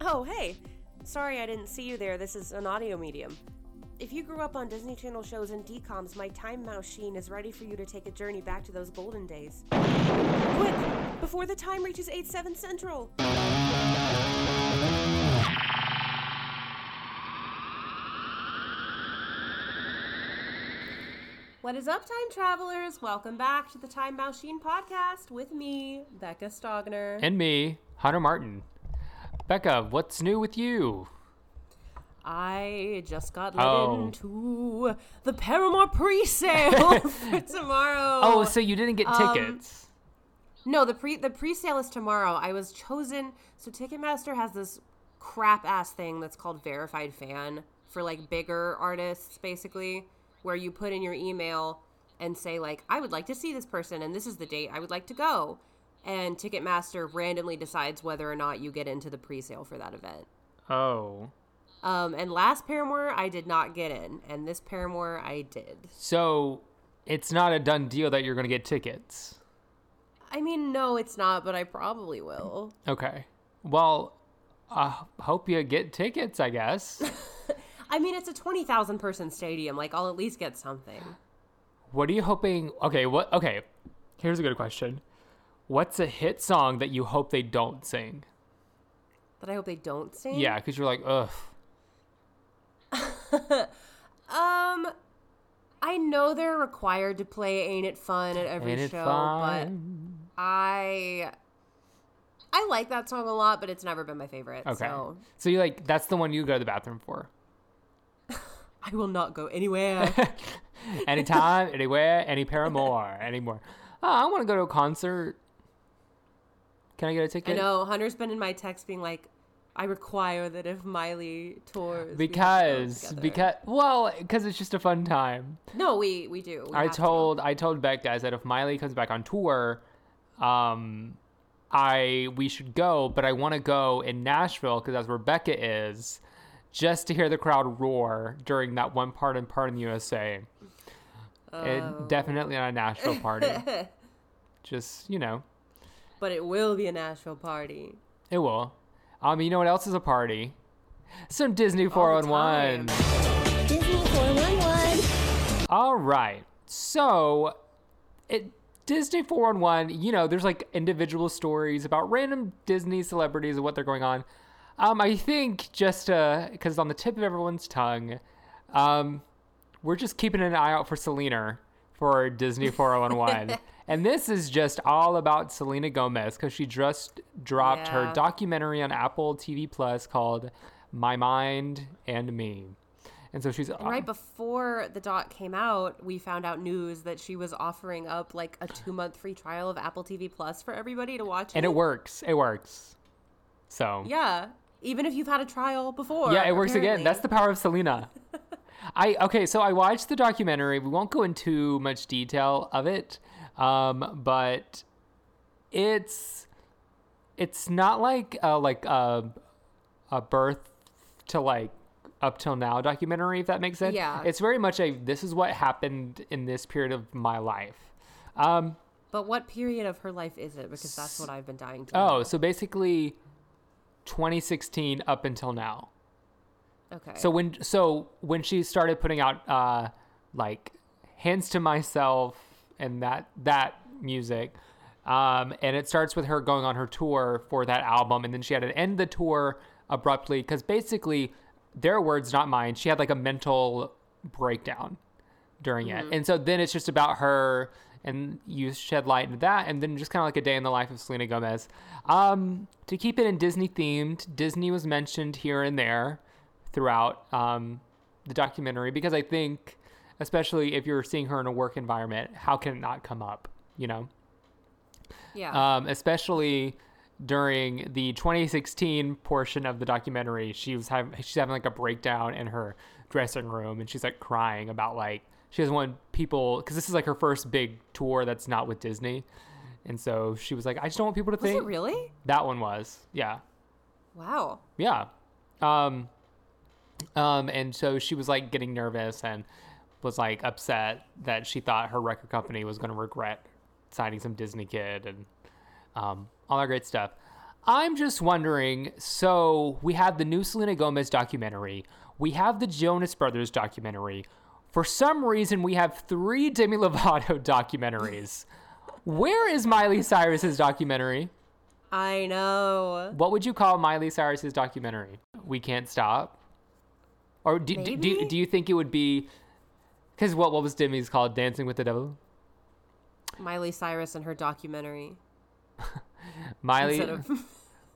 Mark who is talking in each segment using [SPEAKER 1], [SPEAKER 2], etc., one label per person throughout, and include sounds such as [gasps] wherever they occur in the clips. [SPEAKER 1] Oh, hey. Sorry I didn't see you there. This is an audio medium. If you grew up on Disney Channel shows and DCOMs, my time machine is ready for you to take a journey back to those golden days. Quick! Before the time reaches 8 7 Central! What is up, time travelers? Welcome back to the Time Machine podcast with me, Becca Stogner.
[SPEAKER 2] And me, Hunter Martin. Becca, what's new with you?
[SPEAKER 1] I just got let
[SPEAKER 2] Oh.
[SPEAKER 1] into the Paramore
[SPEAKER 2] [laughs]
[SPEAKER 1] pre-sale for tomorrow.
[SPEAKER 2] Oh, so you didn't get
[SPEAKER 1] um,
[SPEAKER 2] tickets.
[SPEAKER 1] no, the pre the pre-sale is tomorrow. I was chosen. So Ticketmaster has this crap ass thing that's called verified fan for like bigger artists, basically, where you put in your email and say like, I would like to see this person, and this is the date I would like to go. And Ticketmaster randomly decides whether or not you get into the pre-sale for that event.
[SPEAKER 2] Oh.
[SPEAKER 1] Um, and last Paramore, I did not get in, and this Paramore, I did.
[SPEAKER 2] So it's not a done deal that you're going to get tickets.
[SPEAKER 1] I mean, no, it's not, but I probably will.
[SPEAKER 2] Okay. Well, I hope you get tickets,
[SPEAKER 1] [laughs]
[SPEAKER 2] I guess.
[SPEAKER 1] I mean, it's a twenty thousand person stadium. Like, I'll at least get something.
[SPEAKER 2] what are you hoping? Okay, what? Okay. Here's a good question. What's a hit song that you hope they don't sing?
[SPEAKER 1] But I hope they don't sing.
[SPEAKER 2] Yeah, because you're like, ugh.
[SPEAKER 1] Um, I know they're required to play "Ain't It Fun" at every
[SPEAKER 2] Ain't it
[SPEAKER 1] show,
[SPEAKER 2] fun?
[SPEAKER 1] but I, I like that song a lot, but it's never been my favorite.
[SPEAKER 2] Okay.
[SPEAKER 1] So
[SPEAKER 2] So you like, that's the one you go to the bathroom for.
[SPEAKER 1] I will not go
[SPEAKER 2] [laughs]
[SPEAKER 1] anywhere.
[SPEAKER 2] Anytime, anywhere, any paramore, anymore. Oh, I want to go to a concert. Can I get a
[SPEAKER 1] I
[SPEAKER 2] ticket?
[SPEAKER 1] know Hunter's been in my text being like, "I require that if Miley tours." we have to go
[SPEAKER 2] Because,
[SPEAKER 1] together."
[SPEAKER 2] because, well, because it's just a fun time.
[SPEAKER 1] no, we we do. We
[SPEAKER 2] I
[SPEAKER 1] have to.
[SPEAKER 2] told, I told Beck guys that if Miley comes back on tour, um, I we should go, but I want to go in Nashville because that's where Becca is, just to hear the crowd roar during that one part in part in the USA.
[SPEAKER 1] Oh.
[SPEAKER 2] It definitely not a
[SPEAKER 1] [laughs]
[SPEAKER 2] Nashville party. just you know,
[SPEAKER 1] but it will be a Nashville party.
[SPEAKER 2] It will. Um, you know what else is a party? Some Disney
[SPEAKER 1] All the
[SPEAKER 2] 411.
[SPEAKER 3] Disney 411.
[SPEAKER 2] All right. So, it, Disney 411, you know, there's like individual stories about random Disney celebrities and what they're going on. Um, I think just because it's on the tip of everyone's tongue, um, we're just keeping an eye out for Selena for Disney 411. and this is just all about Selena Gomez because she just dropped her
[SPEAKER 1] Yeah.
[SPEAKER 2] documentary on Apple TV Plus called My Mind and Me. And so she's
[SPEAKER 1] And right before the dot came out, we found out news that she was offering up like a two month free trial of Apple TV Plus for everybody to watch.
[SPEAKER 2] and it works. It works. So
[SPEAKER 1] Yeah, even if you've had a trial before.
[SPEAKER 2] yeah, it works again.
[SPEAKER 1] apparently.
[SPEAKER 2] That's the power
[SPEAKER 1] [laughs]
[SPEAKER 2] of Selena. I okay, so I watched the documentary. We won't go into much detail of it, um, but it's it's not like a, like a a birth to like up till now documentary, if that makes sense.
[SPEAKER 1] Yeah.
[SPEAKER 2] it's very much a this is what happened in this period of my life. Um,
[SPEAKER 1] But what period of her life is it? Because that's what I've been dying to.
[SPEAKER 2] oh,
[SPEAKER 1] know.
[SPEAKER 2] so basically, 2016 up until now.
[SPEAKER 1] okay.
[SPEAKER 2] So when so when she started putting out uh like hints to myself and that that music um and it starts with her going on her tour for that album and then she had to end the tour abruptly cuz basically their words not mine she had like a mental breakdown during it. And so then it's just about her and you shed light into that and then just kind of like a day in the life of Selena Gomez. Um to keep it in Disney themed, Disney was mentioned here and there throughout um the documentary because I think especially if you're seeing her in a work environment, how can it not come up, you know?
[SPEAKER 1] yeah.
[SPEAKER 2] Um especially during the 2016 portion of the documentary. She was having she's having like a breakdown in her dressing room, and she's like crying about like she doesn't want people because this is like her first big tour that's not with Disney, and so she was like, I just don't want people to
[SPEAKER 1] Was
[SPEAKER 2] think
[SPEAKER 1] it really?
[SPEAKER 2] that one was yeah
[SPEAKER 1] Wow.
[SPEAKER 2] yeah um um and so she was like getting nervous and was like upset that she thought her record company was going to regret signing some disney kid and um all that great stuff i'm just wondering so we have the new selena gomez documentary we have the jonas brothers documentary for some reason we have three demi lovato [laughs] documentaries where is miley cyrus's documentary
[SPEAKER 1] I know.
[SPEAKER 2] what would you call Miley Cyrus's documentary? We can't stop. Or do, do, do,
[SPEAKER 1] Maybe?
[SPEAKER 2] do you think it would be? Because what what was Demi's called? Dancing with the Devil.
[SPEAKER 1] Miley Cyrus and her documentary.
[SPEAKER 2] Miley.
[SPEAKER 1] Instead of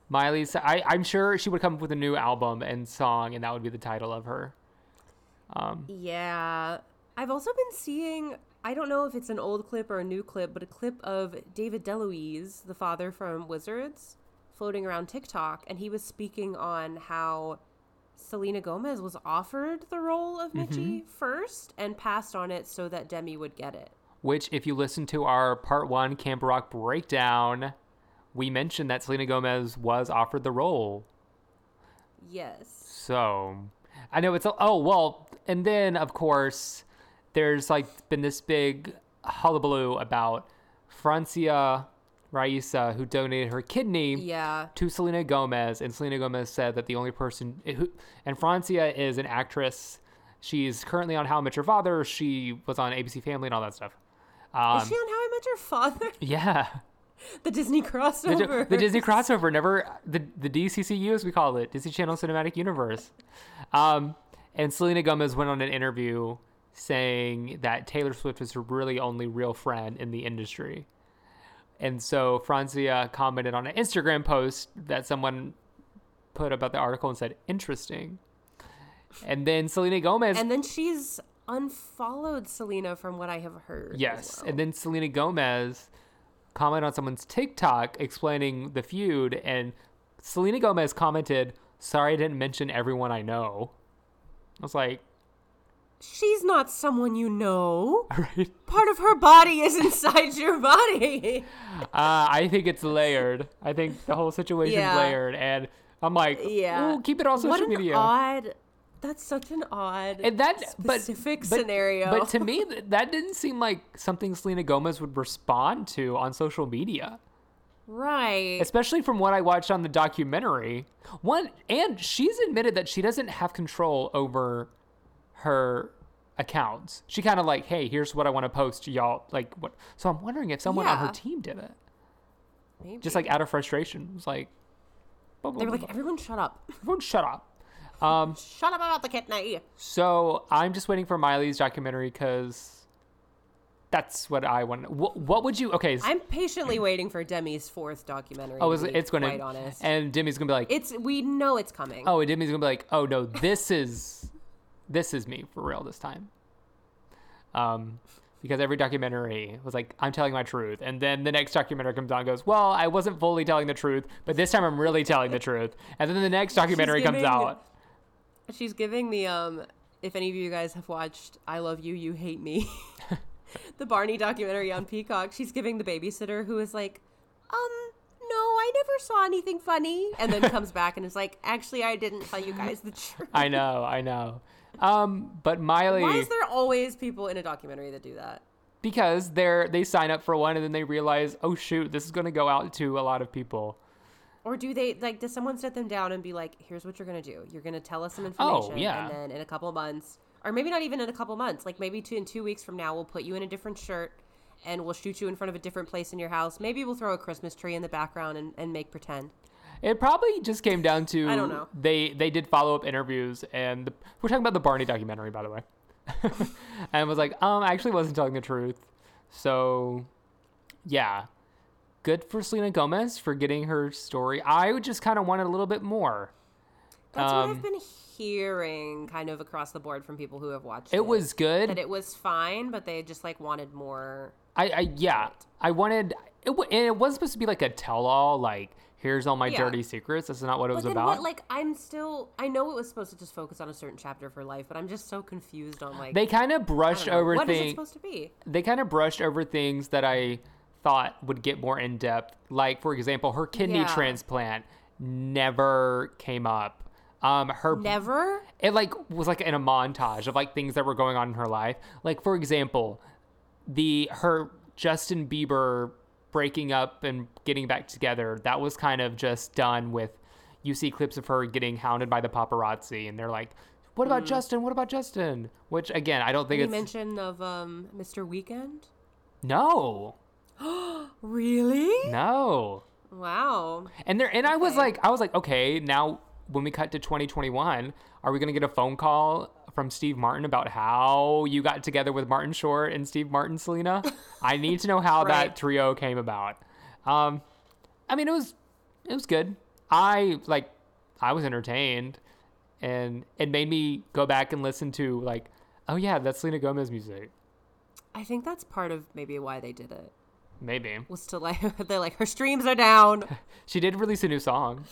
[SPEAKER 2] Miley. Cy- I I'm sure she would come up with a new album and song, and that would be the title of her.
[SPEAKER 1] Yeah. I've also been seeing, I don't know if it's an old clip or a new clip, but a clip of David DeLuise, the father from Wizards, floating around TikTok. And he was speaking on how Selena Gomez was offered the role of Mitchie
[SPEAKER 2] Mm-hmm.
[SPEAKER 1] first and passed on it so that Demi would get it.
[SPEAKER 2] Which, if you listen to our part one Camp Rock breakdown, we mentioned that Selena Gomez was offered the role.
[SPEAKER 1] Yes.
[SPEAKER 2] So I know it's oh well, and then of course there's like been this big hullabaloo about Francia Raisa who donated her kidney
[SPEAKER 1] Yeah.
[SPEAKER 2] to Selena Gomez, and Selena Gomez said that the only person who and Francia is an actress. She's currently on How I Met Your Father. She was on ABC Family and all that stuff. Um,
[SPEAKER 1] Is she on How I Met Your Father? [laughs]
[SPEAKER 2] Yeah,
[SPEAKER 1] The Disney
[SPEAKER 2] the, Di-
[SPEAKER 1] crossover.
[SPEAKER 2] the Disney crossover never the the DCCU as we call it, Disney Channel Cinematic Universe. Um, and Selena Gomez went on an interview saying that Taylor Swift was her really only real friend in the industry. And so Franzia commented on an Instagram post that someone put about the article and said, interesting. And then Selena Gomez
[SPEAKER 1] And then she's unfollowed Selena from what I have heard. as
[SPEAKER 2] Yes.
[SPEAKER 1] well.
[SPEAKER 2] And then Selena Gomez commented on someone's TikTok explaining the feud, and Selena Gomez commented, Sorry I didn't mention everyone I know. I was like,
[SPEAKER 1] She's not someone you [laughs] know.
[SPEAKER 2] Right.
[SPEAKER 1] Part of her body is inside your body.
[SPEAKER 2] uh, I think it's layered. I think the whole situation's
[SPEAKER 1] Yeah.
[SPEAKER 2] layered. And I'm like,
[SPEAKER 1] Yeah.
[SPEAKER 2] "Ooh, keep it on social
[SPEAKER 1] what an
[SPEAKER 2] media.
[SPEAKER 1] odd. That's such an odd
[SPEAKER 2] and that but-
[SPEAKER 1] specific
[SPEAKER 2] but,
[SPEAKER 1] scenario.
[SPEAKER 2] But to me, th- that didn't seem like something Selena Gomez would respond to on social media.
[SPEAKER 1] right.
[SPEAKER 2] especially from what I watched on the documentary. One, and she's admitted that she doesn't have control over her accounts. She kind of like, hey, here's what I want to post, y'all. Like, what? So I'm wondering if someone on
[SPEAKER 1] Yeah.
[SPEAKER 2] her team did it,
[SPEAKER 1] Maybe.
[SPEAKER 2] just like out of frustration. It was like, blah, blah,
[SPEAKER 1] they were
[SPEAKER 2] blah,
[SPEAKER 1] like,
[SPEAKER 2] blah.
[SPEAKER 1] everyone, shut up,
[SPEAKER 2] everyone shut up.
[SPEAKER 1] shut up about the kidney.
[SPEAKER 2] So I'm just waiting for Miley's documentary because that's what I want. What, what would you? Okay. s-
[SPEAKER 1] I'm patiently waiting for Demi's fourth documentary.
[SPEAKER 2] oh, is,
[SPEAKER 1] to
[SPEAKER 2] it-
[SPEAKER 1] be
[SPEAKER 2] it's going
[SPEAKER 1] quite
[SPEAKER 2] to.
[SPEAKER 1] honest.
[SPEAKER 2] And Demi's going to be like,
[SPEAKER 1] it's we know it's coming.
[SPEAKER 2] oh, and Demi's gonna be like, oh no, this is, this is me for real this time. Um, because every documentary was like, I'm telling my truth, and then the next documentary comes on, and goes, well, I wasn't fully telling the truth, but this time I'm really telling the truth, and then the next documentary comes
[SPEAKER 1] giving-
[SPEAKER 2] out.
[SPEAKER 1] She's giving the um if any of you guys have watched I Love You, You Hate Me, [laughs] the Barney documentary on Peacock, she's giving the babysitter who is like, um, no, I never saw anything funny and then comes back and is like, actually I didn't tell you guys the truth.
[SPEAKER 2] I know, I know. Um, but Miley,
[SPEAKER 1] Why is there always people in a documentary that do that?
[SPEAKER 2] because they're they sign up for one, and then they realize, oh shoot, this is gonna go out to a lot of people.
[SPEAKER 1] Or do they like does someone sit them down and be like, here's what you're gonna do. You're gonna tell us some information
[SPEAKER 2] Oh, yeah.
[SPEAKER 1] and then in a couple of months or maybe not even in a couple of months, like maybe two in two weeks from now we'll put you in a different shirt and we'll shoot you in front of a different place in your house. Maybe we'll throw a Christmas tree in the background and, and make pretend.
[SPEAKER 2] It probably just came down to
[SPEAKER 1] I don't know.
[SPEAKER 2] They they did follow up interviews, and the, we're talking about the Barney documentary, by the way. [laughs] and was like, um, I actually wasn't telling the truth. So, yeah, good for Selena Gomez for getting her story. I would just kind of wanted a little bit more.
[SPEAKER 1] That's
[SPEAKER 2] Um,
[SPEAKER 1] what I've been hearing kind of across the board from people who have watched it.
[SPEAKER 2] It was good.
[SPEAKER 1] that it was fine, but they just like wanted more
[SPEAKER 2] I, I yeah, I wanted it. wa- And it was supposed to be like a tell-all, like here's all my
[SPEAKER 1] Yeah.
[SPEAKER 2] dirty secrets. That's not what
[SPEAKER 1] But
[SPEAKER 2] it was
[SPEAKER 1] then
[SPEAKER 2] about.
[SPEAKER 1] what? Like, I'm still. I know it was supposed to just focus on a certain chapter of her life, but I'm just so confused
[SPEAKER 2] [gasps]
[SPEAKER 1] on like.
[SPEAKER 2] they kind of brushed over
[SPEAKER 1] What is it
[SPEAKER 2] things.
[SPEAKER 1] supposed to be?
[SPEAKER 2] They kind of brushed over things that I thought would get more in depth. Like for example, her kidney
[SPEAKER 1] Yeah.
[SPEAKER 2] transplant never came up. Um, her
[SPEAKER 1] Never.
[SPEAKER 2] it like was like in a montage of like things that were going on in her life. Like for example, the her Justin Bieber breaking up and getting back together. That was kind of just done with you see clips of her getting hounded by the paparazzi and they're like, "What about Justin? What about Justin?" Which again, I don't think
[SPEAKER 1] Any
[SPEAKER 2] it's
[SPEAKER 1] Mm. mention of um Mr. Weekend?
[SPEAKER 2] No.
[SPEAKER 1] Really?
[SPEAKER 2] No.
[SPEAKER 1] Wow.
[SPEAKER 2] And there and I was like I was like, "Okay, now when we cut to 2021, are we going to get a phone call from Steve Martin about how you got together with Martin Short and Steve Martin Selena? I need to know how that
[SPEAKER 1] Right.
[SPEAKER 2] trio came about." Um I mean, it was it was good. I like I was entertained and it made me go back and listen to like, "Oh yeah, that's Selena Gomez music."
[SPEAKER 1] I think that's part of maybe why they did it.
[SPEAKER 2] Maybe.
[SPEAKER 1] Was to like [laughs] they're like her streams are
[SPEAKER 2] [laughs]
[SPEAKER 1] down.
[SPEAKER 2] She did release a new song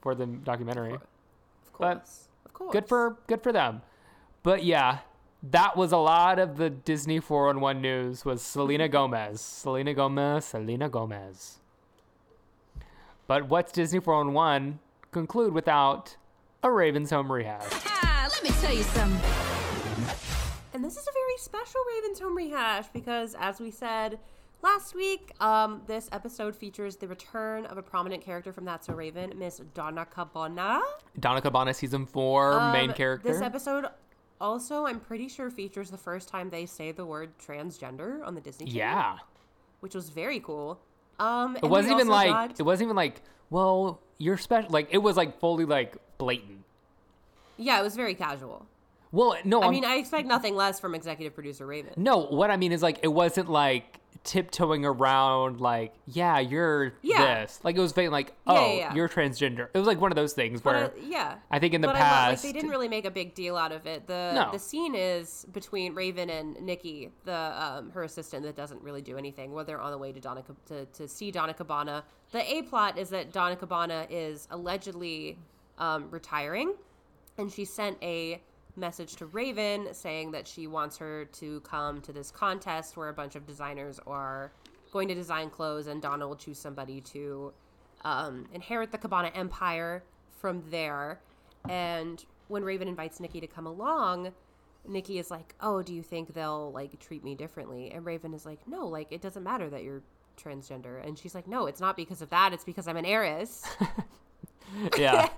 [SPEAKER 2] for the documentary.
[SPEAKER 1] Of
[SPEAKER 2] But
[SPEAKER 1] course. Of course.
[SPEAKER 2] Good for good for them. But yeah, that was a lot of the Disney 411 news was Selena
[SPEAKER 1] Mm-hmm.
[SPEAKER 2] Gomez. Selena Gomez, Selena Gomez. But what's Disney 411 conclude without a Raven's Home rehash?
[SPEAKER 4] Ah, let me tell you something.
[SPEAKER 1] And this is a very special Ravens Home rehash because, as we said last week, um, this episode features the return of a prominent character from That's So Raven, Miss Donna Cabana.
[SPEAKER 2] Donna Cabana season 4 main
[SPEAKER 1] Um,
[SPEAKER 2] character.
[SPEAKER 1] This episode also, I'm pretty sure, features the first time they say the word transgender on the Disney Channel,
[SPEAKER 2] yeah.
[SPEAKER 1] which was very cool. Um,
[SPEAKER 2] It wasn't even like it wasn't even like, well, you're special like it was like fully like blatant.
[SPEAKER 1] yeah, it was very casual.
[SPEAKER 2] Well, no,
[SPEAKER 1] I
[SPEAKER 2] I'm-
[SPEAKER 1] mean, I expect nothing less from executive producer Raven.
[SPEAKER 2] No, what I mean is like it wasn't like tiptoeing around like yeah you're
[SPEAKER 1] Yeah.
[SPEAKER 2] this like it was vague, like
[SPEAKER 1] Yeah,
[SPEAKER 2] oh
[SPEAKER 1] yeah, yeah.
[SPEAKER 2] you're transgender it was like one of those things
[SPEAKER 1] But,
[SPEAKER 2] where
[SPEAKER 1] uh, yeah,
[SPEAKER 2] I think in the
[SPEAKER 1] But I love- like,
[SPEAKER 2] past-
[SPEAKER 1] they didn't really make a big deal out of it. The
[SPEAKER 2] No.
[SPEAKER 1] the scene is between Raven and Nikki, the um, her assistant that doesn't really do anything. Where they're on the way to Donna Cab- to, to see Donna Cabana. The a plot is that Donna Cabana is allegedly um, retiring, and she sent a message to Raven saying that she wants her to come to this contest where a bunch of designers are going to design clothes, and Donna will choose somebody to um, inherit the Cabana Empire from there. And when Raven invites Nikki to come along, Nikki is like, "Oh, do you think they'll like treat me differently?" And Raven is like, "No, like it doesn't matter that you're transgender." And she's like, "No, it's not because of that. It's because I'm an heiress." [laughs]
[SPEAKER 2] yeah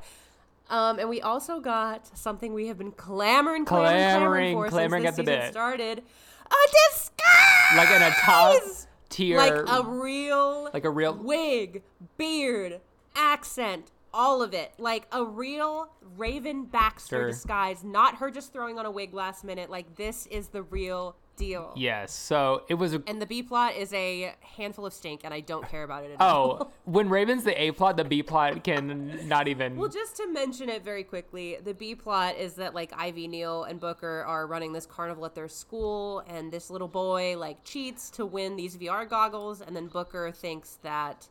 [SPEAKER 1] Um, and we also got something we have been clamoring, clamoring,
[SPEAKER 2] Clamoring,
[SPEAKER 1] clamoring, for
[SPEAKER 2] clamoring at
[SPEAKER 1] since the
[SPEAKER 2] the
[SPEAKER 1] season
[SPEAKER 2] bit.
[SPEAKER 1] started. A disguise,
[SPEAKER 2] like in a top tier
[SPEAKER 1] like a real,
[SPEAKER 2] like a real-
[SPEAKER 1] wig, beard, accent, all of it, like a real Raven Baxter
[SPEAKER 2] Sure.
[SPEAKER 1] disguise. Not her just throwing on a wig last minute. Like this is the real deal.
[SPEAKER 2] yes so it was a
[SPEAKER 1] And the B plot is a handful of stink, and I don't care about it at all. [laughs]
[SPEAKER 2] [laughs] oh when Raven's the A plot the B plot can not even
[SPEAKER 1] Well, just to mention it very quickly, the B plot is that like Ivy Neal and Booker are running this carnival at their school, and this little boy like cheats to win these VR goggles, and then Booker thinks that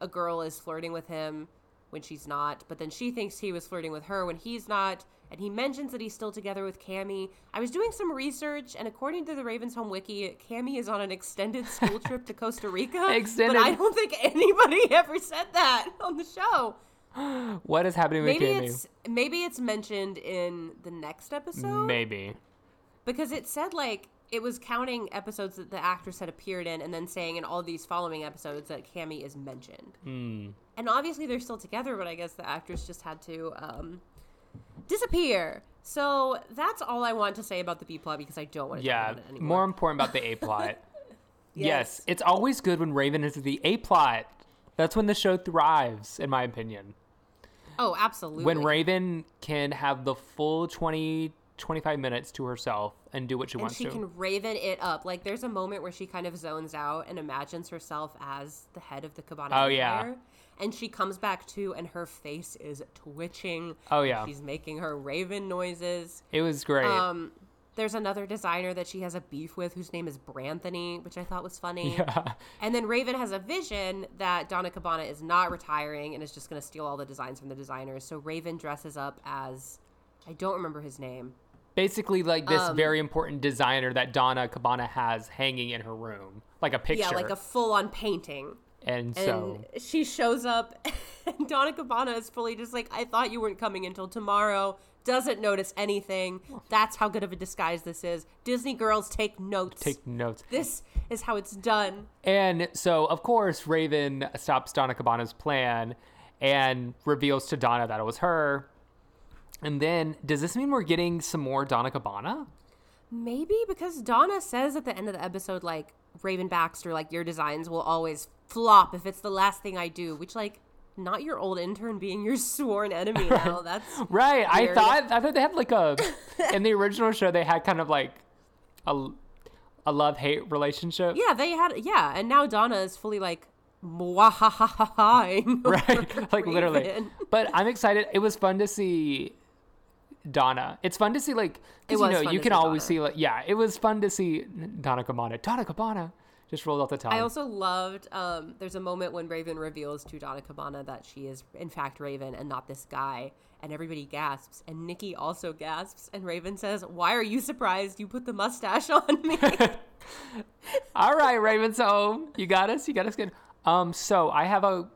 [SPEAKER 1] a girl is flirting with him when she's not, but then she thinks he was flirting with her when he's not, and he mentions that he's still together with Cammy. I was doing some research, and according to the Ravens Home Wiki, Cammy is on an extended school trip to Costa Rica.
[SPEAKER 2] Extended-
[SPEAKER 1] But I don't think anybody [laughs] ever said that on the show
[SPEAKER 2] what is happening with
[SPEAKER 1] maybe
[SPEAKER 2] Jamie
[SPEAKER 1] it's maybe it's mentioned in the next episode
[SPEAKER 2] maybe
[SPEAKER 1] because it said like it was counting episodes that the actress had appeared in and then saying in all these following episodes that Cammy is mentioned.
[SPEAKER 2] Hmm.
[SPEAKER 1] And obviously they're still together, but I guess the actress just had to um, disappear. So that's all I want to say about the B plot because I don't want to
[SPEAKER 2] yeah
[SPEAKER 1] talk about it anymore.
[SPEAKER 2] more important about the
[SPEAKER 1] [laughs]
[SPEAKER 2] A plot yes it's always good when Raven is the A plot that's when the show thrives in my opinion.
[SPEAKER 1] Oh, absolutely.
[SPEAKER 2] when Raven can have the full 20 25 minutes to herself and do what she
[SPEAKER 1] and
[SPEAKER 2] wants
[SPEAKER 1] she
[SPEAKER 2] to.
[SPEAKER 1] can raven it up. Like there's a moment where she kind of zones out and imagines herself as the head of the Cabana.
[SPEAKER 2] Oh, yeah.
[SPEAKER 1] Empire. And she comes back to, and her face is twitching.
[SPEAKER 2] Oh, yeah.
[SPEAKER 1] she's making her raven noises.
[SPEAKER 2] It was great.
[SPEAKER 1] Um, There's another designer that she has a beef with whose name is Branthony, which I thought was funny.
[SPEAKER 2] [laughs] Yeah.
[SPEAKER 1] And then Raven has a vision that Donna Cabana is not retiring and is just going to steal all the designs from the designers. So Raven dresses up as I don't remember his name.
[SPEAKER 2] Basically, like this
[SPEAKER 1] um,
[SPEAKER 2] very important designer that Donna Cabana has hanging in her room, like a picture.
[SPEAKER 1] Yeah, like a full on painting.
[SPEAKER 2] and
[SPEAKER 1] And
[SPEAKER 2] so
[SPEAKER 1] she shows up, [laughs] and Donna Cabana is fully just like, I thought you weren't coming until tomorrow. Doesn't notice anything. That's how good of a disguise this is. Disney girls take notes.
[SPEAKER 2] take notes.
[SPEAKER 1] this is how it's done.
[SPEAKER 2] And so, of course, Raven stops Donna Cabana's plan and reveals to Donna that it was her. And then, does this mean we're getting some more Donna Cabana?
[SPEAKER 1] Maybe because Donna says at the end of the episode, like, Raven Baxter, like, your designs will always flop if it's the last thing I do, which, like, not your old intern being your [laughs] sworn enemy
[SPEAKER 2] [laughs]
[SPEAKER 1] now. That's
[SPEAKER 2] Right. I
[SPEAKER 1] Weird.
[SPEAKER 2] thought I thought they had
[SPEAKER 1] [laughs]
[SPEAKER 2] like a in the original show they had kind of like a a love hate relationship.
[SPEAKER 1] Yeah, they had yeah, and now Donna is fully like mwahahahaing.
[SPEAKER 2] [laughs]
[SPEAKER 1] [laughs]
[SPEAKER 2] Right. [laughs] like literally.
[SPEAKER 1] Raven.
[SPEAKER 2] But I'm excited. It was fun to see Donna. It's fun to see like 'cause,
[SPEAKER 1] It was
[SPEAKER 2] you know
[SPEAKER 1] fun
[SPEAKER 2] you
[SPEAKER 1] to
[SPEAKER 2] can
[SPEAKER 1] see
[SPEAKER 2] always
[SPEAKER 1] Donna.
[SPEAKER 2] see like yeah it was fun to see Donna Cabana. Donna Cabana just rolled off the tongue.
[SPEAKER 1] I also loved um there's a moment when Raven reveals to Donna Cabana that she is in fact Raven and not this guy, and everybody gasps, and Nikki also gasps, and Raven says, Why are you surprised you put the mustache [laughs] on
[SPEAKER 2] [laughs]
[SPEAKER 1] me?
[SPEAKER 2] All right, Raven's home. You got us. You got us good. Um, so I have a,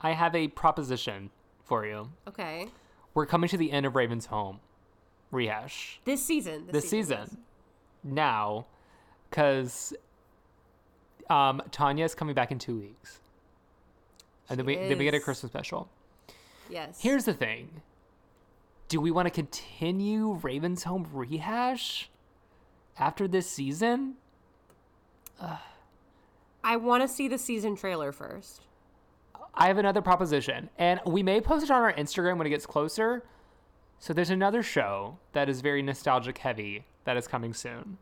[SPEAKER 2] I have a proposition for you.
[SPEAKER 1] okay.
[SPEAKER 2] We're coming to the end of Raven's home, rehash
[SPEAKER 1] This season.
[SPEAKER 2] this season, now, because um, Tanya is coming back in two weeks, and then we
[SPEAKER 1] She
[SPEAKER 2] then we get a
[SPEAKER 1] is.
[SPEAKER 2] Christmas special.
[SPEAKER 1] Yes.
[SPEAKER 2] Here's the thing: Do we want to continue Raven's home rehash after this season?
[SPEAKER 1] I wanna see the season trailer first.
[SPEAKER 2] I have another proposition, and we may post it on our Instagram when it gets closer. So there's another show that is very nostalgic heavy that is coming soon.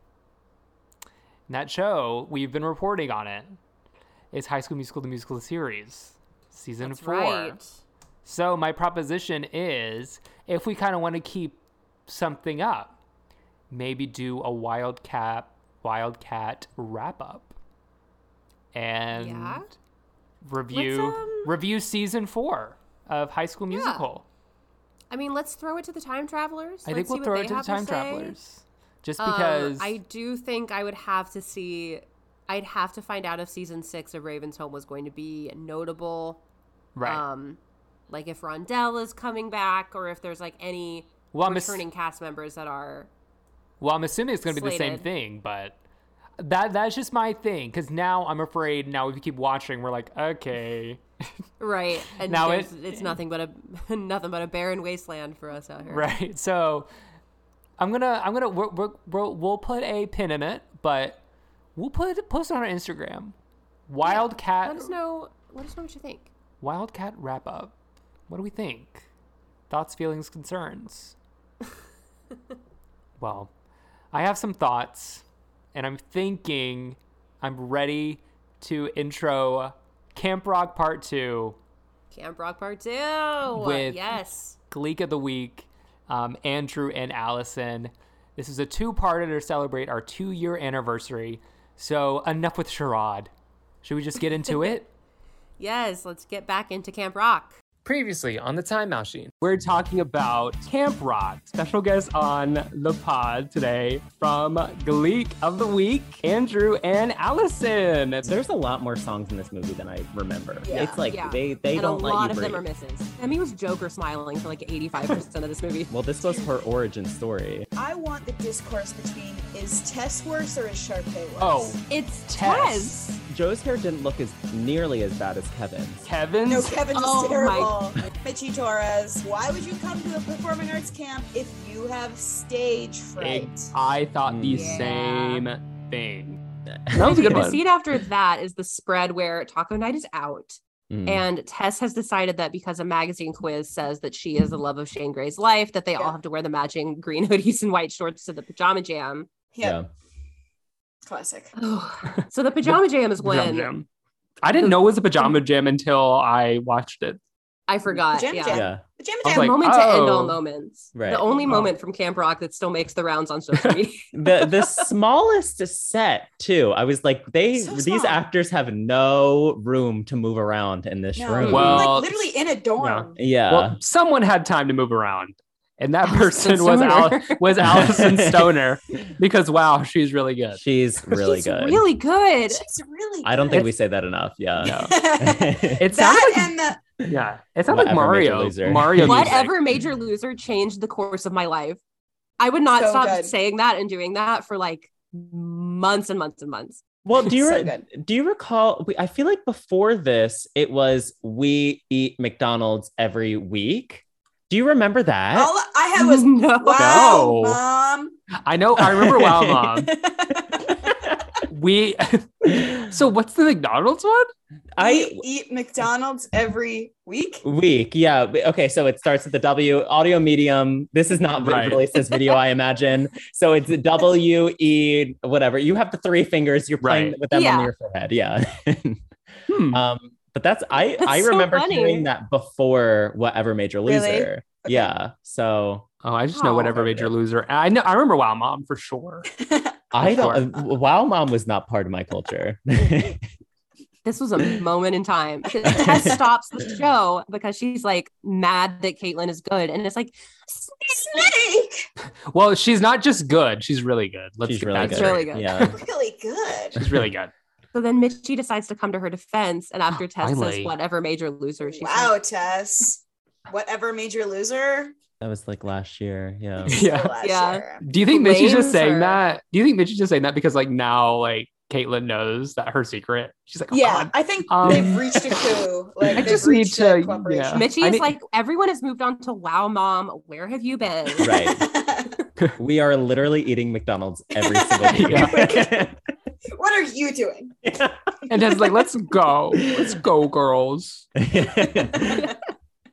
[SPEAKER 2] And that show, we've been reporting on it, is High School Musical the Musical series, season
[SPEAKER 1] That's
[SPEAKER 2] four.
[SPEAKER 1] right.
[SPEAKER 2] So my proposition is if we kind of want to keep something up, maybe do a wildcat wildcat wrap up. And
[SPEAKER 1] Yeah.
[SPEAKER 2] review
[SPEAKER 1] um,
[SPEAKER 2] review season 4 of High School Musical.
[SPEAKER 1] I mean, let's throw it to the time travelers.
[SPEAKER 2] I
[SPEAKER 1] Let's
[SPEAKER 2] think we'll
[SPEAKER 1] see what
[SPEAKER 2] throw
[SPEAKER 1] they
[SPEAKER 2] it to the
[SPEAKER 1] have
[SPEAKER 2] time
[SPEAKER 1] say.
[SPEAKER 2] travelers. Just
[SPEAKER 1] Um,
[SPEAKER 2] because
[SPEAKER 1] I do think I would have to see. I'd have to find out if season six of Raven's Home was going to be notable.
[SPEAKER 2] right.
[SPEAKER 1] Um, like if Rondell is coming back, or if there's like any
[SPEAKER 2] Well, I'm ass-
[SPEAKER 1] returning cast members that are.
[SPEAKER 2] Well, I'm assuming it's going to be the same
[SPEAKER 1] Slated.
[SPEAKER 2] thing, but that that's just my thing cuz now I'm afraid now if we keep watching we're like okay
[SPEAKER 1] Right, and
[SPEAKER 2] Now
[SPEAKER 1] now
[SPEAKER 2] it-
[SPEAKER 1] it's nothing but a [laughs] nothing but a barren wasteland for us out here.
[SPEAKER 2] right so i'm gonna i'm gonna we're, we're, we're, we'll put a pin in it but we'll put post it on our instagram wildcat
[SPEAKER 1] Let us know. Let us know what you think.
[SPEAKER 2] wildcat wrap up what do we think thoughts feelings
[SPEAKER 1] [laughs]
[SPEAKER 2] concerns well i have some thoughts and i'm thinking i'm ready to intro camp rock part two
[SPEAKER 1] Camp Rock Part Two.
[SPEAKER 2] With-
[SPEAKER 1] yes.
[SPEAKER 2] Gleek of the Week, um, Andrew and Allison. This is a two-parter to celebrate our two-year anniversary. So enough with charade. Should we just get [laughs] into it?
[SPEAKER 1] Yes. Let's get back into Camp Rock.
[SPEAKER 2] Previously on the Time Machine, we're talking about Camp Rock. Special guest on the pod today from Gleek of the Week, Andrew and Allison.
[SPEAKER 5] There's a lot more songs in this movie than I remember.
[SPEAKER 1] Yeah.
[SPEAKER 5] it's like
[SPEAKER 1] Yeah.
[SPEAKER 5] they, they
[SPEAKER 1] and
[SPEAKER 5] don't
[SPEAKER 1] a
[SPEAKER 5] let
[SPEAKER 1] lot
[SPEAKER 5] you
[SPEAKER 1] of
[SPEAKER 5] breathe.
[SPEAKER 1] them are misses. Emmy was Joker smiling for like 85% of this movie.
[SPEAKER 5] well, this was her origin story.
[SPEAKER 6] I want the discourse between is Tess worse or is Sharpay worse?
[SPEAKER 2] Oh,
[SPEAKER 1] It's
[SPEAKER 2] Tess.
[SPEAKER 1] Tess.
[SPEAKER 5] Joe's hair didn't look as nearly as bad as Kevin's.
[SPEAKER 2] Kevin's.
[SPEAKER 6] No, Kevin's
[SPEAKER 1] Oh,
[SPEAKER 6] is terrible. Mitchie Torres, why would you come to a performing arts camp if you have stage fright?
[SPEAKER 2] Ex- I thought the
[SPEAKER 1] Yeah.
[SPEAKER 2] same thing.
[SPEAKER 5] That was a good
[SPEAKER 1] The scene after that is the spread where Taco Night is out,
[SPEAKER 5] Mm.
[SPEAKER 1] and Tess has decided that because a magazine quiz says that she is the love of Shane Gray's life, that they all
[SPEAKER 6] Yeah.
[SPEAKER 1] have to wear the matching green [laughs] hoodies and white shorts to the pajama jam.
[SPEAKER 6] yeah, classic.
[SPEAKER 1] so the pajama jam is
[SPEAKER 2] Pajama
[SPEAKER 1] when [laughs]
[SPEAKER 2] jam. I didn't know it was a pajama jam until I watched it
[SPEAKER 1] I forgot.
[SPEAKER 6] Jam
[SPEAKER 1] yeah.
[SPEAKER 6] Jam.
[SPEAKER 5] Yeah.
[SPEAKER 6] The Jam
[SPEAKER 2] I was
[SPEAKER 1] A
[SPEAKER 6] Jam.
[SPEAKER 2] like,
[SPEAKER 1] moment to end
[SPEAKER 2] oh.
[SPEAKER 1] all moments.
[SPEAKER 5] Right.
[SPEAKER 1] The only
[SPEAKER 2] Oh.
[SPEAKER 1] moment from Camp Rock that still makes the rounds on
[SPEAKER 5] [laughs]
[SPEAKER 1] social media.
[SPEAKER 5] The
[SPEAKER 1] [laughs]
[SPEAKER 5] the smallest set too. I was like, they
[SPEAKER 6] So
[SPEAKER 5] these
[SPEAKER 6] small.
[SPEAKER 5] actors have no room to move around in this
[SPEAKER 6] No,
[SPEAKER 5] room.
[SPEAKER 2] Well-
[SPEAKER 6] like literally in a dorm.
[SPEAKER 5] yeah.
[SPEAKER 2] well, someone had time to move around, and
[SPEAKER 1] [laughs]
[SPEAKER 2] that
[SPEAKER 1] Allison
[SPEAKER 2] person was Al-
[SPEAKER 1] Stoner.
[SPEAKER 2] was
[SPEAKER 5] [laughs]
[SPEAKER 2] Allison Stoner because wow, she's really good.
[SPEAKER 5] she's really
[SPEAKER 1] She's
[SPEAKER 5] good.
[SPEAKER 1] Really good.
[SPEAKER 6] It's really.
[SPEAKER 5] I [laughs] don't think we say that enough. Yeah.
[SPEAKER 2] No.
[SPEAKER 5] [laughs]
[SPEAKER 6] [laughs] that
[SPEAKER 2] It sounds like
[SPEAKER 6] and the
[SPEAKER 2] yeah, it sounds like
[SPEAKER 5] Whatever Major
[SPEAKER 2] Mario.
[SPEAKER 5] Loser.
[SPEAKER 2] Mario. music.
[SPEAKER 1] Whatever major loser changed the course of my life. I would not
[SPEAKER 6] So
[SPEAKER 1] stop
[SPEAKER 6] good.
[SPEAKER 1] saying that and doing that for like months and months and months.
[SPEAKER 5] Well, do you
[SPEAKER 6] So
[SPEAKER 5] re-
[SPEAKER 6] good.
[SPEAKER 5] do you recall? We, I feel like before this, it was we eat McDonald's every week. Do you remember that?
[SPEAKER 6] all I had
[SPEAKER 1] [laughs]
[SPEAKER 6] was
[SPEAKER 1] no.
[SPEAKER 2] No.
[SPEAKER 6] wow, mom.
[SPEAKER 2] I know.
[SPEAKER 1] [laughs]
[SPEAKER 2] I remember Wow
[SPEAKER 5] [laughs]
[SPEAKER 2] Mom. We so what's the McDonald's one?
[SPEAKER 5] I
[SPEAKER 6] [laughs] we eat McDonald's every week.
[SPEAKER 5] week. Yeah. b- Okay. So it starts at the W audio medium. This is not
[SPEAKER 2] Right.
[SPEAKER 5] really this video, I imagine. So it's W E whatever. You have the three fingers. You're playing
[SPEAKER 2] Right.
[SPEAKER 5] with them
[SPEAKER 1] Yeah.
[SPEAKER 5] on your forehead. Yeah.
[SPEAKER 2] Hmm.
[SPEAKER 5] um. But that's I.
[SPEAKER 1] That's
[SPEAKER 5] I
[SPEAKER 1] so
[SPEAKER 5] remember
[SPEAKER 1] funny.
[SPEAKER 5] hearing that before whatever major
[SPEAKER 6] Really?
[SPEAKER 5] loser.
[SPEAKER 6] Okay.
[SPEAKER 5] Yeah. So
[SPEAKER 2] Oh, I just know
[SPEAKER 1] Oh.
[SPEAKER 2] whatever major loser. And I know. I remember Wow Mom for sure.
[SPEAKER 5] I
[SPEAKER 2] For
[SPEAKER 5] don't. uh, Wow, mom was not part of my
[SPEAKER 6] [laughs]
[SPEAKER 5] culture.
[SPEAKER 1] This was a moment in time. Tess stops the show because she's like mad that Caitlyn is good. And it's like,
[SPEAKER 6] Snake,
[SPEAKER 2] Well, she's not just good. She's really good. Let's
[SPEAKER 5] She's
[SPEAKER 2] get
[SPEAKER 5] really
[SPEAKER 2] that
[SPEAKER 5] good.
[SPEAKER 1] That's really
[SPEAKER 2] straight.
[SPEAKER 1] good.
[SPEAKER 5] Yeah.
[SPEAKER 6] really good.
[SPEAKER 2] She's really good.
[SPEAKER 1] so then Mitchie decides to come to her defense. And
[SPEAKER 2] [gasps]
[SPEAKER 1] after Tess
[SPEAKER 2] Finally.
[SPEAKER 1] says, whatever major loser, she's
[SPEAKER 6] Wow, Tess. Whatever major loser.
[SPEAKER 5] That was like last year. Yeah.
[SPEAKER 2] [laughs] Yeah.
[SPEAKER 6] So last
[SPEAKER 1] Yeah.
[SPEAKER 6] year.
[SPEAKER 2] Do you think Mitchie's
[SPEAKER 1] Blames
[SPEAKER 2] just saying
[SPEAKER 1] her.
[SPEAKER 2] that? Do you think Mitchie's just saying that because like now like Caitlyn knows that her secret? She's like, oh,
[SPEAKER 6] Yeah,
[SPEAKER 2] God.
[SPEAKER 6] I think
[SPEAKER 2] Um,
[SPEAKER 6] they've reached
[SPEAKER 2] [laughs]
[SPEAKER 6] a coup. Like
[SPEAKER 2] I
[SPEAKER 6] they've
[SPEAKER 2] just need
[SPEAKER 6] reached
[SPEAKER 2] to-
[SPEAKER 6] a cooperation.
[SPEAKER 1] Mitchie
[SPEAKER 2] I
[SPEAKER 1] is
[SPEAKER 2] need-
[SPEAKER 1] like, everyone has moved on to Wow Mom. Where have you
[SPEAKER 2] [laughs]
[SPEAKER 1] been?
[SPEAKER 5] Right. [laughs] We are literally eating McDonald's every single
[SPEAKER 2] Yeah.
[SPEAKER 6] [laughs]
[SPEAKER 5] day.
[SPEAKER 6] [laughs] what are
[SPEAKER 2] [laughs]
[SPEAKER 6] you doing?
[SPEAKER 2] and Ted's like, let's go, let's go, girls,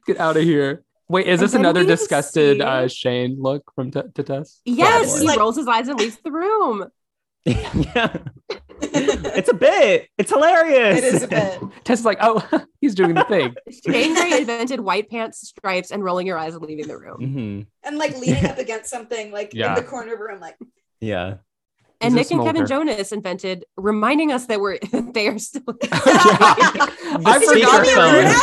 [SPEAKER 2] get out of here. Wait, is
[SPEAKER 1] And
[SPEAKER 2] this
[SPEAKER 1] then
[SPEAKER 2] another
[SPEAKER 1] we
[SPEAKER 2] disgusted
[SPEAKER 1] see-
[SPEAKER 2] uh, Shane look from t- to Tess?
[SPEAKER 1] Yes,
[SPEAKER 5] Yeah,
[SPEAKER 1] he
[SPEAKER 6] like-
[SPEAKER 1] rolls his eyes and leaves the room.
[SPEAKER 5] yeah. It's a bit. It's hilarious.
[SPEAKER 6] It is
[SPEAKER 5] [laughs]
[SPEAKER 6] a bit.
[SPEAKER 2] Tess is like, oh, [laughs] he's doing the
[SPEAKER 1] [laughs]
[SPEAKER 2] thing. [laughs]
[SPEAKER 1] Shane Gray invented white pants, stripes, and rolling your eyes and leaving the room.
[SPEAKER 5] Mhm.
[SPEAKER 6] And like leaning up against something like
[SPEAKER 2] Yeah.
[SPEAKER 6] in the corner of a room, like
[SPEAKER 5] Yeah.
[SPEAKER 1] And
[SPEAKER 2] a
[SPEAKER 1] Nick and Kevin
[SPEAKER 2] smoker.
[SPEAKER 1] Jonas invented reminding us that we're [laughs] they are still.
[SPEAKER 2] Yeah. I
[SPEAKER 6] Did you
[SPEAKER 2] forgot
[SPEAKER 6] hear
[SPEAKER 2] that.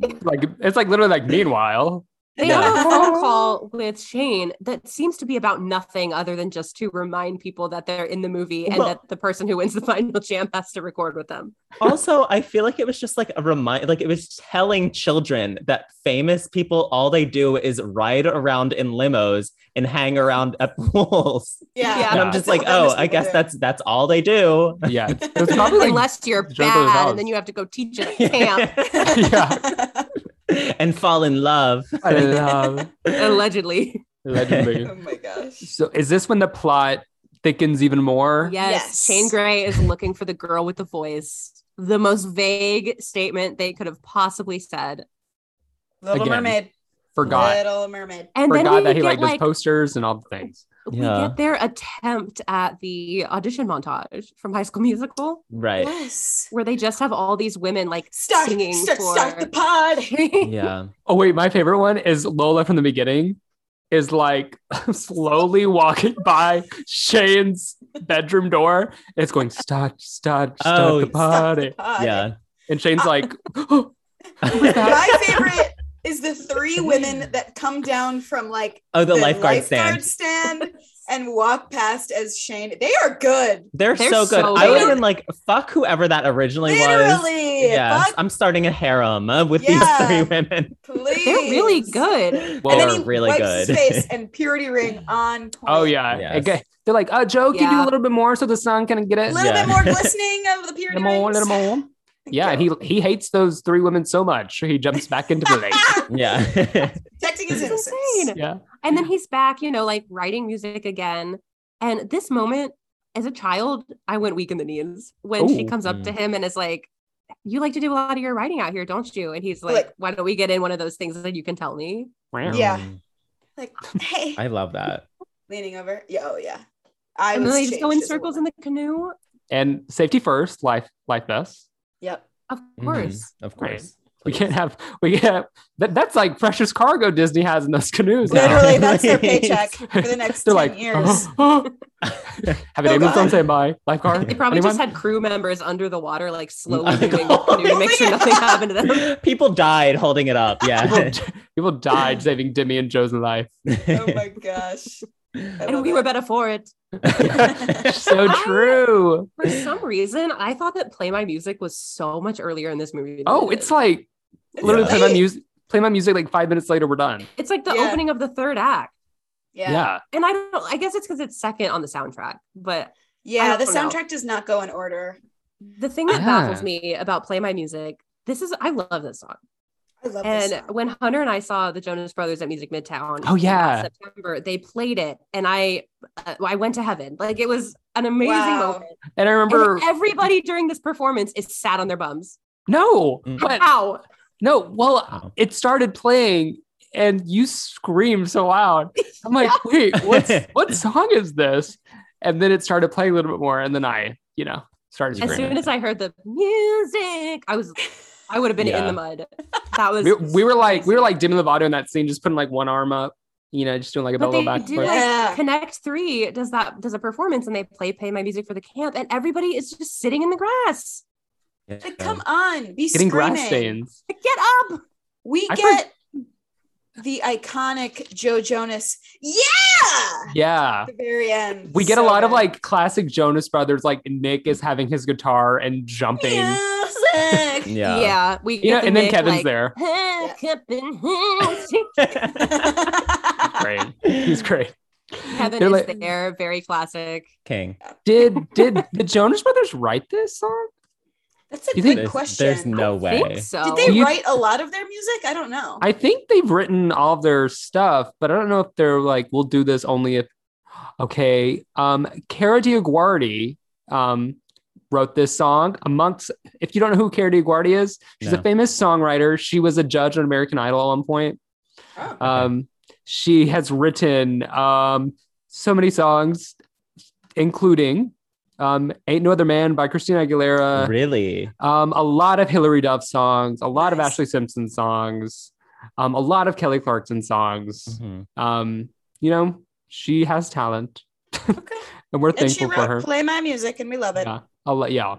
[SPEAKER 5] Speakerphone.
[SPEAKER 2] Like, it's like literally like, meanwhile,
[SPEAKER 1] They have a phone call with Shane that seems to be about nothing other than just to remind people that they're in the movie and
[SPEAKER 5] Well-
[SPEAKER 1] that the person who wins the [laughs] final jam has to record with them.
[SPEAKER 5] [laughs] also, I feel like it was just like a remind, like it was telling children that famous people, all they do is ride around in limos and hang around at [laughs] pools.
[SPEAKER 6] yeah.
[SPEAKER 1] Yeah.
[SPEAKER 5] and
[SPEAKER 2] Yeah.
[SPEAKER 5] I'm just
[SPEAKER 6] That's
[SPEAKER 5] like,
[SPEAKER 6] what
[SPEAKER 5] oh,
[SPEAKER 6] famous
[SPEAKER 5] I
[SPEAKER 6] people
[SPEAKER 5] guess
[SPEAKER 6] do.
[SPEAKER 5] that's that's all they do.
[SPEAKER 2] yeah, it's probably like,
[SPEAKER 1] Unless you're
[SPEAKER 2] Jonathan
[SPEAKER 1] bad
[SPEAKER 2] Gonzalez.
[SPEAKER 1] and then you have to go teach
[SPEAKER 2] [laughs]
[SPEAKER 1] at a camp. [laughs]
[SPEAKER 2] Yeah.
[SPEAKER 5] [laughs] and fall in love.
[SPEAKER 2] I
[SPEAKER 6] [laughs]
[SPEAKER 2] love-
[SPEAKER 1] Allegedly.
[SPEAKER 2] allegedly.
[SPEAKER 6] oh my gosh.
[SPEAKER 2] So is this when the plot thickens even more?
[SPEAKER 1] Yes.
[SPEAKER 6] Yes.
[SPEAKER 1] Shane Gray is looking for the girl with the voice. The most vague statement they could have possibly said.
[SPEAKER 6] Little
[SPEAKER 2] Again.
[SPEAKER 6] Mermaid.
[SPEAKER 2] Forgot.
[SPEAKER 6] Little Mermaid.
[SPEAKER 1] And
[SPEAKER 2] Forgot
[SPEAKER 1] then we
[SPEAKER 2] that he
[SPEAKER 1] get
[SPEAKER 2] liked his
[SPEAKER 1] like
[SPEAKER 2] posters and all the things.
[SPEAKER 1] we
[SPEAKER 5] Yeah.
[SPEAKER 1] get their attempt at the audition montage from High School Musical,
[SPEAKER 5] Right.
[SPEAKER 6] Yes.
[SPEAKER 1] where they just have all these women like
[SPEAKER 6] Start,
[SPEAKER 1] singing
[SPEAKER 6] start,
[SPEAKER 1] for.
[SPEAKER 6] start the pod.
[SPEAKER 5] Yeah.
[SPEAKER 2] Oh wait, my favorite one is Lola from the beginning is like [laughs] slowly walking by Shane's bedroom door. And it's going start, start, start
[SPEAKER 5] Oh,
[SPEAKER 2] the
[SPEAKER 6] Start the
[SPEAKER 2] party.
[SPEAKER 6] pod.
[SPEAKER 5] Yeah.
[SPEAKER 2] And Shane's like, oh,
[SPEAKER 6] My [laughs] favorite is the three women that come down from like
[SPEAKER 5] [laughs] Oh, the, lifeguard
[SPEAKER 6] lifeguard
[SPEAKER 5] stand.
[SPEAKER 6] stand and walk past as Shane. They are good.
[SPEAKER 5] They're,
[SPEAKER 1] They're
[SPEAKER 5] so good.
[SPEAKER 1] so
[SPEAKER 5] I would have
[SPEAKER 1] good.
[SPEAKER 5] been like, fuck whoever that originally was.
[SPEAKER 6] Literally.
[SPEAKER 5] Yes,
[SPEAKER 6] Fuck,
[SPEAKER 5] I'm starting a harem uh, with
[SPEAKER 6] Yeah.
[SPEAKER 5] these three women.
[SPEAKER 1] [laughs]
[SPEAKER 6] please.
[SPEAKER 1] They're really good.
[SPEAKER 2] Well,
[SPEAKER 5] [laughs]
[SPEAKER 6] and
[SPEAKER 5] They're
[SPEAKER 6] then he
[SPEAKER 5] really
[SPEAKER 6] wipes
[SPEAKER 5] good.
[SPEAKER 6] his face and purity ring on. Point. [laughs]
[SPEAKER 2] oh yeah.
[SPEAKER 5] Yes.
[SPEAKER 2] Okay. They're like, oh Joe, can you do
[SPEAKER 1] Yeah.
[SPEAKER 2] a little bit more so the sun can get
[SPEAKER 6] A
[SPEAKER 2] it?
[SPEAKER 6] little
[SPEAKER 5] Yeah.
[SPEAKER 6] bit more glistening
[SPEAKER 1] [laughs]
[SPEAKER 6] of the purity
[SPEAKER 2] Little more,
[SPEAKER 6] rings.
[SPEAKER 2] little more. Yeah, and he he hates those three women so much. He jumps back into the lake.
[SPEAKER 5] [laughs] Yeah.
[SPEAKER 6] protecting his
[SPEAKER 1] It's
[SPEAKER 6] innocence.
[SPEAKER 1] insane.
[SPEAKER 2] Yeah.
[SPEAKER 1] And then he's back, you know, like writing music again. And this moment, as a child, I went weak in the knees when she
[SPEAKER 2] Ooh.
[SPEAKER 1] comes up to him and is like, You like to do a lot of your writing out here, don't you? And he's like,
[SPEAKER 6] Like-
[SPEAKER 1] Why don't we get in one of those things that you can tell me?
[SPEAKER 2] Wow.
[SPEAKER 6] [laughs] Yeah.
[SPEAKER 5] [laughs] Mm,
[SPEAKER 6] Like, hey,
[SPEAKER 5] I love that.
[SPEAKER 6] leaning over. Yeah, oh yeah. I
[SPEAKER 1] and then
[SPEAKER 6] was
[SPEAKER 1] they just go in
[SPEAKER 6] changed as a
[SPEAKER 1] circles in
[SPEAKER 6] woman.
[SPEAKER 1] the canoe.
[SPEAKER 2] And safety first, life life best.
[SPEAKER 6] Yep.
[SPEAKER 1] Of
[SPEAKER 5] [laughs] Mhm.
[SPEAKER 1] course.
[SPEAKER 5] Of
[SPEAKER 2] Right.
[SPEAKER 5] course.
[SPEAKER 2] We can't have we can't have, that, that's like precious cargo Disney has in those canoes. now. [laughs]
[SPEAKER 6] Literally,
[SPEAKER 5] [laughs]
[SPEAKER 6] that's their
[SPEAKER 5] Please.
[SPEAKER 6] paycheck for the next
[SPEAKER 2] They're [laughs]
[SPEAKER 6] ten
[SPEAKER 2] like, [gasps]
[SPEAKER 6] years.
[SPEAKER 2] have an
[SPEAKER 6] Oh,
[SPEAKER 2] ambulance on
[SPEAKER 6] God.
[SPEAKER 2] standby, lifeguard.
[SPEAKER 1] They probably
[SPEAKER 2] Anyone?
[SPEAKER 1] just had crew members under the water, like slowly
[SPEAKER 5] Oh my
[SPEAKER 1] moving the
[SPEAKER 5] God.
[SPEAKER 1] canoe to make sure nothing happened to
[SPEAKER 2] [laughs]
[SPEAKER 1] them.
[SPEAKER 5] [laughs] People died holding it up.
[SPEAKER 6] [laughs]
[SPEAKER 5] Yeah.
[SPEAKER 2] people, people died saving Demi and Joe's life.
[SPEAKER 5] [laughs]
[SPEAKER 6] oh my gosh. [laughs]
[SPEAKER 1] And we were better for it.
[SPEAKER 2] So true.
[SPEAKER 1] For some reason, I thought that Play My Music was so much earlier in this movie. than
[SPEAKER 2] Oh,
[SPEAKER 1] it
[SPEAKER 2] it's
[SPEAKER 1] is.
[SPEAKER 2] like literally play my
[SPEAKER 6] late.
[SPEAKER 2] music. Play my music like five minutes later. We're done.
[SPEAKER 1] it's like the
[SPEAKER 6] Yeah.
[SPEAKER 1] opening of the third act.
[SPEAKER 6] yeah. Yeah,
[SPEAKER 2] Yeah.
[SPEAKER 1] And I don't I guess it's because it's second on the soundtrack, but I
[SPEAKER 6] the
[SPEAKER 1] don't know.
[SPEAKER 6] soundtrack does not go in order.
[SPEAKER 1] The thing that
[SPEAKER 2] Ah.
[SPEAKER 1] baffles me about Play My Music, this is I love this song.
[SPEAKER 6] I love this.
[SPEAKER 1] And
[SPEAKER 6] song.
[SPEAKER 1] when Hunter and I saw the Jonas Brothers at Music Midtown,
[SPEAKER 2] Oh,
[SPEAKER 1] last
[SPEAKER 2] yeah.
[SPEAKER 1] September, they played it, and I uh, I went to heaven. Like it was an amazing
[SPEAKER 6] Wow.
[SPEAKER 1] moment.
[SPEAKER 2] And I
[SPEAKER 1] And
[SPEAKER 2] remember
[SPEAKER 6] e-
[SPEAKER 1] everybody during this performance is sat on their bums.
[SPEAKER 2] no,
[SPEAKER 5] Mm.
[SPEAKER 2] but
[SPEAKER 1] Ow!
[SPEAKER 2] no. Well,
[SPEAKER 5] Wow.
[SPEAKER 2] it started playing, and you screamed so loud. I'm like, wait, what's what song is this? And then it started playing a little bit more, and then I, you know, started
[SPEAKER 1] As
[SPEAKER 2] screaming.
[SPEAKER 1] soon as I heard the music, I was I would have been in
[SPEAKER 5] Yeah.
[SPEAKER 1] the mud. That was
[SPEAKER 2] we, we were like, we were like Demi Lovato in that scene, just putting like one arm up, you know, just doing like a
[SPEAKER 1] But
[SPEAKER 2] little
[SPEAKER 1] they
[SPEAKER 2] back.
[SPEAKER 1] do,
[SPEAKER 2] flip.
[SPEAKER 1] like,
[SPEAKER 6] yeah.
[SPEAKER 1] Connect Three does that does a performance, and they play Play My Music for the camp, and everybody is just sitting in the grass.
[SPEAKER 6] Like, come on, be
[SPEAKER 2] Getting
[SPEAKER 6] screaming.
[SPEAKER 2] grass stains.
[SPEAKER 1] Like, Get up!
[SPEAKER 6] We
[SPEAKER 2] I
[SPEAKER 6] get the iconic Joe Jonas. Yeah.
[SPEAKER 2] Yeah.
[SPEAKER 6] At the very end.
[SPEAKER 2] We get
[SPEAKER 6] So
[SPEAKER 2] a lot of
[SPEAKER 6] good.
[SPEAKER 2] like classic Jonas Brothers, like Nick is having his guitar and jumping.
[SPEAKER 6] music.
[SPEAKER 1] Yeah,
[SPEAKER 5] Yeah.
[SPEAKER 1] we
[SPEAKER 2] You know,
[SPEAKER 1] get the
[SPEAKER 2] and then
[SPEAKER 1] Nick,
[SPEAKER 2] Kevin's
[SPEAKER 1] like,
[SPEAKER 2] there.
[SPEAKER 1] "Huh, Kevin,
[SPEAKER 2] [laughs]
[SPEAKER 1] huh."
[SPEAKER 2] Great. He's great.
[SPEAKER 1] Kevin
[SPEAKER 2] They're
[SPEAKER 1] is
[SPEAKER 2] like,
[SPEAKER 1] there, very classic.
[SPEAKER 5] [laughs] King.
[SPEAKER 2] did did the Jonas Brothers write this song?
[SPEAKER 6] [laughs] That's a
[SPEAKER 2] You
[SPEAKER 6] good
[SPEAKER 2] think-
[SPEAKER 5] There's,
[SPEAKER 6] question.
[SPEAKER 5] there's no
[SPEAKER 1] I think
[SPEAKER 5] way.
[SPEAKER 1] so.
[SPEAKER 6] Did they
[SPEAKER 2] Do you-
[SPEAKER 6] write a lot of their music? I don't know.
[SPEAKER 2] I think they've written all of their stuff, but I don't know if they're like, we'll do this only if okay. Um Cara Diaguardi um wrote this song amongst if you don't know who Cara Diaguardi is, she's
[SPEAKER 5] No.
[SPEAKER 2] a famous songwriter. She was a judge on American Idol at one point.
[SPEAKER 6] Oh.
[SPEAKER 2] Um she has written um so many songs, including um Ain't No Other Man by Christina
[SPEAKER 5] Uh,
[SPEAKER 2] Aguilera.
[SPEAKER 5] really?
[SPEAKER 2] Um, a lot of Hillary Duff songs, a lot of
[SPEAKER 6] Nice.
[SPEAKER 2] Ashley Simpson songs, um, a lot of Kelly Clarkson songs.
[SPEAKER 5] Mhm.
[SPEAKER 6] Mm-hmm.
[SPEAKER 2] Um, you know, she has talent,
[SPEAKER 6] okay.
[SPEAKER 2] [laughs] and we're
[SPEAKER 6] And she
[SPEAKER 2] thankful
[SPEAKER 6] wrote
[SPEAKER 2] for her.
[SPEAKER 6] "Play My Music" and we love it.
[SPEAKER 2] Yeah, I'll let- yeah.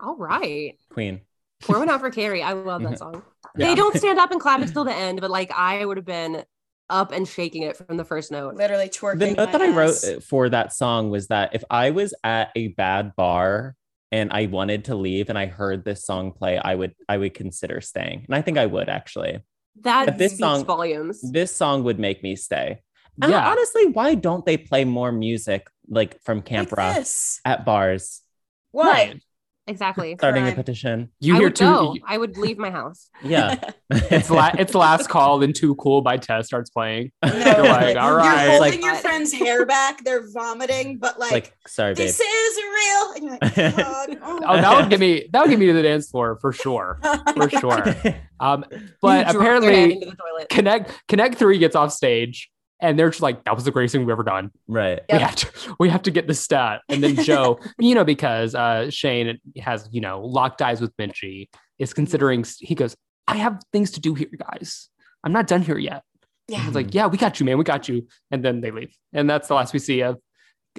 [SPEAKER 1] All right,
[SPEAKER 5] Queen.
[SPEAKER 1] pour one out for Carrie. I love
[SPEAKER 2] Mm-hmm.
[SPEAKER 1] that song.
[SPEAKER 2] Yeah.
[SPEAKER 1] They don't stand up and
[SPEAKER 2] [laughs]
[SPEAKER 1] clap until the end, but like I would have been up and shaking it from the first note.
[SPEAKER 6] Literally twerking.
[SPEAKER 5] The note
[SPEAKER 6] my
[SPEAKER 5] that I wrote uh,
[SPEAKER 6] ass.
[SPEAKER 5] for that song was that if I was at a bad bar and I wanted to leave and I heard this song play, I would I would consider staying. And I think I would actually.
[SPEAKER 1] That
[SPEAKER 5] But this
[SPEAKER 1] speaks
[SPEAKER 5] song-
[SPEAKER 1] volumes.
[SPEAKER 5] This song would make me stay. And
[SPEAKER 2] yeah.
[SPEAKER 5] honestly, why don't they play more music like from Camp
[SPEAKER 6] like
[SPEAKER 5] Rock
[SPEAKER 6] this.
[SPEAKER 5] at bars?
[SPEAKER 6] What?
[SPEAKER 2] Right.
[SPEAKER 1] Exactly.
[SPEAKER 5] Starting a
[SPEAKER 6] Crime. [laughs]
[SPEAKER 5] petition.
[SPEAKER 2] You
[SPEAKER 1] I
[SPEAKER 2] hear
[SPEAKER 1] would
[SPEAKER 2] two?
[SPEAKER 1] go.
[SPEAKER 2] you-
[SPEAKER 1] I would leave my house.
[SPEAKER 5] Yeah.
[SPEAKER 2] It's la- it's last call. Then too cool by Tess starts playing.
[SPEAKER 6] No,
[SPEAKER 2] You're like,
[SPEAKER 6] like,
[SPEAKER 2] all
[SPEAKER 6] you're
[SPEAKER 2] right.
[SPEAKER 6] holding
[SPEAKER 1] Like-
[SPEAKER 6] your friend's hair back. They're vomiting, but
[SPEAKER 5] [laughs]
[SPEAKER 6] like,
[SPEAKER 5] like, sorry, babe.
[SPEAKER 6] this is real. And you're
[SPEAKER 2] [laughs]
[SPEAKER 6] like, God, oh
[SPEAKER 2] Oh, that would give me
[SPEAKER 6] [laughs]
[SPEAKER 2] that would give me to the dance floor for sure, for sure. Um, but
[SPEAKER 1] You drop your hand
[SPEAKER 2] apparently,
[SPEAKER 1] into the toilet.
[SPEAKER 2] Connect Connect Three gets off stage, and they're just like, "That was the greatest thing we've ever done."
[SPEAKER 5] [laughs] right.
[SPEAKER 2] we have to we have to get the stat and then joe you know because uh shane has you know locked eyes with minchie is considering he goes i have things to do here guys i'm not done here yet
[SPEAKER 6] Yeah.
[SPEAKER 2] i was like yeah we got you man we got you and then they leave and that's the last we see of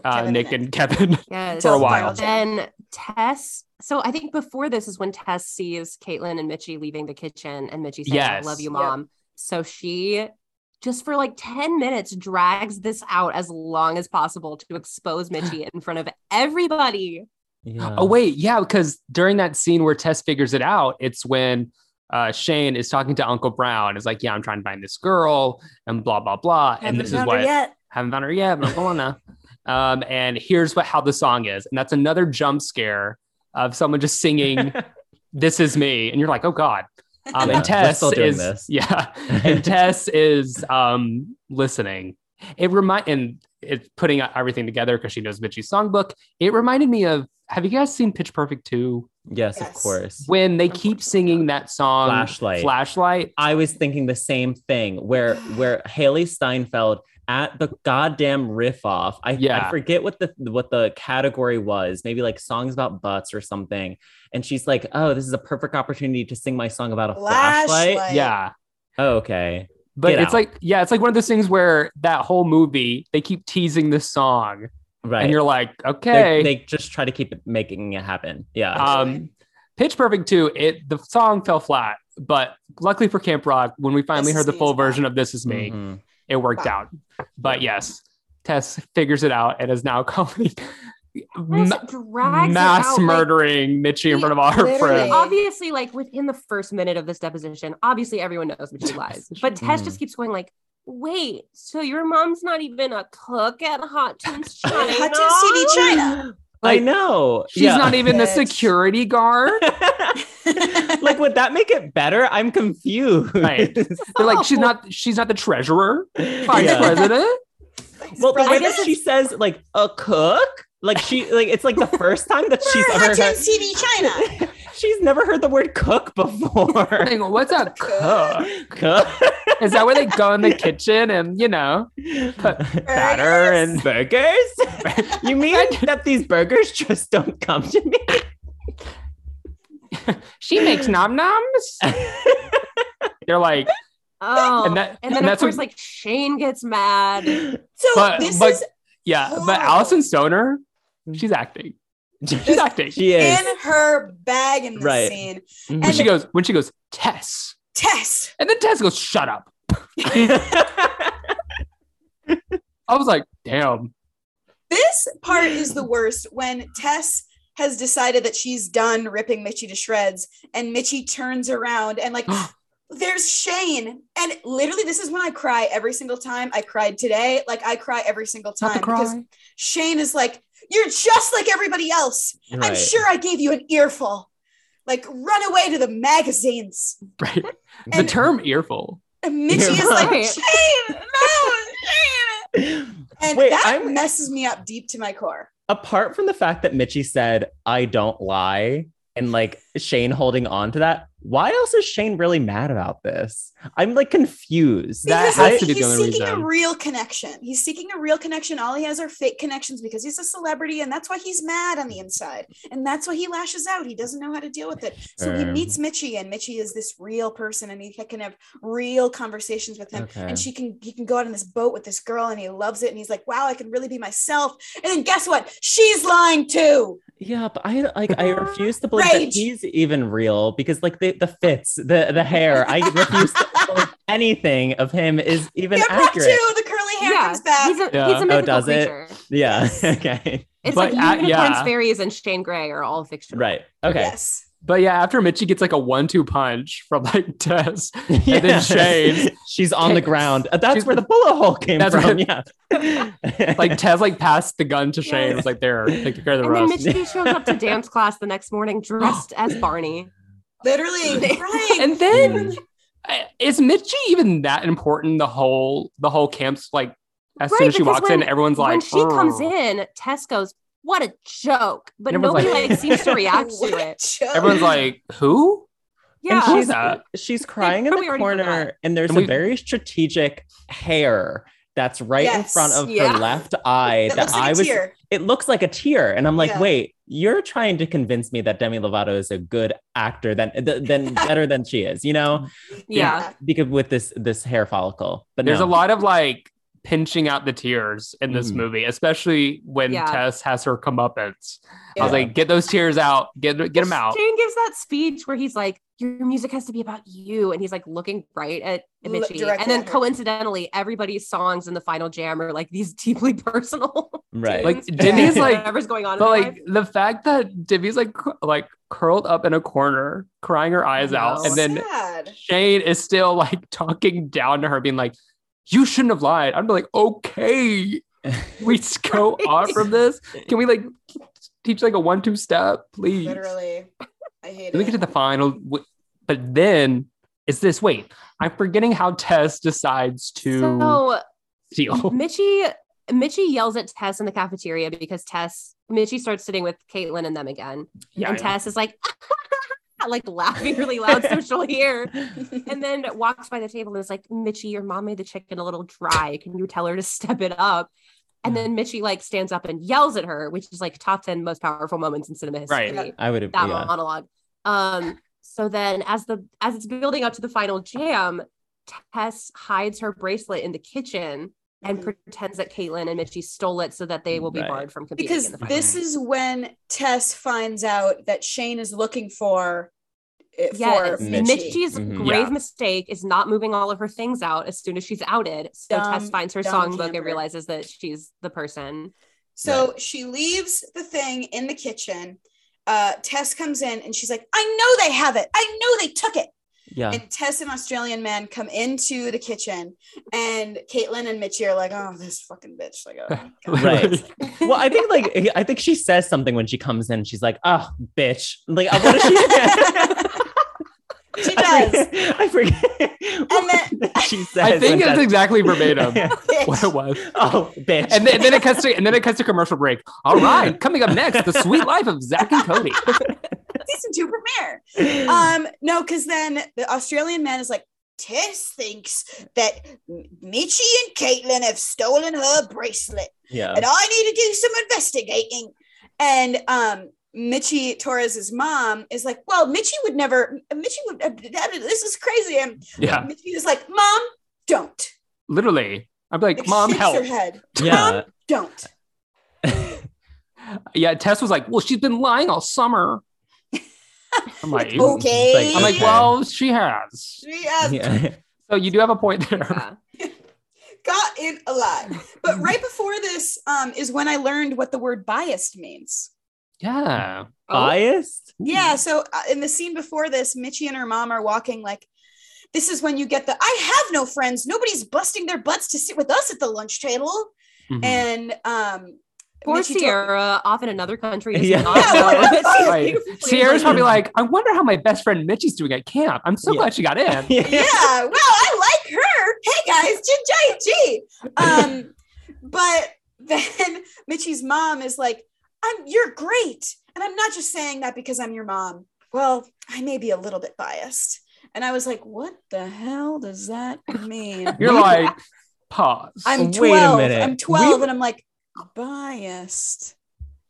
[SPEAKER 2] uh,
[SPEAKER 6] Kevin
[SPEAKER 2] nick
[SPEAKER 6] and
[SPEAKER 2] and kevin
[SPEAKER 1] Yes.
[SPEAKER 2] for a
[SPEAKER 6] Don't
[SPEAKER 2] while.
[SPEAKER 6] viral jam.
[SPEAKER 1] Then Tess. So I think before this is when Tess sees Caitlin and Mitchie leaving the kitchen, and Mitchie says,
[SPEAKER 2] Yes.
[SPEAKER 1] "I love you,
[SPEAKER 6] Yep.
[SPEAKER 1] mom." So she just for like ten minutes drags this out as long as possible to expose Mitchie in front of everybody.
[SPEAKER 5] Yeah.
[SPEAKER 2] oh wait yeah because during that scene where tess figures it out it's when uh, Shane is talking to Uncle Brown. It's like, yeah, I'm trying to find this girl, and blah blah blah. and
[SPEAKER 6] Haven't
[SPEAKER 2] this is
[SPEAKER 6] found her
[SPEAKER 2] why
[SPEAKER 6] yet.
[SPEAKER 2] haven't found her yet, but I'm gonna. Um, and here's what how the song is, and that's another jump scare of someone just
[SPEAKER 5] [laughs]
[SPEAKER 2] singing "This Is Me," and you're like, "Oh God!" Um,
[SPEAKER 5] Yeah, we're
[SPEAKER 2] and Tess
[SPEAKER 5] still doing
[SPEAKER 2] is
[SPEAKER 5] this. [laughs]
[SPEAKER 2] yeah, and Tess is um listening. It remind and it's putting everything together because she knows Mitchie's songbook. It reminded me of Have you guys seen Pitch Perfect two?
[SPEAKER 5] Yes, of
[SPEAKER 6] Yes.
[SPEAKER 5] course.
[SPEAKER 2] When they keep singing that song,
[SPEAKER 5] Flashlight.
[SPEAKER 2] flashlight.
[SPEAKER 5] I was thinking the same thing where where Haley Steinfeld at the goddamn riff off. I, I
[SPEAKER 2] Yeah.
[SPEAKER 5] forget what the what the category was. Maybe like songs about butts or something. And she's like, "Oh, this is a perfect opportunity to sing my song about a flashlight."
[SPEAKER 6] Flashlight.
[SPEAKER 2] yeah.
[SPEAKER 5] Oh, okay.
[SPEAKER 2] But
[SPEAKER 5] Get
[SPEAKER 2] it's
[SPEAKER 5] out.
[SPEAKER 2] like, yeah, it's like one of those things where that whole movie, they keep teasing this song.
[SPEAKER 5] Right.
[SPEAKER 2] And you're like,
[SPEAKER 5] They're-
[SPEAKER 2] okay.
[SPEAKER 5] They just try to keep it, making it happen. Yeah.
[SPEAKER 2] um, Pitch Perfect 2, it the song fell flat. But luckily for Camp Rock, when we finally
[SPEAKER 6] This
[SPEAKER 2] heard
[SPEAKER 6] Is
[SPEAKER 2] the
[SPEAKER 6] Me
[SPEAKER 2] full
[SPEAKER 6] is back.
[SPEAKER 2] version of This Is Me,
[SPEAKER 5] Mhm.
[SPEAKER 2] it worked
[SPEAKER 6] Wow.
[SPEAKER 2] out. But yes, Tess figures it out and is now [laughs] calling
[SPEAKER 1] Tess
[SPEAKER 2] ma-
[SPEAKER 1] drags it
[SPEAKER 2] mass
[SPEAKER 1] out, like,
[SPEAKER 2] murdering Mitchie in
[SPEAKER 1] he
[SPEAKER 2] front of all her
[SPEAKER 6] literally-
[SPEAKER 2] friends.
[SPEAKER 1] obviously like within the first minute of this deposition obviously everyone knows that she lies but tess just keeps going like wait so your mom's not even a cook at hutchins
[SPEAKER 2] [laughs]
[SPEAKER 1] china
[SPEAKER 6] Hutchins TV China.
[SPEAKER 5] I
[SPEAKER 2] like,
[SPEAKER 5] know.
[SPEAKER 2] She's
[SPEAKER 5] Yeah. [laughs]
[SPEAKER 2] not even the
[SPEAKER 6] Bitch.
[SPEAKER 2] security guard.
[SPEAKER 5] like, would that make it better? I'm confused.
[SPEAKER 2] e-,
[SPEAKER 5] [laughs]
[SPEAKER 2] Right. They're like, she's not she's not the treasurer, vice
[SPEAKER 5] Yeah.
[SPEAKER 2] president.
[SPEAKER 5] Well, the
[SPEAKER 6] Spread
[SPEAKER 5] way
[SPEAKER 6] it.
[SPEAKER 5] that she says like a cook, like she like it's like
[SPEAKER 6] [laughs]
[SPEAKER 5] the first time that she's
[SPEAKER 6] We're
[SPEAKER 5] ever heard,
[SPEAKER 6] Hutchins TV China.
[SPEAKER 5] she's never heard the word cook
[SPEAKER 2] [laughs]
[SPEAKER 6] [laughs]
[SPEAKER 5] before. [laughs]
[SPEAKER 2] Hang on, What's a cook?
[SPEAKER 5] cook
[SPEAKER 2] Is that where they
[SPEAKER 1] [laughs]
[SPEAKER 2] go in the kitchen and you know put batter and
[SPEAKER 5] burgers?
[SPEAKER 6] [laughs]
[SPEAKER 5] You mean that these burgers just don't come to me?
[SPEAKER 1] [laughs]
[SPEAKER 2] she makes nom noms? They're like,
[SPEAKER 1] oh
[SPEAKER 2] and that
[SPEAKER 1] and then of
[SPEAKER 2] that's
[SPEAKER 1] course
[SPEAKER 2] what-
[SPEAKER 1] like shane gets mad
[SPEAKER 6] So
[SPEAKER 2] But-
[SPEAKER 6] this
[SPEAKER 2] but-
[SPEAKER 6] is
[SPEAKER 2] yeah. But
[SPEAKER 6] horrible.
[SPEAKER 2] Allison Stoner,
[SPEAKER 1] Mm.
[SPEAKER 2] she's acting. [laughs] She's acting.
[SPEAKER 5] She is
[SPEAKER 6] in her bag in this
[SPEAKER 5] Right.
[SPEAKER 6] scene.
[SPEAKER 5] Mhm.
[SPEAKER 2] when
[SPEAKER 6] And
[SPEAKER 2] she goes, when she goes, Tess,
[SPEAKER 6] Tess.
[SPEAKER 2] and then Tess goes, shut up.
[SPEAKER 5] Mm.
[SPEAKER 2] I was like, damn.
[SPEAKER 6] This part is the worst when Tess has decided that she's done ripping Mitchie to shreds, and Mitchie turns around
[SPEAKER 2] [gasps]
[SPEAKER 6] and like. There's Shane. And literally, this is when I cry every single time. I cried today. Like, I cry every single
[SPEAKER 2] Not
[SPEAKER 6] time
[SPEAKER 2] the
[SPEAKER 6] because
[SPEAKER 2] cry. [laughs]
[SPEAKER 6] Shane is like, You're just like everybody else. [laughs] I'm
[SPEAKER 5] Right.
[SPEAKER 6] sure I gave you an earful. Like, run away to the magazines.
[SPEAKER 2] Right. The
[SPEAKER 6] And-
[SPEAKER 2] term earful.
[SPEAKER 6] And Mitchie
[SPEAKER 5] You're
[SPEAKER 6] is like,
[SPEAKER 1] right.
[SPEAKER 6] Shane,
[SPEAKER 2] [laughs]
[SPEAKER 6] no, Shane. And
[SPEAKER 5] Wait,
[SPEAKER 6] that
[SPEAKER 5] I'm-
[SPEAKER 6] messes me up deep to my core.
[SPEAKER 5] apart from the fact that Mitchie said, I don't lie, and like Shane holding on to that, why else is Shane really mad about this? I'm like confused.
[SPEAKER 2] That
[SPEAKER 6] Because
[SPEAKER 2] has
[SPEAKER 6] like,
[SPEAKER 2] to be the
[SPEAKER 6] he's
[SPEAKER 2] only
[SPEAKER 6] seeking
[SPEAKER 2] reason.
[SPEAKER 6] a real connection. He's seeking a real connection. All he has are fake connections because he's a celebrity, and that's why he's mad on the inside. And that's why he lashes out. He doesn't know how to deal with it. So he
[SPEAKER 5] Sure.
[SPEAKER 6] meets Mitchie, and Mitchie is this real person, and he can have real conversations with him.
[SPEAKER 5] Okay.
[SPEAKER 6] And she can he can go out on this boat with this girl, and he loves it. And he's like, "Wow, I can really be myself." And then guess what? She's lying too.
[SPEAKER 5] Yeah, but I like I refuse to believe that
[SPEAKER 6] Rage.
[SPEAKER 5] he's even real because like the, the fits, the
[SPEAKER 6] [laughs]
[SPEAKER 5] the hair, I refuse to believe anything of him is even
[SPEAKER 6] Camp Rock
[SPEAKER 5] accurate.
[SPEAKER 6] too. The curly hair comes back.
[SPEAKER 1] he's a
[SPEAKER 2] Yeah.
[SPEAKER 1] he's
[SPEAKER 5] Oh,
[SPEAKER 1] a mythical
[SPEAKER 5] does it?
[SPEAKER 1] creature
[SPEAKER 5] Yeah. [laughs]
[SPEAKER 6] Yes.
[SPEAKER 5] okay.
[SPEAKER 1] it's
[SPEAKER 2] But,
[SPEAKER 1] like
[SPEAKER 2] uh,
[SPEAKER 1] unicorns
[SPEAKER 2] yeah.
[SPEAKER 1] fairies and shane gray are all fictional
[SPEAKER 5] Right. Okay.
[SPEAKER 6] Yes.
[SPEAKER 2] But yeah, after Mitchie gets like a one-two punch from like [laughs] Tess,
[SPEAKER 5] [laughs]
[SPEAKER 2] And then Shane-
[SPEAKER 5] She's on the
[SPEAKER 2] Kicks.
[SPEAKER 5] ground. Uh, That's
[SPEAKER 2] She's-
[SPEAKER 5] where the bullet hole came
[SPEAKER 2] That's
[SPEAKER 5] from.
[SPEAKER 2] what-
[SPEAKER 5] yeah.
[SPEAKER 2] [laughs]
[SPEAKER 5] [laughs]
[SPEAKER 2] like Tez like passed the gun to Shane. and Was like, there, take care of the
[SPEAKER 1] and then
[SPEAKER 2] rest.
[SPEAKER 1] mitch Mitchie shows up to dance class the next morning
[SPEAKER 2] [gasps]
[SPEAKER 1] dressed as barney [laughs]
[SPEAKER 6] Literally. right.
[SPEAKER 2] And
[SPEAKER 5] Mm.
[SPEAKER 2] then I- is Mitchie even that important? The whole the whole camp's like as soon
[SPEAKER 1] Right,
[SPEAKER 2] as she
[SPEAKER 1] because
[SPEAKER 2] walks
[SPEAKER 1] when-
[SPEAKER 2] in, everyone's like, "Oh."
[SPEAKER 1] when she comes
[SPEAKER 2] "Ugh."
[SPEAKER 1] in tess goes what a joke but
[SPEAKER 2] Everyone's
[SPEAKER 1] nobody
[SPEAKER 2] like-
[SPEAKER 1] like,
[SPEAKER 6] [laughs]
[SPEAKER 1] seems to react
[SPEAKER 2] [laughs]
[SPEAKER 1] to
[SPEAKER 6] What a
[SPEAKER 1] it [laughs]
[SPEAKER 6] joke.
[SPEAKER 2] everyone's like, who?
[SPEAKER 1] yeah
[SPEAKER 5] And she's
[SPEAKER 2] Uh,
[SPEAKER 5] she's crying in
[SPEAKER 1] probably
[SPEAKER 5] the
[SPEAKER 1] already forgot.
[SPEAKER 5] corner, and there's
[SPEAKER 2] And
[SPEAKER 5] a
[SPEAKER 2] we-
[SPEAKER 5] very strategic hair that's right in
[SPEAKER 6] Yes.
[SPEAKER 5] front of
[SPEAKER 1] Yeah.
[SPEAKER 5] her left eye.
[SPEAKER 6] [laughs] That looks like
[SPEAKER 5] I
[SPEAKER 6] a
[SPEAKER 5] was.
[SPEAKER 6] tear.
[SPEAKER 5] It looks like a tear, and I'm like,
[SPEAKER 6] Yeah.
[SPEAKER 5] wait, you're trying to convince me that Demi Lovato is a good actor than th-
[SPEAKER 6] [laughs]
[SPEAKER 5] than better than she is, you know?
[SPEAKER 1] yeah
[SPEAKER 5] Because with this this hair follicle, but
[SPEAKER 2] There's
[SPEAKER 5] no.
[SPEAKER 2] a lot of like pinching out the tears in this
[SPEAKER 5] Mhm.
[SPEAKER 2] movie, especially when
[SPEAKER 1] Yeah.
[SPEAKER 2] Tess has her comeuppance. I was
[SPEAKER 5] Yeah.
[SPEAKER 2] like, get those tears out, get get them out.
[SPEAKER 1] Shane gives that speech where he's like, "Your music has to be about you," and he's like looking right at
[SPEAKER 6] Look
[SPEAKER 1] Mitchie.
[SPEAKER 6] directly
[SPEAKER 1] And then
[SPEAKER 6] at her.
[SPEAKER 1] coincidentally, everybody's songs in the final jam are like these deeply [laughs] personal.
[SPEAKER 5] right.
[SPEAKER 2] Like
[SPEAKER 1] Yeah.
[SPEAKER 2] Demi's like
[SPEAKER 1] whatever's going on.
[SPEAKER 2] But
[SPEAKER 1] in their
[SPEAKER 2] like
[SPEAKER 1] life.
[SPEAKER 2] the fact that Divvy's like cu- like curled up in a corner, crying her eyes
[SPEAKER 1] I
[SPEAKER 2] out,
[SPEAKER 1] know.
[SPEAKER 2] and then
[SPEAKER 6] Sad.
[SPEAKER 2] Shane is still like talking down to her, being like, "You shouldn't have lied." I'm like, "Okay, we s- go on from this. Can we like teach like a one-two step, please?"
[SPEAKER 6] Literally. I hate
[SPEAKER 2] Then we
[SPEAKER 6] it.
[SPEAKER 2] get to
[SPEAKER 1] [laughs]
[SPEAKER 6] [laughs]
[SPEAKER 2] the final, w- but then it's this. Wait, I'm forgetting how Tess decides to [laughs]
[SPEAKER 1] so [laughs]
[SPEAKER 2] steal.
[SPEAKER 1] Mitchie Mitchie yells at Tess in the cafeteria because Tess Mitchie starts sitting with Caitlin and them again,
[SPEAKER 2] yeah,
[SPEAKER 1] and Tess is like, [laughs] like laughing really loud so she'll hear. And then walks by the table and is like, Mitchie, your mom made the chicken a little dry. Can you tell her to step it up? And then Mitchie like stands up and yells at her, which is like top 10 most powerful moments in cinema
[SPEAKER 2] Right.
[SPEAKER 1] history.
[SPEAKER 5] I would have.
[SPEAKER 1] That
[SPEAKER 5] Yeah.
[SPEAKER 1] monologue. Um, so then as the as it's building up to the final jam, Tess hides her bracelet in the kitchen
[SPEAKER 6] Mm-hmm.
[SPEAKER 1] and pretends that Caitlin and Mitchie stole it so that they will be
[SPEAKER 5] Right.
[SPEAKER 1] barred from competing.
[SPEAKER 6] because
[SPEAKER 1] in the final.
[SPEAKER 6] this is when Tess finds out that Shane is looking for eh,
[SPEAKER 1] Yes,
[SPEAKER 6] for
[SPEAKER 5] Mitchie.
[SPEAKER 6] Mitchie.
[SPEAKER 1] Mitchie's
[SPEAKER 5] Mhm.
[SPEAKER 1] grave
[SPEAKER 2] Yeah.
[SPEAKER 1] mistake is not moving all of her things out as soon as she's outed. So
[SPEAKER 6] Dumb,
[SPEAKER 1] Tess finds her
[SPEAKER 6] dumb
[SPEAKER 1] songbook
[SPEAKER 6] camper.
[SPEAKER 1] and realizes that she's the person.
[SPEAKER 6] So she leaves the thing in the kitchen. Uh, Tess comes in and she's like, "I know they have it. I know they took it."
[SPEAKER 5] Yeah.
[SPEAKER 6] [laughs] And Tess and Australian man come into the kitchen, and Caitlin and Mitchie are like, "Oh, this fucking bitch!" Like, oh, God.
[SPEAKER 2] [laughs]
[SPEAKER 5] Right. Well, I think like I think she says something when she comes in. She's like, "Oh, bitch!" Like, uh, what does she
[SPEAKER 6] [laughs]
[SPEAKER 5] [laughs]
[SPEAKER 6] she
[SPEAKER 5] I
[SPEAKER 6] does.
[SPEAKER 5] forget, I forget [laughs]
[SPEAKER 6] And
[SPEAKER 5] what she says.
[SPEAKER 2] I think
[SPEAKER 5] when
[SPEAKER 2] that's
[SPEAKER 5] Tess-
[SPEAKER 2] exactly verbatim
[SPEAKER 5] [laughs]
[SPEAKER 2] [laughs] what
[SPEAKER 6] [laughs]
[SPEAKER 2] it was.
[SPEAKER 5] oh, bitch.
[SPEAKER 2] And then, then it cuts to and then it cuts to commercial break. All right, coming up next, the sweet life of Zach and Cody.
[SPEAKER 6] season two premiere.
[SPEAKER 5] Hmm.
[SPEAKER 6] Um, no, because then the Australian man is like, Tess thinks that M- Mitchie and Caitlin have stolen her bracelet,
[SPEAKER 5] yeah.
[SPEAKER 6] and I need to do some investigating. And um, Mitchie Torres's mom is like, "Well, Mitchie would never. Mitchie would. this is crazy." And
[SPEAKER 2] Yeah,
[SPEAKER 6] Mitchie is like, "Mom, don't."
[SPEAKER 2] literally. I'm like,
[SPEAKER 6] Like,
[SPEAKER 2] mom,
[SPEAKER 6] shakes
[SPEAKER 2] help.
[SPEAKER 6] Her head.
[SPEAKER 5] Yeah.
[SPEAKER 6] Mom, don't.
[SPEAKER 2] Yeah, Tess was like, well, she's been lying all summer. I'm like,
[SPEAKER 5] Oh,
[SPEAKER 6] Okay.
[SPEAKER 2] I'm like, well, she has.
[SPEAKER 6] She has
[SPEAKER 5] Yeah.
[SPEAKER 2] So you do have a point there.
[SPEAKER 1] [laughs]
[SPEAKER 2] [laughs]
[SPEAKER 1] Yeah.
[SPEAKER 6] got it alive. But right before this um, is when I learned what the word biased means.
[SPEAKER 2] Yeah.
[SPEAKER 5] [laughs] Biased.
[SPEAKER 6] Yeah.
[SPEAKER 2] Hmm.
[SPEAKER 6] So uh, in the scene before this, Mitchie and her mom are walking like, this is when you get the I have no friends. Nobody's busting their butts to sit with us at the lunch table.
[SPEAKER 5] Mm-hmm.
[SPEAKER 2] Mhm.
[SPEAKER 6] And um,
[SPEAKER 1] Poor
[SPEAKER 6] Mitchie told-
[SPEAKER 1] Sierra, off in another country. does
[SPEAKER 5] Yeah.
[SPEAKER 1] not
[SPEAKER 6] Yeah,
[SPEAKER 1] know
[SPEAKER 6] what [laughs] the
[SPEAKER 1] that she's
[SPEAKER 2] [laughs]
[SPEAKER 5] [laughs]
[SPEAKER 2] Right.
[SPEAKER 1] being played.
[SPEAKER 2] Sierra's probably like, I wonder how my best friend Mitchie's doing at camp. I'm so
[SPEAKER 5] Yeah.
[SPEAKER 2] glad she got
[SPEAKER 5] [laughs]
[SPEAKER 2] in.
[SPEAKER 6] [laughs] yeah. Well, I like her. Hey guys, Jin Jai G.
[SPEAKER 5] [laughs]
[SPEAKER 6] Um, but then [laughs] Mitchie's mom is like, "I'm you're great," and I'm not just saying that because I'm your mom. Well, I may be a little bit biased, and I was like, "What the hell
[SPEAKER 5] [laughs]
[SPEAKER 6] does that mean?"
[SPEAKER 2] You're like, pause.
[SPEAKER 6] I'm
[SPEAKER 5] Wait a
[SPEAKER 6] 12.
[SPEAKER 5] minute.
[SPEAKER 6] I'm 12,
[SPEAKER 5] We-
[SPEAKER 6] and I'm like biased.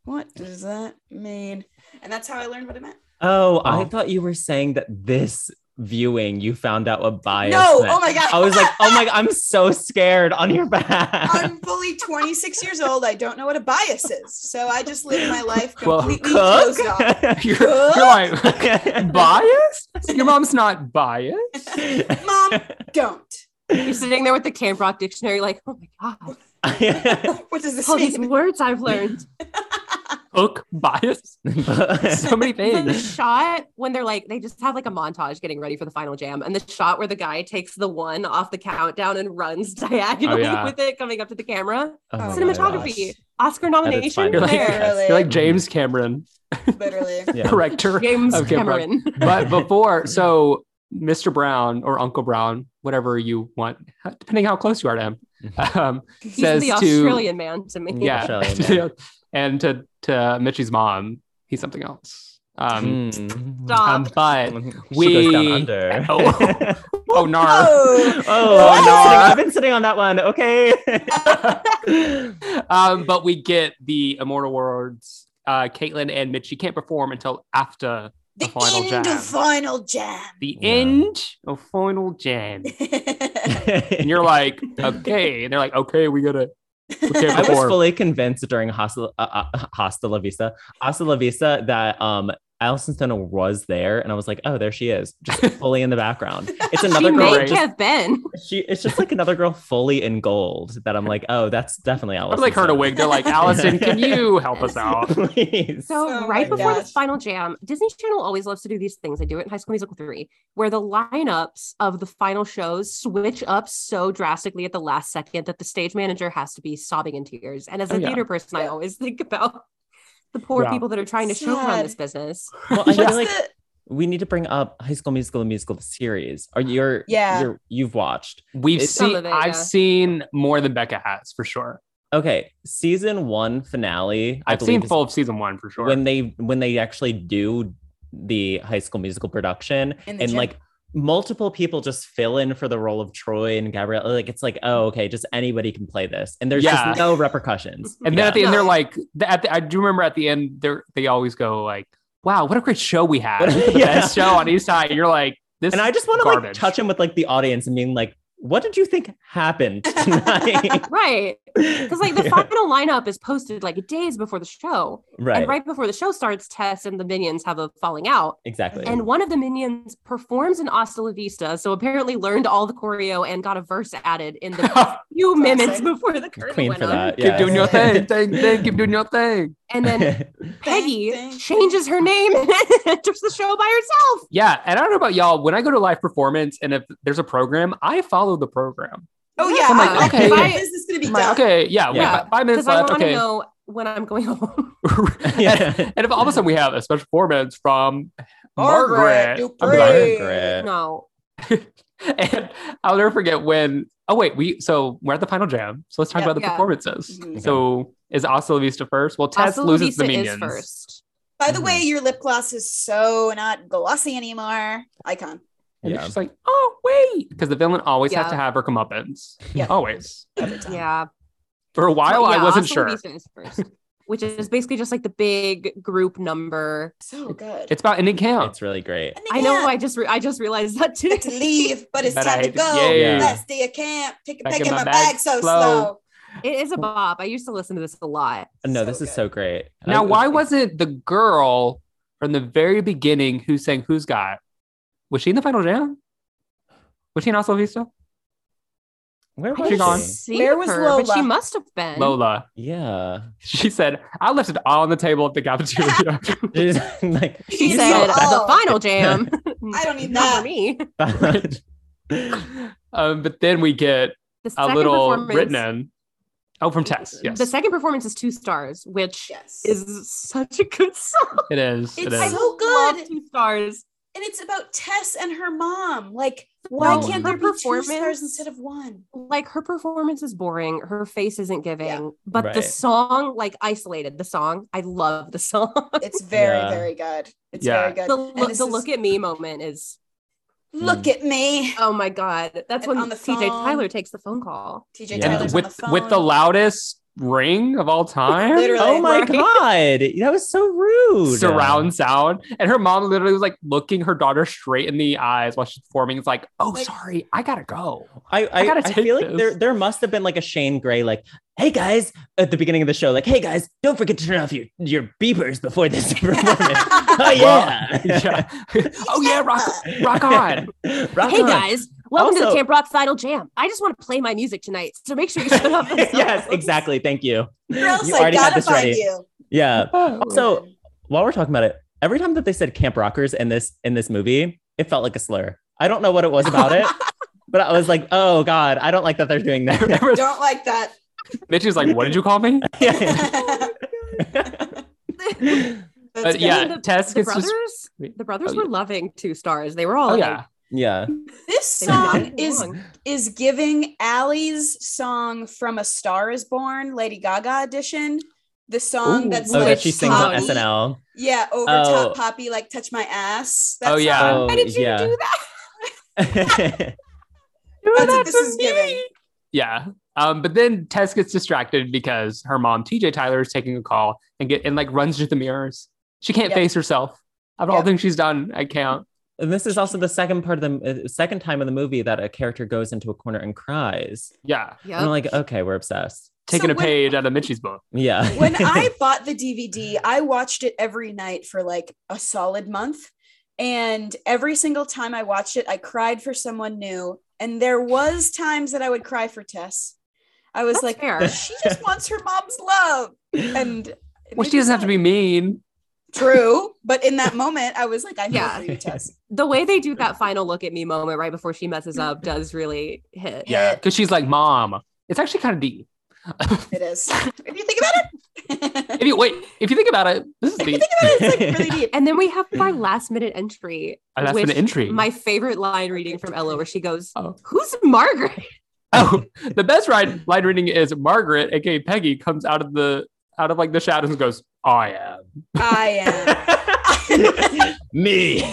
[SPEAKER 6] What does that mean? And that's how I learned what it meant.
[SPEAKER 5] Oh,
[SPEAKER 2] Oh.
[SPEAKER 5] I thought you were saying that this viewing you found out what bias.
[SPEAKER 6] no,
[SPEAKER 5] meant.
[SPEAKER 6] oh my god.
[SPEAKER 5] I
[SPEAKER 6] [laughs]
[SPEAKER 5] was like, oh my, I'm so scared on your back. [laughs]
[SPEAKER 6] I'm fully 26 years old. I don't know what a bias is. So I just live my life
[SPEAKER 2] Well,
[SPEAKER 6] completely
[SPEAKER 5] Cook.
[SPEAKER 6] closed
[SPEAKER 2] [laughs]
[SPEAKER 6] off.
[SPEAKER 2] You're, you're like, [laughs]
[SPEAKER 5] [laughs]
[SPEAKER 2] biased? Your mom's not biased.
[SPEAKER 5] [laughs]
[SPEAKER 2] [laughs]
[SPEAKER 6] Mom, don't. [laughs]
[SPEAKER 1] You're sitting there with the Camp Rock dictionary, like, oh my
[SPEAKER 6] [laughs]
[SPEAKER 1] god,
[SPEAKER 6] What does this
[SPEAKER 1] all these
[SPEAKER 6] mean?
[SPEAKER 1] words I've learned.
[SPEAKER 2] Hook biased. [laughs] So many
[SPEAKER 1] the [laughs]
[SPEAKER 2] things.
[SPEAKER 1] shot when they're like they just have like a montage getting ready for the final jam and the shot where the guy takes the one off the countdown and runs [laughs] diagonally
[SPEAKER 2] yeah.
[SPEAKER 1] with it coming up to the camera
[SPEAKER 5] Oh my
[SPEAKER 1] cinematography
[SPEAKER 5] gosh.
[SPEAKER 1] oscar nomination
[SPEAKER 5] final.
[SPEAKER 2] You're like-
[SPEAKER 6] [laughs]
[SPEAKER 1] there
[SPEAKER 6] Literally.
[SPEAKER 2] You're like [laughs] James Cameron,
[SPEAKER 6] literally.
[SPEAKER 1] [laughs]
[SPEAKER 5] Yeah.
[SPEAKER 2] director.
[SPEAKER 1] james
[SPEAKER 2] Okay, bro.
[SPEAKER 1] cameron
[SPEAKER 5] [laughs]
[SPEAKER 2] But before, so Mr. Brown or Uncle Brown, whatever you want, depending how close you are to
[SPEAKER 5] [laughs]
[SPEAKER 2] him, um,
[SPEAKER 1] he's
[SPEAKER 2] says
[SPEAKER 1] the
[SPEAKER 2] to
[SPEAKER 1] australian man to me
[SPEAKER 5] Yeah.
[SPEAKER 2] [laughs]
[SPEAKER 5] Australian
[SPEAKER 2] and to to Mitchie's mom, he's something else. Um,
[SPEAKER 5] Mm.
[SPEAKER 1] Stop.
[SPEAKER 2] um, but
[SPEAKER 5] She goes
[SPEAKER 2] We-
[SPEAKER 5] down [laughs] under.
[SPEAKER 2] Oh. oh nar.
[SPEAKER 6] Oh,
[SPEAKER 5] Oh, I've, been
[SPEAKER 2] no.
[SPEAKER 5] sitting, I've been sitting on that one. Okay. [laughs]
[SPEAKER 2] um, but we get the immortal words. Uh, Caitlin and Mitchie can't perform until after
[SPEAKER 6] the,
[SPEAKER 2] The final
[SPEAKER 6] end
[SPEAKER 2] jam.
[SPEAKER 6] of final [laughs] jam.
[SPEAKER 2] the
[SPEAKER 5] Yeah.
[SPEAKER 2] end of final jam. and you're
[SPEAKER 5] [laughs]
[SPEAKER 2] like, okay. And they're like, okay, we gotta. We can't
[SPEAKER 5] I was
[SPEAKER 2] perform.
[SPEAKER 5] fully convinced during Hostel, uh, uh, Hostel La Vista, Hostel La Vista that um, Alison Stoner was there, and I was like, oh, there she is, just fully in the background. It's another
[SPEAKER 1] she
[SPEAKER 5] girl.
[SPEAKER 1] may
[SPEAKER 2] great-
[SPEAKER 1] have been
[SPEAKER 5] She, it's just like another girl fully in gold that I'm like, oh, that's definitely
[SPEAKER 2] I was
[SPEAKER 5] Alison.
[SPEAKER 2] like her to
[SPEAKER 5] Stoner.
[SPEAKER 2] wig. They're like, Allison, can
[SPEAKER 5] [laughs]
[SPEAKER 2] you help us out?
[SPEAKER 5] Please.
[SPEAKER 1] so
[SPEAKER 6] Oh
[SPEAKER 1] right
[SPEAKER 6] my
[SPEAKER 1] before the
[SPEAKER 6] gosh.
[SPEAKER 1] final jam disney channel always loves to do these things they do it in high school musical 3 where the lineups of the final shows switch up so drastically at the last second that the stage manager has to be sobbing in tears. And as a
[SPEAKER 2] Oh, yeah.
[SPEAKER 1] theater person, I always think about the poor
[SPEAKER 2] Yeah.
[SPEAKER 1] people that are trying to show run
[SPEAKER 6] Sad.
[SPEAKER 1] this business.
[SPEAKER 5] well, I
[SPEAKER 6] What's
[SPEAKER 5] feel like
[SPEAKER 6] the-
[SPEAKER 5] we need to bring up High School Musical and musical the series. Are you're
[SPEAKER 6] Yeah.
[SPEAKER 5] you're, you've watched?
[SPEAKER 2] We've
[SPEAKER 5] It's-
[SPEAKER 2] seen.
[SPEAKER 1] Some of it,
[SPEAKER 2] I've
[SPEAKER 1] yeah.
[SPEAKER 2] seen more than Becca has for sure.
[SPEAKER 5] Okay, season one finale. I
[SPEAKER 2] I've
[SPEAKER 5] believe
[SPEAKER 2] seen
[SPEAKER 5] is
[SPEAKER 2] full of season one for sure.
[SPEAKER 5] when they when they actually do the High School Musical production, and
[SPEAKER 6] In the gym.
[SPEAKER 5] like multiple people just fill in for the role of Troy and Gabrielle. Like it's like, oh, okay, just anybody can play this, and there's
[SPEAKER 2] Yeah.
[SPEAKER 5] just no repercussions.
[SPEAKER 2] And then
[SPEAKER 5] Yeah.
[SPEAKER 2] at the end,
[SPEAKER 6] No.
[SPEAKER 2] they're like, the- at the, I do remember at the end, they they always go like, "Wow, what a great show we had! This is the
[SPEAKER 5] [laughs] Yeah.
[SPEAKER 2] best show on East High." You're like, "This,"
[SPEAKER 5] and I just want to like
[SPEAKER 2] garbage.
[SPEAKER 5] touch in with like the audience and being like, what did you think happened tonight?
[SPEAKER 1] Right. Because like the
[SPEAKER 5] [laughs] Yeah.
[SPEAKER 1] final lineup is posted like days before the show.
[SPEAKER 5] right,
[SPEAKER 1] And right before the show starts, Tess and the minions have a falling out.
[SPEAKER 5] exactly.
[SPEAKER 1] And one of the minions performs in Hasta La Vista, so apparently learned all the choreo and got a verse added in
[SPEAKER 2] [laughs]
[SPEAKER 1] the few minutes
[SPEAKER 6] Classic.
[SPEAKER 1] before the curtain
[SPEAKER 5] Queen
[SPEAKER 1] went
[SPEAKER 5] for
[SPEAKER 1] up.
[SPEAKER 2] [laughs]
[SPEAKER 5] that.
[SPEAKER 2] keep
[SPEAKER 5] yeah.
[SPEAKER 2] doing your
[SPEAKER 5] [laughs]
[SPEAKER 2] thing, thing, thing, keep doing your thing.
[SPEAKER 1] And
[SPEAKER 2] [laughs]
[SPEAKER 1] then Peggy changes her name and [laughs] enters the show by herself.
[SPEAKER 2] Yeah, and I don't know about y'all. When I go to live performance, and if there's a program, I follow the program.
[SPEAKER 6] Oh yeah.
[SPEAKER 2] I'm like,
[SPEAKER 6] I-
[SPEAKER 2] okay.
[SPEAKER 6] Why is this gonna be
[SPEAKER 1] I'm like,
[SPEAKER 6] done?
[SPEAKER 2] Okay, yeah, we
[SPEAKER 5] Yeah.
[SPEAKER 2] have five minutes
[SPEAKER 1] Because I
[SPEAKER 2] left.
[SPEAKER 1] want to
[SPEAKER 2] Okay,
[SPEAKER 1] know when I'm going [laughs] home.
[SPEAKER 5] yeah.
[SPEAKER 2] [laughs] and if all of a sudden we have a special performance from
[SPEAKER 6] Margaret
[SPEAKER 2] Margaret, I'm
[SPEAKER 6] Dupree.
[SPEAKER 2] like,
[SPEAKER 5] Margaret.
[SPEAKER 1] no.
[SPEAKER 2] [laughs] and I'll never forget when. Oh wait, we so we're at the final jam, so let's talk
[SPEAKER 6] Yeah.
[SPEAKER 2] about the
[SPEAKER 1] Yeah.
[SPEAKER 2] performances.
[SPEAKER 6] Mhm.
[SPEAKER 2] So is Asta La Vista first? Well, Tess
[SPEAKER 1] Hasta La
[SPEAKER 2] loses
[SPEAKER 1] Vista
[SPEAKER 2] the minions.
[SPEAKER 1] is first.
[SPEAKER 6] By the way, your lip gloss is so not glossy anymore. Icon.
[SPEAKER 2] And
[SPEAKER 5] Yeah.
[SPEAKER 2] it's just like, oh wait, because the villain always has
[SPEAKER 1] Yeah.
[SPEAKER 2] to have her comeuppance.
[SPEAKER 6] Yeah.
[SPEAKER 2] Always.
[SPEAKER 6] Every time.
[SPEAKER 1] Yeah.
[SPEAKER 2] For a while,
[SPEAKER 1] yeah,
[SPEAKER 2] I wasn't
[SPEAKER 1] Hasta La
[SPEAKER 2] sure.
[SPEAKER 1] Vista is first, which is basically just like the big group number.
[SPEAKER 6] So good.
[SPEAKER 2] It's about ending camp.
[SPEAKER 5] It's really great.
[SPEAKER 6] And
[SPEAKER 1] I know.
[SPEAKER 6] again,
[SPEAKER 1] I just re- I just realized that
[SPEAKER 6] [laughs]
[SPEAKER 1] too.
[SPEAKER 6] to leave, but it's
[SPEAKER 2] But I
[SPEAKER 6] time to
[SPEAKER 2] hate-
[SPEAKER 6] go.
[SPEAKER 2] yeah.
[SPEAKER 6] Last day of camp. Pick,
[SPEAKER 2] Back
[SPEAKER 6] packing
[SPEAKER 2] in
[SPEAKER 6] my bag, so slow.
[SPEAKER 1] It is a bop. I used to listen to this a lot.
[SPEAKER 5] No,
[SPEAKER 6] So
[SPEAKER 5] this is
[SPEAKER 6] good.
[SPEAKER 5] so great.
[SPEAKER 2] now,
[SPEAKER 5] I-
[SPEAKER 2] why wasn't the girl from the very beginning who sang "Who's Got"? Was she in the final jam? Was she in Hasta La Vista?
[SPEAKER 1] I
[SPEAKER 5] where was
[SPEAKER 2] She
[SPEAKER 5] she?
[SPEAKER 1] didn't
[SPEAKER 2] gone.
[SPEAKER 1] see
[SPEAKER 6] Where was
[SPEAKER 1] her, But she
[SPEAKER 6] Lola?
[SPEAKER 1] must have been.
[SPEAKER 2] Lola.
[SPEAKER 5] Yeah.
[SPEAKER 2] She said, "I left it all on the table at the cafeteria."
[SPEAKER 5] She's [laughs] like
[SPEAKER 1] She
[SPEAKER 6] You
[SPEAKER 1] said
[SPEAKER 6] said all.
[SPEAKER 1] the final
[SPEAKER 2] [laughs]
[SPEAKER 1] jam.
[SPEAKER 6] I don't need
[SPEAKER 1] Not for
[SPEAKER 6] that.
[SPEAKER 1] me.
[SPEAKER 2] um, but then we get
[SPEAKER 1] The
[SPEAKER 2] a
[SPEAKER 1] second
[SPEAKER 2] little
[SPEAKER 1] performance.
[SPEAKER 2] written in. Oh, from Tess. Yes,
[SPEAKER 1] The second performance is two stars, which
[SPEAKER 6] Yes.
[SPEAKER 1] is such a good song.
[SPEAKER 2] it is. It
[SPEAKER 6] It's
[SPEAKER 2] is.
[SPEAKER 6] so
[SPEAKER 1] Love
[SPEAKER 6] good.
[SPEAKER 1] two stars.
[SPEAKER 6] And it's about Tess and her mom. Like, why
[SPEAKER 1] No,
[SPEAKER 6] can't
[SPEAKER 1] her
[SPEAKER 6] there be two
[SPEAKER 1] performance-
[SPEAKER 6] stars instead of
[SPEAKER 1] [laughs]
[SPEAKER 6] one?
[SPEAKER 1] Like her performance is boring. Her face isn't giving,
[SPEAKER 6] Yeah.
[SPEAKER 1] but the
[SPEAKER 5] Right.
[SPEAKER 1] song, like isolated, the song. I love the song. [laughs]
[SPEAKER 6] It's very,
[SPEAKER 5] Yeah.
[SPEAKER 6] very good. It's
[SPEAKER 2] Yeah.
[SPEAKER 6] very good.
[SPEAKER 1] the
[SPEAKER 6] And
[SPEAKER 1] lo- the
[SPEAKER 6] this is-
[SPEAKER 1] look at me moment is
[SPEAKER 6] Look at me.
[SPEAKER 1] oh my god. That's
[SPEAKER 6] And
[SPEAKER 1] when
[SPEAKER 6] on the
[SPEAKER 1] TJ
[SPEAKER 6] phone.
[SPEAKER 1] Tyler takes the phone call.
[SPEAKER 6] TJ
[SPEAKER 5] Yeah.
[SPEAKER 6] Tyler's on
[SPEAKER 2] with
[SPEAKER 6] the phone.
[SPEAKER 2] with the
[SPEAKER 6] [laughs]
[SPEAKER 2] loudest ring of all time.
[SPEAKER 6] Literally.
[SPEAKER 5] Oh my
[SPEAKER 1] Right.
[SPEAKER 5] god, that was so rude.
[SPEAKER 2] Surround sound, and her mom literally was like looking her daughter straight in the eyes while she's performing. It's like, oh,
[SPEAKER 6] Like-
[SPEAKER 2] sorry, I gotta go.
[SPEAKER 5] I I,
[SPEAKER 2] I gotta
[SPEAKER 5] I
[SPEAKER 2] take
[SPEAKER 5] feel like there
[SPEAKER 2] this.
[SPEAKER 5] there must have been like a Shane Gray like, hey guys, at the beginning of the show, like, hey guys, don't forget to turn off your your beepers before this [laughs]
[SPEAKER 2] [laughs]
[SPEAKER 5] performance. oh yeah.
[SPEAKER 2] yeah.
[SPEAKER 6] [laughs]
[SPEAKER 2] oh yeah, rock, rock on.
[SPEAKER 5] Rock
[SPEAKER 1] Hey
[SPEAKER 5] on.
[SPEAKER 1] guys, welcome to the
[SPEAKER 5] Also-
[SPEAKER 1] Camp Rock Final Jam. I just want to play my music tonight, so make sure you shut up.
[SPEAKER 2] [laughs]
[SPEAKER 1] and-
[SPEAKER 5] [laughs] yes,
[SPEAKER 1] [laughs]
[SPEAKER 5] exactly. Thank you.
[SPEAKER 6] Where else
[SPEAKER 5] You
[SPEAKER 6] I
[SPEAKER 5] already had
[SPEAKER 6] gotta
[SPEAKER 5] this
[SPEAKER 6] find
[SPEAKER 5] ready.
[SPEAKER 6] you.
[SPEAKER 5] Yeah.
[SPEAKER 2] Also,
[SPEAKER 5] [laughs] So while we're talking about it, every time that they said camp rockers in this in this movie, it felt like a slur. I don't know what it was about it, but I was like, oh god, I don't like that they're doing that.
[SPEAKER 6] [laughs] Don't like that.
[SPEAKER 2] Mitch was like, "What did you call me?"
[SPEAKER 5] Yeah.
[SPEAKER 2] But
[SPEAKER 6] That's good.
[SPEAKER 2] yeah,
[SPEAKER 1] I mean,
[SPEAKER 2] Tess
[SPEAKER 1] the
[SPEAKER 2] gets
[SPEAKER 1] brothers,
[SPEAKER 2] just
[SPEAKER 1] the brothers
[SPEAKER 2] Oh,
[SPEAKER 1] were loving two stars. They were all
[SPEAKER 2] oh
[SPEAKER 1] like,
[SPEAKER 2] yeah,
[SPEAKER 5] [laughs] yeah.
[SPEAKER 6] This
[SPEAKER 1] they were not
[SPEAKER 6] song is
[SPEAKER 1] wrong.
[SPEAKER 6] is giving Allie's song from A Star Is Born, Lady Gaga edition. The song
[SPEAKER 2] Ooh.
[SPEAKER 6] that's
[SPEAKER 5] Oh,
[SPEAKER 6] like
[SPEAKER 5] that she sings on
[SPEAKER 6] poppy.
[SPEAKER 5] SNL.
[SPEAKER 6] Yeah, over
[SPEAKER 5] Oh.
[SPEAKER 6] top poppy, like touch my ass. That
[SPEAKER 2] Oh,
[SPEAKER 6] song.
[SPEAKER 2] yeah.
[SPEAKER 5] Oh,
[SPEAKER 1] Why did you
[SPEAKER 5] yeah.
[SPEAKER 1] do that?
[SPEAKER 6] That's what this is giving.
[SPEAKER 5] [laughs]
[SPEAKER 2] yeah. Um, but then Tess gets distracted because her mom, TJ Tyler, is taking a call and get and like runs to the mirrors. She can't
[SPEAKER 6] Yep.
[SPEAKER 2] face herself after all
[SPEAKER 6] Yep.
[SPEAKER 2] things she's done at camp.
[SPEAKER 5] And this is also the second part of the uh, second time in the movie that a character goes into a corner and cries.
[SPEAKER 2] Yeah,
[SPEAKER 5] And I'm
[SPEAKER 1] Yep.
[SPEAKER 5] like, okay, we're obsessed.
[SPEAKER 2] taking
[SPEAKER 6] So
[SPEAKER 2] a
[SPEAKER 6] when-
[SPEAKER 2] page out of Mitchie's book.
[SPEAKER 5] Yeah.
[SPEAKER 6] when I bought the DVD, I watched it every night for like a solid month. And every single time I watched it, I cried for someone new. And there was times that I would cry for Tess. I was
[SPEAKER 1] That's
[SPEAKER 6] like,
[SPEAKER 1] fair.
[SPEAKER 6] she just wants her mom's love. [laughs] And it
[SPEAKER 2] Well,
[SPEAKER 6] made
[SPEAKER 2] she
[SPEAKER 6] me
[SPEAKER 2] doesn't have to
[SPEAKER 6] sad.
[SPEAKER 2] be mean.
[SPEAKER 6] [laughs] True, but in that moment, I was like, I feel
[SPEAKER 1] Yeah.
[SPEAKER 6] for you, Tess.
[SPEAKER 1] The way they do that final look at me moment right before she messes up does really hit.
[SPEAKER 2] Yeah, because she's like, "Mom, it's actually kind of deep."
[SPEAKER 6] It is. If you think about it, [laughs]
[SPEAKER 2] If you wait, if you think about it, this is
[SPEAKER 6] if you
[SPEAKER 2] deep.
[SPEAKER 6] think about it, it's like really deep. [laughs]
[SPEAKER 1] And then we have our last minute entry.
[SPEAKER 2] And Oh, that's an
[SPEAKER 1] which
[SPEAKER 2] entry.
[SPEAKER 1] My favorite line reading from Ella, where she goes,
[SPEAKER 2] Oh.
[SPEAKER 1] "Who's Margaret?"
[SPEAKER 2] [laughs] Oh, the best ride line reading is Margaret, aka Peggy, comes out of the out of like the shadows and goes, I am. [laughs]
[SPEAKER 6] I
[SPEAKER 5] [laughs] Me.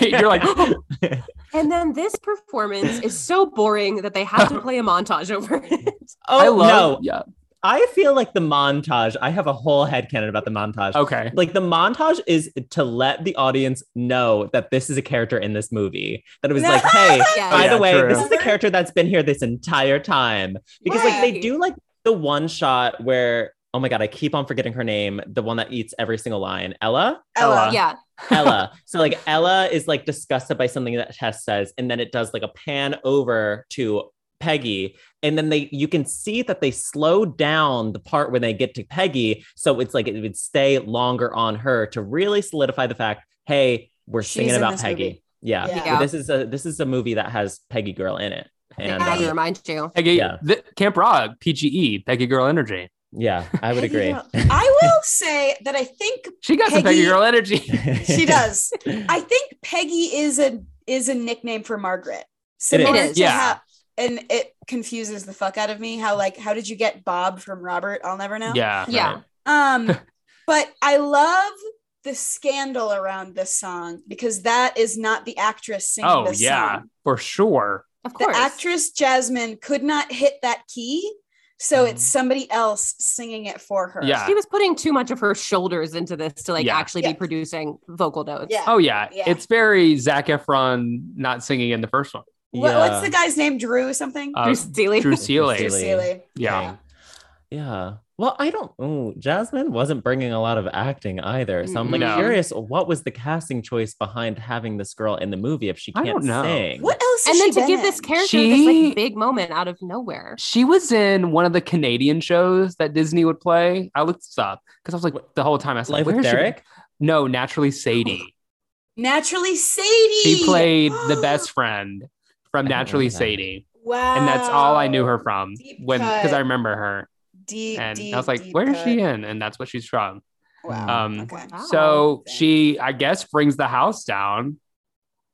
[SPEAKER 2] You're like, [gasps]
[SPEAKER 1] And then this performance is so boring that they
[SPEAKER 2] [laughs]
[SPEAKER 1] have to play a montage over it.
[SPEAKER 5] Oh
[SPEAKER 2] I love.
[SPEAKER 5] no.
[SPEAKER 2] Yeah.
[SPEAKER 5] I feel like the montage, I have a whole headcanon about the montage.
[SPEAKER 2] Okay.
[SPEAKER 5] Like the montage is to let the audience know that this is a character in this movie. That it was like, hey,
[SPEAKER 1] Yeah.
[SPEAKER 5] by
[SPEAKER 2] Yeah,
[SPEAKER 5] the way,
[SPEAKER 2] true.
[SPEAKER 5] this is the character that's been here this entire time. Because like they
[SPEAKER 7] Right.
[SPEAKER 5] do like the one shot where, oh my god, I keep on forgetting her name, the one that eats every single line. Ella?
[SPEAKER 6] am. Ella.
[SPEAKER 2] Ella.
[SPEAKER 1] Yeah.
[SPEAKER 5] Ella. So like Ella is like disgusted by something that Tess says, and then it does like a pan over to Peggy, and then they you can see that they slow down the part when they get to Peggy, so it's like it would stay longer on her to really solidify the fact, hey, we're
[SPEAKER 6] She's
[SPEAKER 5] singing
[SPEAKER 6] in
[SPEAKER 5] about
[SPEAKER 6] this
[SPEAKER 5] Peggy.
[SPEAKER 6] movie.
[SPEAKER 5] Yeah,
[SPEAKER 6] Yeah.
[SPEAKER 5] But this is a this is a movie that has Peggy Girl in it,
[SPEAKER 1] I
[SPEAKER 5] and
[SPEAKER 1] have
[SPEAKER 2] uh,
[SPEAKER 1] to
[SPEAKER 5] um,
[SPEAKER 1] remind you.
[SPEAKER 2] Peggy,
[SPEAKER 5] Yeah.
[SPEAKER 2] th- Camp Rock, PGE, E, Peggy Girl Energy.
[SPEAKER 5] yeah, I would agree. [laughs]
[SPEAKER 6] I will say that I think
[SPEAKER 2] She got some Peggy
[SPEAKER 6] Peggy-
[SPEAKER 2] Girl
[SPEAKER 6] [laughs]
[SPEAKER 2] Energy.
[SPEAKER 5] [laughs]
[SPEAKER 6] she does. I think Peggy is a is a nickname for Margaret. Similar
[SPEAKER 1] is.
[SPEAKER 6] to
[SPEAKER 2] Yeah.
[SPEAKER 6] how- and it confuses the fuck out of me how like how did you get Bob from Robert? I'll never know.
[SPEAKER 2] Yeah.
[SPEAKER 1] Yeah.
[SPEAKER 2] [laughs]
[SPEAKER 6] Um, but I love the scandal around this song because that is not the actress singing
[SPEAKER 2] Oh,
[SPEAKER 6] this
[SPEAKER 2] yeah.
[SPEAKER 6] song.
[SPEAKER 2] For sure.
[SPEAKER 1] Of
[SPEAKER 6] The
[SPEAKER 1] course.
[SPEAKER 6] actress Jasmine could not hit that key, so it's
[SPEAKER 2] Mhm.
[SPEAKER 6] somebody else singing it for her.
[SPEAKER 2] Yeah.
[SPEAKER 1] she was putting too much of her shoulders into this to like
[SPEAKER 2] Yeah.
[SPEAKER 1] actually
[SPEAKER 6] Yeah.
[SPEAKER 1] be producing vocal notes.
[SPEAKER 6] Yeah.
[SPEAKER 2] Oh, yeah.
[SPEAKER 6] Yeah.
[SPEAKER 2] It's very Zach Efron not singing in the first one.
[SPEAKER 6] What-
[SPEAKER 5] Yeah.
[SPEAKER 6] What's the guy's name? Drew something?
[SPEAKER 2] Uh,
[SPEAKER 1] Drew Seeley.
[SPEAKER 5] [laughs]
[SPEAKER 2] Drew
[SPEAKER 5] Drew
[SPEAKER 2] Seeley.
[SPEAKER 5] Seeley.
[SPEAKER 2] Yeah.
[SPEAKER 5] thing. Yeah. Well, I don't. Ooh, Jasmine wasn't bringing a lot of acting either, so I'm like
[SPEAKER 2] No.
[SPEAKER 5] curious, what was the casting choice behind having this girl in the movie if she
[SPEAKER 2] I
[SPEAKER 5] can't
[SPEAKER 2] don't know.
[SPEAKER 5] sing?
[SPEAKER 6] What else?
[SPEAKER 1] and
[SPEAKER 6] has
[SPEAKER 1] then
[SPEAKER 6] she
[SPEAKER 1] to
[SPEAKER 6] been
[SPEAKER 1] give
[SPEAKER 6] in?
[SPEAKER 1] this character this
[SPEAKER 2] She-
[SPEAKER 1] like big moment out of nowhere.
[SPEAKER 2] She was in one of the Canadian shows that Disney would play. I looked this up because I was like, the whole time I was like,
[SPEAKER 5] Life with
[SPEAKER 2] where's she-
[SPEAKER 5] Derek?
[SPEAKER 2] No, Naturally
[SPEAKER 6] [gasps]
[SPEAKER 2] Sadie.
[SPEAKER 6] naturally Sadie.
[SPEAKER 2] She played
[SPEAKER 6] [gasps]
[SPEAKER 2] the best friend from
[SPEAKER 5] I don't
[SPEAKER 2] Naturally
[SPEAKER 5] remember that.
[SPEAKER 2] Sadie.
[SPEAKER 6] Wow.
[SPEAKER 2] And that's all I knew her from
[SPEAKER 6] Oh, Deep
[SPEAKER 2] when because
[SPEAKER 6] cut.
[SPEAKER 2] I remember her.
[SPEAKER 6] Deep,
[SPEAKER 2] And
[SPEAKER 6] deep,
[SPEAKER 2] I was like,
[SPEAKER 6] deep
[SPEAKER 2] where is she
[SPEAKER 6] cut.
[SPEAKER 2] in? And that's what she's from.
[SPEAKER 6] Wow.
[SPEAKER 2] Um,
[SPEAKER 6] okay.
[SPEAKER 1] Wow.
[SPEAKER 2] So
[SPEAKER 6] Dang.
[SPEAKER 2] she, I guess, brings the house down.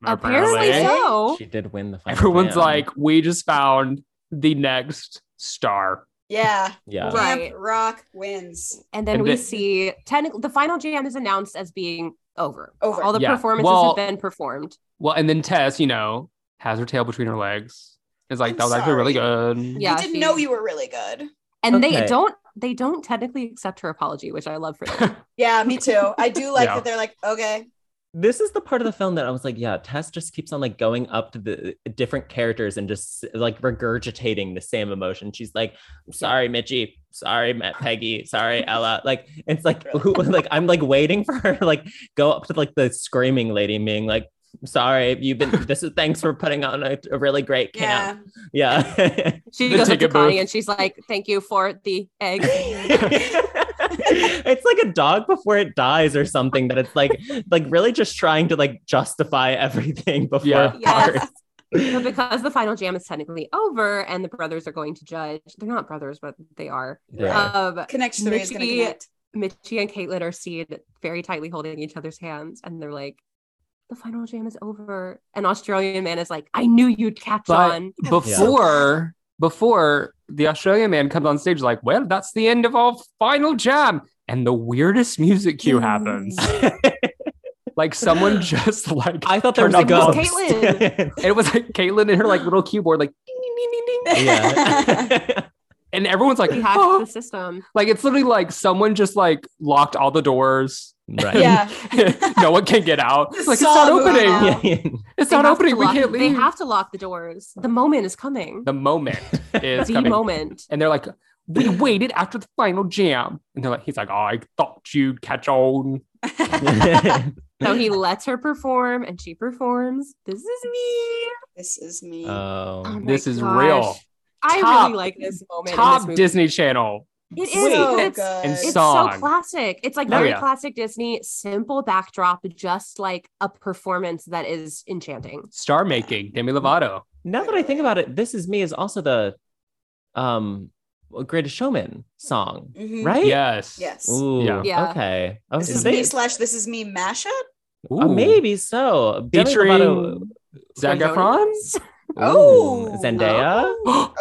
[SPEAKER 1] Apparently
[SPEAKER 6] Really?
[SPEAKER 1] so.
[SPEAKER 5] She did win the final.
[SPEAKER 2] Everyone's
[SPEAKER 5] round.
[SPEAKER 2] like, we just found the next star.
[SPEAKER 6] Yeah.
[SPEAKER 5] yeah.
[SPEAKER 1] Right.
[SPEAKER 6] Camp Rock wins.
[SPEAKER 1] And then
[SPEAKER 2] And
[SPEAKER 1] we
[SPEAKER 2] the-
[SPEAKER 1] see technically the final jam is announced as being over.
[SPEAKER 6] Over.
[SPEAKER 1] All the
[SPEAKER 2] Yeah.
[SPEAKER 1] performances
[SPEAKER 2] Well-
[SPEAKER 1] have been performed.
[SPEAKER 2] Well, and then Tess, you know, has her tail between her legs. It's like
[SPEAKER 6] I'm
[SPEAKER 2] that was actually really good.
[SPEAKER 1] Yeah,
[SPEAKER 6] I didn't
[SPEAKER 1] she-
[SPEAKER 6] know you were really good.
[SPEAKER 1] And
[SPEAKER 5] Okay.
[SPEAKER 1] they don't they don't technically accept her apology, which I love for
[SPEAKER 2] [laughs]
[SPEAKER 1] them.
[SPEAKER 6] Yeah, me too. I do like
[SPEAKER 2] Yeah.
[SPEAKER 6] that they're like, okay.
[SPEAKER 5] This is the part of the film that I was like, yeah, Tess just keeps on like going up to the uh, different characters and just uh, like regurgitating the same emotion. She's like, I'm sorry, Mitchie. Sorry, Matt Peggy. Sorry, Ella. Like, it's like, who, like I'm like waiting for her to like go up to like the screaming lady and being like, "I'm sorry, you've been, this is thanks for putting on a, a really great
[SPEAKER 6] Yeah.
[SPEAKER 5] camp. Yeah. [laughs]
[SPEAKER 1] She
[SPEAKER 2] The
[SPEAKER 1] goes up to
[SPEAKER 2] ticket
[SPEAKER 1] Connie
[SPEAKER 2] booth.
[SPEAKER 1] and she's like, Thank you for the egg.
[SPEAKER 5] [laughs]
[SPEAKER 2] [laughs]
[SPEAKER 5] it's like a dog before it dies or something that it's like like really just trying to like justify everything before
[SPEAKER 2] Yeah.
[SPEAKER 5] it parts.
[SPEAKER 1] Yes. but because the final jam is technically over and the brothers are going to judge, they're not brothers, but they are.
[SPEAKER 5] Yeah.
[SPEAKER 1] Um,
[SPEAKER 6] Connection three is gonna
[SPEAKER 1] Nikki-
[SPEAKER 6] connect.
[SPEAKER 1] Mitchie and Caitlin are seen very tightly holding each other's hands, and they're like, "The final jam is over." An Australian man is like, "I knew you'd catch
[SPEAKER 2] But-
[SPEAKER 1] on."
[SPEAKER 2] Before before the Australian man comes on stage, like, well, that's the end of our final jam. And the weirdest music cue happens. like someone just like
[SPEAKER 5] I thought there was
[SPEAKER 2] Turned
[SPEAKER 5] a
[SPEAKER 2] up
[SPEAKER 5] ghost.
[SPEAKER 1] with Caitlyn.
[SPEAKER 2] it was like Caitlin and her like little keyboard, like ding, ding, ding, ding, ding.
[SPEAKER 5] [laughs] yeah.
[SPEAKER 2] and everyone's like,
[SPEAKER 1] He
[SPEAKER 2] [gasps]
[SPEAKER 1] hacked
[SPEAKER 2] "Oh."
[SPEAKER 1] the system.
[SPEAKER 2] like it's literally like someone just like locked all the doors. [laughs]
[SPEAKER 5] Right.
[SPEAKER 6] Yeah.
[SPEAKER 2] no one can get out.
[SPEAKER 6] The
[SPEAKER 2] It's like it's
[SPEAKER 6] saw
[SPEAKER 2] not
[SPEAKER 6] moved
[SPEAKER 2] opening.
[SPEAKER 6] out.
[SPEAKER 5] Yeah.
[SPEAKER 2] It's
[SPEAKER 1] They
[SPEAKER 2] not
[SPEAKER 1] have to
[SPEAKER 2] opening. We
[SPEAKER 1] lock-
[SPEAKER 2] can't leave.
[SPEAKER 1] They have to lock the doors. The moment is coming. [laughs]
[SPEAKER 2] the moment is
[SPEAKER 1] The
[SPEAKER 2] coming.
[SPEAKER 1] moment.
[SPEAKER 2] And they're like, we waited after the final jam. And they're like, he's like, oh, I thought you'd catch on.
[SPEAKER 1] So
[SPEAKER 2] [laughs]
[SPEAKER 1] he lets her perform, and she performs. This is me.
[SPEAKER 6] [laughs] this is me.
[SPEAKER 2] Uh,
[SPEAKER 1] Oh
[SPEAKER 5] [laughs] um,
[SPEAKER 1] my
[SPEAKER 2] this is
[SPEAKER 1] gosh.
[SPEAKER 2] real.
[SPEAKER 1] I
[SPEAKER 2] Top-
[SPEAKER 1] really like this moment. in this
[SPEAKER 2] Top
[SPEAKER 1] movie.
[SPEAKER 2] Disney Channel.
[SPEAKER 1] It is.
[SPEAKER 5] Wait.
[SPEAKER 6] so
[SPEAKER 1] it's
[SPEAKER 6] good.
[SPEAKER 2] and
[SPEAKER 1] it's
[SPEAKER 2] song.
[SPEAKER 1] so classic. It's like
[SPEAKER 2] Oh,
[SPEAKER 1] very
[SPEAKER 2] yeah.
[SPEAKER 1] classic Disney, simple backdrop, just like a performance that is enchanting.
[SPEAKER 2] Star making, Demi Lovato.
[SPEAKER 5] now that I think about it, this is me is also the um greatest showman song.
[SPEAKER 6] Mhm.
[SPEAKER 5] Right?
[SPEAKER 2] Yes.
[SPEAKER 6] Yes.
[SPEAKER 5] Ooh,
[SPEAKER 2] Yeah.
[SPEAKER 1] Yeah.
[SPEAKER 5] Okay. I was
[SPEAKER 6] This is
[SPEAKER 5] gonna
[SPEAKER 6] me
[SPEAKER 5] say,
[SPEAKER 6] slash this is me mashup.
[SPEAKER 2] Ooh.
[SPEAKER 5] uh, maybe so. Demi Lovato-
[SPEAKER 2] Featuring Zac
[SPEAKER 1] From [gasps]
[SPEAKER 2] Efron. [gasps]
[SPEAKER 1] Jonas.
[SPEAKER 5] Ooh,
[SPEAKER 6] Oh.
[SPEAKER 5] Zendaya.
[SPEAKER 6] Ooh.
[SPEAKER 2] Oh.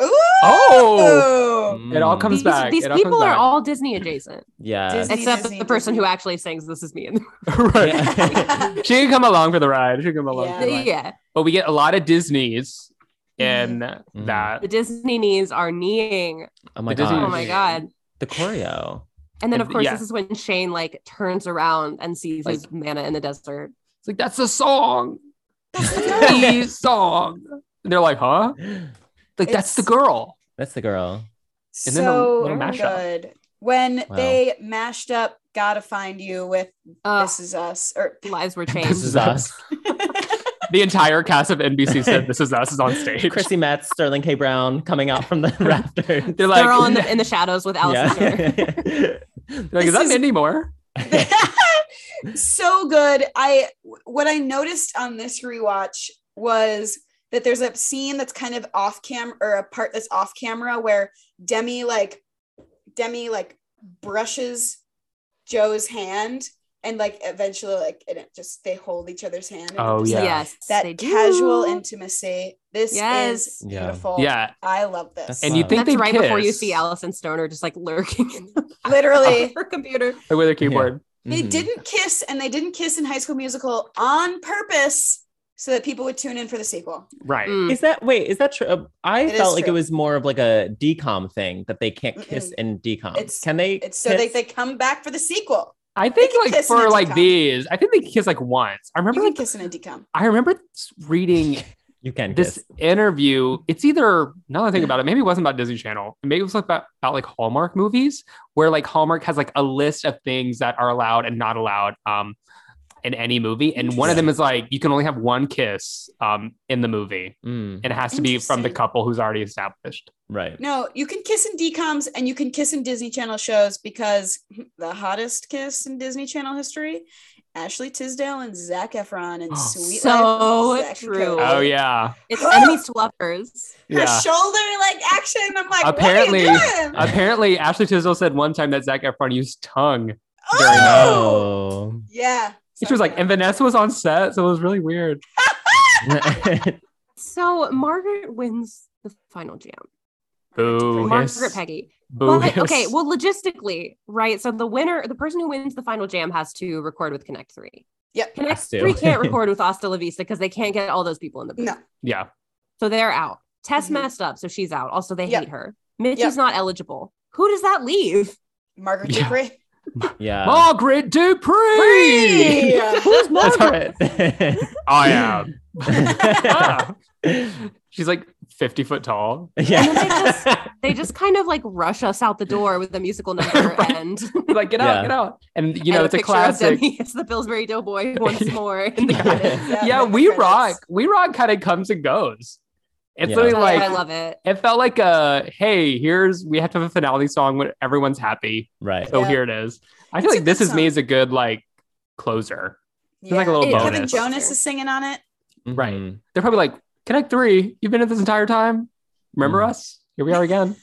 [SPEAKER 6] Oh,
[SPEAKER 2] It all
[SPEAKER 5] Mm.
[SPEAKER 2] comes
[SPEAKER 1] These,
[SPEAKER 2] back.
[SPEAKER 1] these
[SPEAKER 2] it all comes
[SPEAKER 1] people are
[SPEAKER 2] back.
[SPEAKER 1] all Disney adjacent,
[SPEAKER 5] Yeah.
[SPEAKER 6] Disney,
[SPEAKER 1] except
[SPEAKER 6] Disney,
[SPEAKER 1] the person
[SPEAKER 6] Disney.
[SPEAKER 1] who actually sings "This Is Me." In the
[SPEAKER 2] [laughs] right.
[SPEAKER 5] Yeah.
[SPEAKER 2] [laughs] She can come along for the ride. She can come along.
[SPEAKER 1] [laughs]
[SPEAKER 6] Yeah.
[SPEAKER 2] For the
[SPEAKER 1] yeah.
[SPEAKER 2] ride. But we get a lot of Disney's in
[SPEAKER 1] Mm-hmm.
[SPEAKER 5] Mhm.
[SPEAKER 2] that.
[SPEAKER 1] the Disney knees are kneeing.
[SPEAKER 5] oh my
[SPEAKER 2] The Disney-
[SPEAKER 5] god.
[SPEAKER 1] Oh my god!
[SPEAKER 5] The choreo.
[SPEAKER 1] And then
[SPEAKER 2] And-
[SPEAKER 1] of course
[SPEAKER 2] yeah.
[SPEAKER 1] this is when Shane like turns around and sees
[SPEAKER 2] Like-
[SPEAKER 1] his mana in the desert.
[SPEAKER 2] It's like that's the song. [laughs]
[SPEAKER 1] [laughs]
[SPEAKER 2] the song. And they're like, huh? Like that's the
[SPEAKER 6] It's-
[SPEAKER 2] girl.
[SPEAKER 5] [gasps] That's the girl.
[SPEAKER 2] And then a
[SPEAKER 6] so
[SPEAKER 2] little mashup.
[SPEAKER 6] good. When
[SPEAKER 5] Wow.
[SPEAKER 6] they mashed up "Gotta Find You" with
[SPEAKER 1] Uh,
[SPEAKER 6] "This Is Us" or
[SPEAKER 1] lives were
[SPEAKER 2] [laughs] This
[SPEAKER 1] changed.
[SPEAKER 2] is us. the entire cast of NBC said this is us is on stage.
[SPEAKER 5] Chrissy Metz, Sterling K. Brown coming out
[SPEAKER 2] [laughs]
[SPEAKER 5] from the rafters.
[SPEAKER 2] they're like,
[SPEAKER 1] They're all in
[SPEAKER 2] [laughs]
[SPEAKER 1] the in the shadows with Alice.
[SPEAKER 5] Yeah.
[SPEAKER 2] they're like, is
[SPEAKER 6] This
[SPEAKER 2] that
[SPEAKER 6] is-
[SPEAKER 2] Mindy Moore?
[SPEAKER 6] [laughs] so good. I what I noticed on this rewatch was that there's a scene that's kind of off camera or a part that's off camera where Demi like Demi like brushes Joe's hand and like eventually like and it just they hold each other's hand.
[SPEAKER 2] [laughs]
[SPEAKER 6] and it
[SPEAKER 2] Oh,
[SPEAKER 6] just, like,
[SPEAKER 2] Yeah.
[SPEAKER 1] Yes, they
[SPEAKER 6] that
[SPEAKER 1] do.
[SPEAKER 6] casual intimacy. This
[SPEAKER 1] Yes.
[SPEAKER 6] is
[SPEAKER 5] Yeah.
[SPEAKER 6] beautiful.
[SPEAKER 2] Yeah.
[SPEAKER 6] I love this.
[SPEAKER 2] And you
[SPEAKER 5] Wow.
[SPEAKER 2] think
[SPEAKER 1] That's
[SPEAKER 2] they
[SPEAKER 1] right before you
[SPEAKER 2] kiss.
[SPEAKER 1] see Allison Stoner just like lurking in the [laughs]
[SPEAKER 6] Literally,
[SPEAKER 1] her computer.
[SPEAKER 2] Like with her keyboard.
[SPEAKER 6] they
[SPEAKER 5] Mhm.
[SPEAKER 6] didn't kiss and they didn't kiss in High School Musical on purpose so that people would tune in for the sequel.
[SPEAKER 2] Right.
[SPEAKER 1] Mm.
[SPEAKER 5] [laughs] Is that wait? Is that true? Uh, I
[SPEAKER 6] It is
[SPEAKER 5] felt like it
[SPEAKER 6] true.
[SPEAKER 5] was more of like a decom thing that they can't kiss
[SPEAKER 6] Mm-mm.
[SPEAKER 5] in decom.
[SPEAKER 6] It's-
[SPEAKER 5] Can they?
[SPEAKER 6] It's so they,
[SPEAKER 5] kiss?
[SPEAKER 6] they come back for the sequel.
[SPEAKER 2] I think
[SPEAKER 6] can
[SPEAKER 2] like
[SPEAKER 6] kiss in
[SPEAKER 2] for
[SPEAKER 6] a
[SPEAKER 2] like
[SPEAKER 6] decom.
[SPEAKER 2] these, I think they kiss like once. I
[SPEAKER 6] You
[SPEAKER 2] remember
[SPEAKER 6] can
[SPEAKER 2] like
[SPEAKER 6] kiss in a decom.
[SPEAKER 2] I remember reading
[SPEAKER 5] you can kiss.
[SPEAKER 2] this interview. It's either now that I think about it, maybe it wasn't about Disney Channel. Maybe it was about, about like Hallmark movies, where like Hallmark has like a list of things that are allowed and not allowed um in any movie. And one of them is like you can only have one kiss um in the movie.
[SPEAKER 5] Mm,
[SPEAKER 2] And it has to be from the
[SPEAKER 6] Interesting.
[SPEAKER 2] couple who's already established.
[SPEAKER 5] right.
[SPEAKER 6] No, you can kiss in decoms and you can kiss in Disney Channel shows because the hottest kiss in Disney Channel history, Ashley Tisdale and Zach Efron and Sweet
[SPEAKER 1] so
[SPEAKER 6] Life. of Zac and
[SPEAKER 1] true.
[SPEAKER 6] Cody.
[SPEAKER 2] Oh yeah.
[SPEAKER 1] [gasps] It's enemies to lovers.
[SPEAKER 6] Her
[SPEAKER 2] Yeah.
[SPEAKER 6] shoulder like action. I'm like,
[SPEAKER 2] Apparently-
[SPEAKER 6] what are you doing?
[SPEAKER 2] [laughs] Apparently Ashley Tisdale said one time that Zach Efron used tongue.
[SPEAKER 6] Oh,
[SPEAKER 5] Oh.
[SPEAKER 6] yeah.
[SPEAKER 2] She was like, and Vanessa was on set, so it was really weird.
[SPEAKER 1] So Margaret wins the final jam.
[SPEAKER 2] Boo.
[SPEAKER 1] Margaret
[SPEAKER 2] hiss.
[SPEAKER 1] Peggy.
[SPEAKER 2] Boo.
[SPEAKER 1] But,
[SPEAKER 2] hiss.
[SPEAKER 1] okay, well, logistically, right? So the winner, the person who wins the final jam, has to record with Connect Three.
[SPEAKER 6] Yep.
[SPEAKER 1] Connect
[SPEAKER 5] Has to.
[SPEAKER 1] Three
[SPEAKER 2] [laughs]
[SPEAKER 1] can't record with Asta La Vista because they can't get all those people in the booth.
[SPEAKER 6] no.
[SPEAKER 2] yeah.
[SPEAKER 1] So they're out. Tess
[SPEAKER 6] Mhm.
[SPEAKER 1] messed up, so she's out. Also, they
[SPEAKER 6] Yep.
[SPEAKER 1] hate her. Mitch
[SPEAKER 6] Yep.
[SPEAKER 1] is not eligible. Who does that leave?
[SPEAKER 6] Margaret
[SPEAKER 2] Yeah. [laughs]
[SPEAKER 6] Dupree.
[SPEAKER 5] [laughs] yeah.
[SPEAKER 2] Margaret Dupree.
[SPEAKER 6] [laughs] Yeah.
[SPEAKER 1] Who's
[SPEAKER 5] Uh, That's
[SPEAKER 1] Margaret?
[SPEAKER 5] right. [laughs]
[SPEAKER 2] I am.
[SPEAKER 5] yeah.
[SPEAKER 2] Ah. She's like 50 foot tall.
[SPEAKER 1] They
[SPEAKER 2] [laughs]
[SPEAKER 1] just [laughs] kind of like rush us out the door with the musical number
[SPEAKER 2] Right.
[SPEAKER 1] and
[SPEAKER 2] Like, get out,
[SPEAKER 5] Yeah.
[SPEAKER 2] get out. And, you know,
[SPEAKER 1] and
[SPEAKER 2] it's a
[SPEAKER 1] picture of
[SPEAKER 2] classic.
[SPEAKER 1] Demi as the Pillsbury Doughboy once
[SPEAKER 2] [laughs]
[SPEAKER 1] more. in the credits.
[SPEAKER 2] [laughs]
[SPEAKER 6] Yeah,
[SPEAKER 2] Yeah,
[SPEAKER 6] with the
[SPEAKER 2] We
[SPEAKER 6] credits.
[SPEAKER 2] Rock. We Rock kind of comes and goes. It's
[SPEAKER 5] Yeah.
[SPEAKER 2] literally
[SPEAKER 1] That's
[SPEAKER 2] like,
[SPEAKER 1] why I love it.
[SPEAKER 2] it felt like a, hey, here's, we have to have a finale song when everyone's happy.
[SPEAKER 5] Right.
[SPEAKER 2] So
[SPEAKER 6] Yeah.
[SPEAKER 2] here it is. I feel
[SPEAKER 6] It's a
[SPEAKER 2] like This
[SPEAKER 6] good
[SPEAKER 2] Is Me
[SPEAKER 6] song.
[SPEAKER 2] is a good, like, closer.
[SPEAKER 6] Yeah.
[SPEAKER 2] like a little
[SPEAKER 6] And Kevin
[SPEAKER 2] bonus.
[SPEAKER 6] Jonas is singing on it. [laughs]
[SPEAKER 2] Right.
[SPEAKER 5] Mhm.
[SPEAKER 2] They're probably like, Connect Three, you've been at this entire time. Remember
[SPEAKER 5] Mhm.
[SPEAKER 2] us? Here we are again.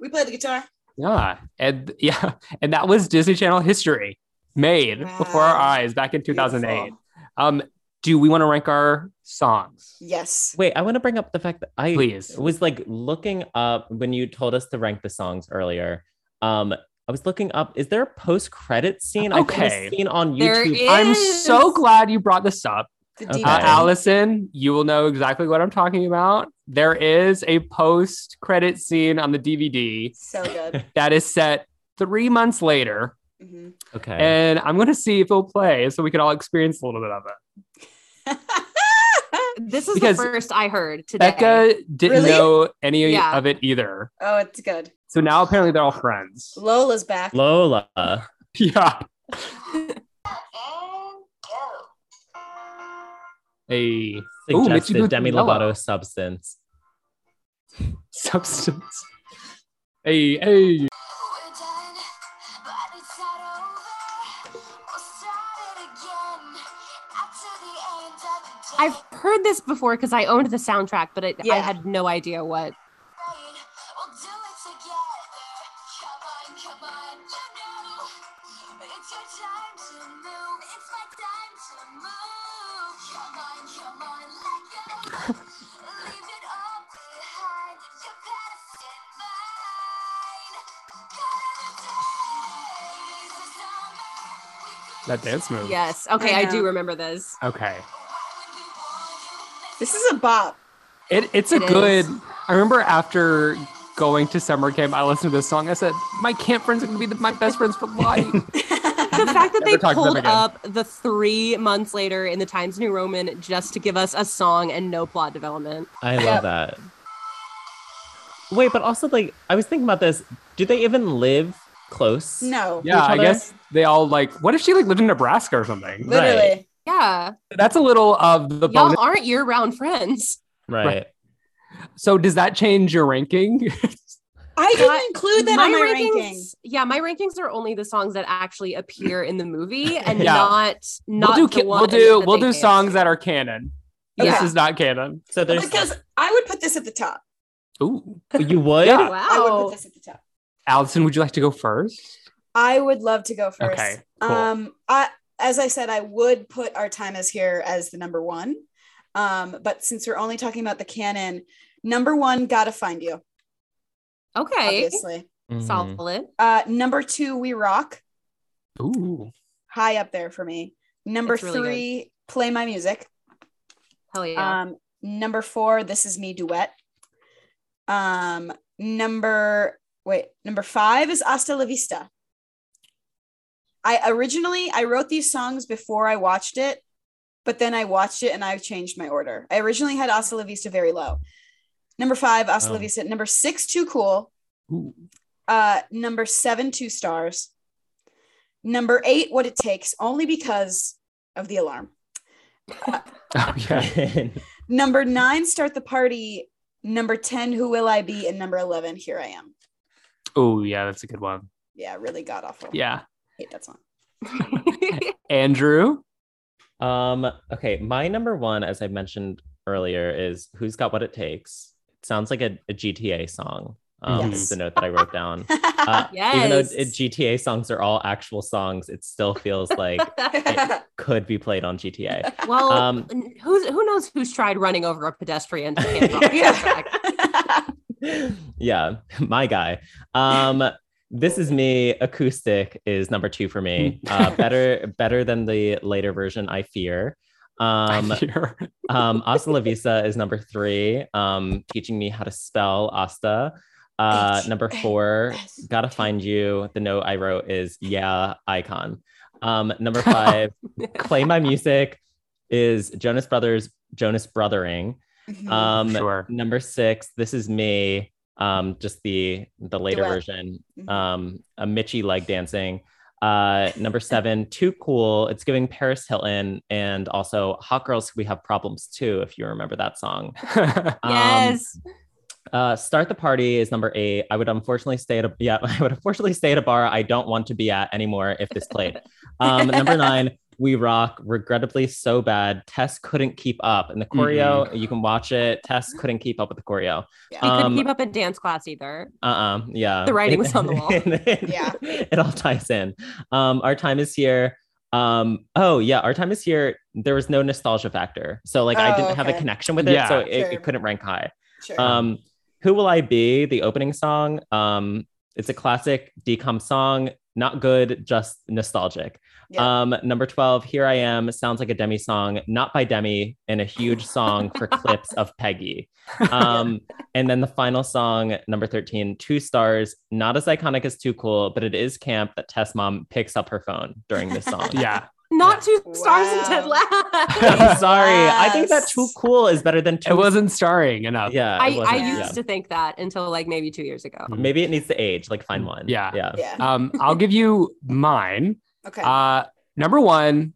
[SPEAKER 6] we played the guitar.
[SPEAKER 2] Yeah, and [laughs] yeah, and that was Disney Channel history made before our
[SPEAKER 6] Wow.
[SPEAKER 2] eyes back in 2008.
[SPEAKER 6] Beautiful.
[SPEAKER 2] Um, do we want to rank our songs?
[SPEAKER 6] Yes.
[SPEAKER 5] Wait, I want to bring up the fact that I
[SPEAKER 2] Please.
[SPEAKER 5] was like looking up when you told us to rank the songs earlier. Um, I was looking up. Is there a post-credit scene? I
[SPEAKER 2] Okay.
[SPEAKER 5] found this scene on
[SPEAKER 1] There
[SPEAKER 5] YouTube.
[SPEAKER 1] is-
[SPEAKER 2] I'm so
[SPEAKER 1] Yes.
[SPEAKER 2] glad you brought this up,
[SPEAKER 6] The
[SPEAKER 5] Okay.
[SPEAKER 2] uh,
[SPEAKER 6] deep
[SPEAKER 5] Yeah.
[SPEAKER 2] Allison. You will know exactly what I'm talking about. There is a post-credit scene on the DVD
[SPEAKER 6] So good.
[SPEAKER 2] that is set three months later,
[SPEAKER 6] hmm
[SPEAKER 5] Okay.
[SPEAKER 2] and I'm going to see if it'll play so we can all experience a little bit of it.
[SPEAKER 1] This is
[SPEAKER 2] Because
[SPEAKER 1] the first I heard today.
[SPEAKER 2] Becca didn't
[SPEAKER 6] Really?
[SPEAKER 2] know any
[SPEAKER 1] Yeah.
[SPEAKER 2] of it either.
[SPEAKER 6] [laughs] oh, it's good.
[SPEAKER 2] So now apparently they're all friends.
[SPEAKER 6] Lola's back.
[SPEAKER 5] Lola.
[SPEAKER 2] Yeah. A Mitzi
[SPEAKER 5] Suggested
[SPEAKER 2] Buttigieg
[SPEAKER 5] Demi
[SPEAKER 2] Lola.
[SPEAKER 5] Lovato substance.
[SPEAKER 2] substance. A a
[SPEAKER 1] I've heard this before because I owned the soundtrack, but it, I
[SPEAKER 6] Yeah.
[SPEAKER 1] had no idea what.
[SPEAKER 2] That dance move.
[SPEAKER 1] Yes. Okay, I,
[SPEAKER 6] know.
[SPEAKER 1] do remember this.
[SPEAKER 2] Okay.
[SPEAKER 6] This is a bop.
[SPEAKER 2] It, it's a
[SPEAKER 1] It
[SPEAKER 2] good.
[SPEAKER 1] is.
[SPEAKER 2] I remember after going to summer camp, I listened to this song. I said, "My camp friends are gonna be the, my best friends
[SPEAKER 1] [laughs]
[SPEAKER 2] for life."
[SPEAKER 1] The fact that they
[SPEAKER 2] Never talked to them
[SPEAKER 1] pulled
[SPEAKER 2] again.
[SPEAKER 1] up the three months later in the Times New Roman just to give us a song and no plot development.
[SPEAKER 5] I love that. Wait, but also like I was thinking about this. Do they even live close?
[SPEAKER 6] No,
[SPEAKER 2] yeah,
[SPEAKER 5] Each
[SPEAKER 2] I
[SPEAKER 5] other?
[SPEAKER 2] guess they all like. What if she like lived in Nebraska or something?
[SPEAKER 5] Right.
[SPEAKER 6] literally.
[SPEAKER 1] Yeah.
[SPEAKER 2] That's a little of the
[SPEAKER 1] Y'all
[SPEAKER 2] bonus.
[SPEAKER 1] aren't year round friends.
[SPEAKER 5] Right.
[SPEAKER 2] Right. So does that change your ranking? [laughs]
[SPEAKER 6] I
[SPEAKER 1] My-
[SPEAKER 6] didn't include that on my ranking.
[SPEAKER 1] Yeah, my rankings are only the songs that actually appear in the [laughs] movie and
[SPEAKER 2] Yeah.
[SPEAKER 1] not not
[SPEAKER 2] we'll do
[SPEAKER 1] the
[SPEAKER 2] ca- we'll
[SPEAKER 1] one
[SPEAKER 2] do
[SPEAKER 1] that
[SPEAKER 2] we'll
[SPEAKER 1] they
[SPEAKER 2] do
[SPEAKER 1] dance.
[SPEAKER 2] songs that are canon. This
[SPEAKER 1] Yeah.
[SPEAKER 2] is not canon.
[SPEAKER 5] So there's
[SPEAKER 6] Because I would put this at the top.
[SPEAKER 2] Ooh,
[SPEAKER 5] you
[SPEAKER 1] [laughs]
[SPEAKER 5] would.
[SPEAKER 2] Yeah.
[SPEAKER 6] I would put Oh.
[SPEAKER 1] Wow.
[SPEAKER 6] this at the top.
[SPEAKER 2] Allison, would you like to go first?
[SPEAKER 6] I would love to go first.
[SPEAKER 2] Okay, cool.
[SPEAKER 6] Um, I as I said, I would put our time as here as the number one. Um, but since we're only talking about the canon, number one, gotta find you,
[SPEAKER 1] Okay.
[SPEAKER 6] obviously.
[SPEAKER 5] Mhm.
[SPEAKER 1] Solid.
[SPEAKER 6] Uh, number two, we rock,
[SPEAKER 2] Ooh,
[SPEAKER 6] high up there for me. Number
[SPEAKER 1] It's really good.
[SPEAKER 6] three, play my music.
[SPEAKER 1] Hell yeah.
[SPEAKER 6] Um, number four, this is me duet. Um, number wait, number five is Hasta la Vista. I originally I wrote these songs before I watched it, but then I watched it and I changed my order. I originally had Hasta la Vista very low. Number five, Hasta la
[SPEAKER 5] Oh.
[SPEAKER 6] Vista. Number six, Too Cool.
[SPEAKER 2] ooh, [laughs]
[SPEAKER 6] Uh, number seven, Two Stars. Number eight, What It Takes, only because of the alarm.
[SPEAKER 2] oh yeah.
[SPEAKER 6] Number nine, start the party. Number 10, who will I be? And number 11, here I am.
[SPEAKER 2] Oh yeah, that's a good one.
[SPEAKER 6] Yeah, really god awful.
[SPEAKER 2] Yeah,
[SPEAKER 6] Hate that song.
[SPEAKER 2] [laughs] Andrew.
[SPEAKER 5] [laughs] um. Okay. My number one, as I mentioned earlier, is "Who's Got What It Takes." It sounds like a, a GTA song. Um,
[SPEAKER 2] Yes.
[SPEAKER 5] is the note that I wrote down.
[SPEAKER 6] [laughs]
[SPEAKER 5] Uh, Even though
[SPEAKER 1] Yes.
[SPEAKER 5] it, GTA songs are all actual songs, it still feels like could be played on
[SPEAKER 1] [laughs] [laughs]
[SPEAKER 5] GTA.
[SPEAKER 1] well,
[SPEAKER 5] Um,
[SPEAKER 1] n- who's who knows who's tried running over a pedestrian? to get off
[SPEAKER 6] Yeah.
[SPEAKER 1] track?
[SPEAKER 5] yeah, [laughs] my guy. Um, this is me. Acoustic is number two for me. Uh, better, better than the later version. I fear. Um,
[SPEAKER 2] I'm here.
[SPEAKER 5] um, Asta La Vista is number three. Um, teaching me how to spell Asta. Uh,
[SPEAKER 6] H
[SPEAKER 5] number
[SPEAKER 6] A
[SPEAKER 5] four.
[SPEAKER 6] S
[SPEAKER 5] Gotta find you. The note I wrote is yeah, icon. Um,
[SPEAKER 6] [laughs]
[SPEAKER 5] number five. play my music is Jonas Brothers. Jonas Brothering.
[SPEAKER 6] Oh,
[SPEAKER 5] Um,
[SPEAKER 2] sure.
[SPEAKER 5] number six this is me um just the the later
[SPEAKER 6] Duet.
[SPEAKER 5] version
[SPEAKER 6] Mhm.
[SPEAKER 5] um a mitchy leg dancing uh number seven too cool it's giving paris hilton and also hot girls we have problems too if you remember that song [laughs] Um,
[SPEAKER 1] yes.
[SPEAKER 5] uh, start the party is number eight. I would unfortunately stay at a yeah. [laughs] I would unfortunately stay at a bar I don't want to be at anymore if this
[SPEAKER 1] [laughs]
[SPEAKER 5] played. Um, number nine, we rock. Regrettably, so bad. Tess couldn't keep up, and the choreo you can watch it. Tess couldn't keep up with the choreo.
[SPEAKER 6] Yeah.
[SPEAKER 1] He
[SPEAKER 5] Um,
[SPEAKER 1] couldn't keep up in dance class either.
[SPEAKER 5] uh-uh. Yeah.
[SPEAKER 1] The writing was on
[SPEAKER 5] [laughs]
[SPEAKER 1] the wall.
[SPEAKER 6] Yeah.
[SPEAKER 5] It all ties in. Um, our time is here. Um, oh yeah, our time is here. There was no nostalgia factor. So like I
[SPEAKER 6] Oh,
[SPEAKER 5] didn't have a
[SPEAKER 6] okay.
[SPEAKER 5] connection with it,
[SPEAKER 2] Yeah.
[SPEAKER 5] so it,
[SPEAKER 6] Sure.
[SPEAKER 5] it couldn't rank high.
[SPEAKER 6] [laughs] Sure.
[SPEAKER 5] Um, Who Will I Be? The opening song. Um, it's a classic decom song. Not good, just nostalgic.
[SPEAKER 6] Yeah.
[SPEAKER 5] Um, number 12, Here I Am, sounds like a Demi song, not by Demi, and a huge song
[SPEAKER 1] [laughs]
[SPEAKER 5] for clips of Peggy. Um, and then the final song, number 13, Two Stars, not as iconic as Too Cool, but it is camp that Tess Mom picks up her phone during this song.
[SPEAKER 2] [laughs] yeah.
[SPEAKER 1] Not two stars in
[SPEAKER 6] Wow.
[SPEAKER 1] Ted
[SPEAKER 5] [laughs]
[SPEAKER 1] Lasso. [laughs]
[SPEAKER 5] [laughs] I'm sorry. I think that
[SPEAKER 6] Yes.
[SPEAKER 5] Too Cool is better than Too
[SPEAKER 2] It wasn't starring enough.
[SPEAKER 5] Yeah. it
[SPEAKER 1] I, I
[SPEAKER 5] wasn't.
[SPEAKER 1] used
[SPEAKER 5] Yeah. Mm-hmm.
[SPEAKER 1] to think that until like maybe two years ago.
[SPEAKER 5] Maybe it needs to age, like find one.
[SPEAKER 2] Yeah.
[SPEAKER 5] Yeah.
[SPEAKER 6] yeah.
[SPEAKER 2] Um, I'll give you mine.
[SPEAKER 6] Okay.
[SPEAKER 2] Uh, number one,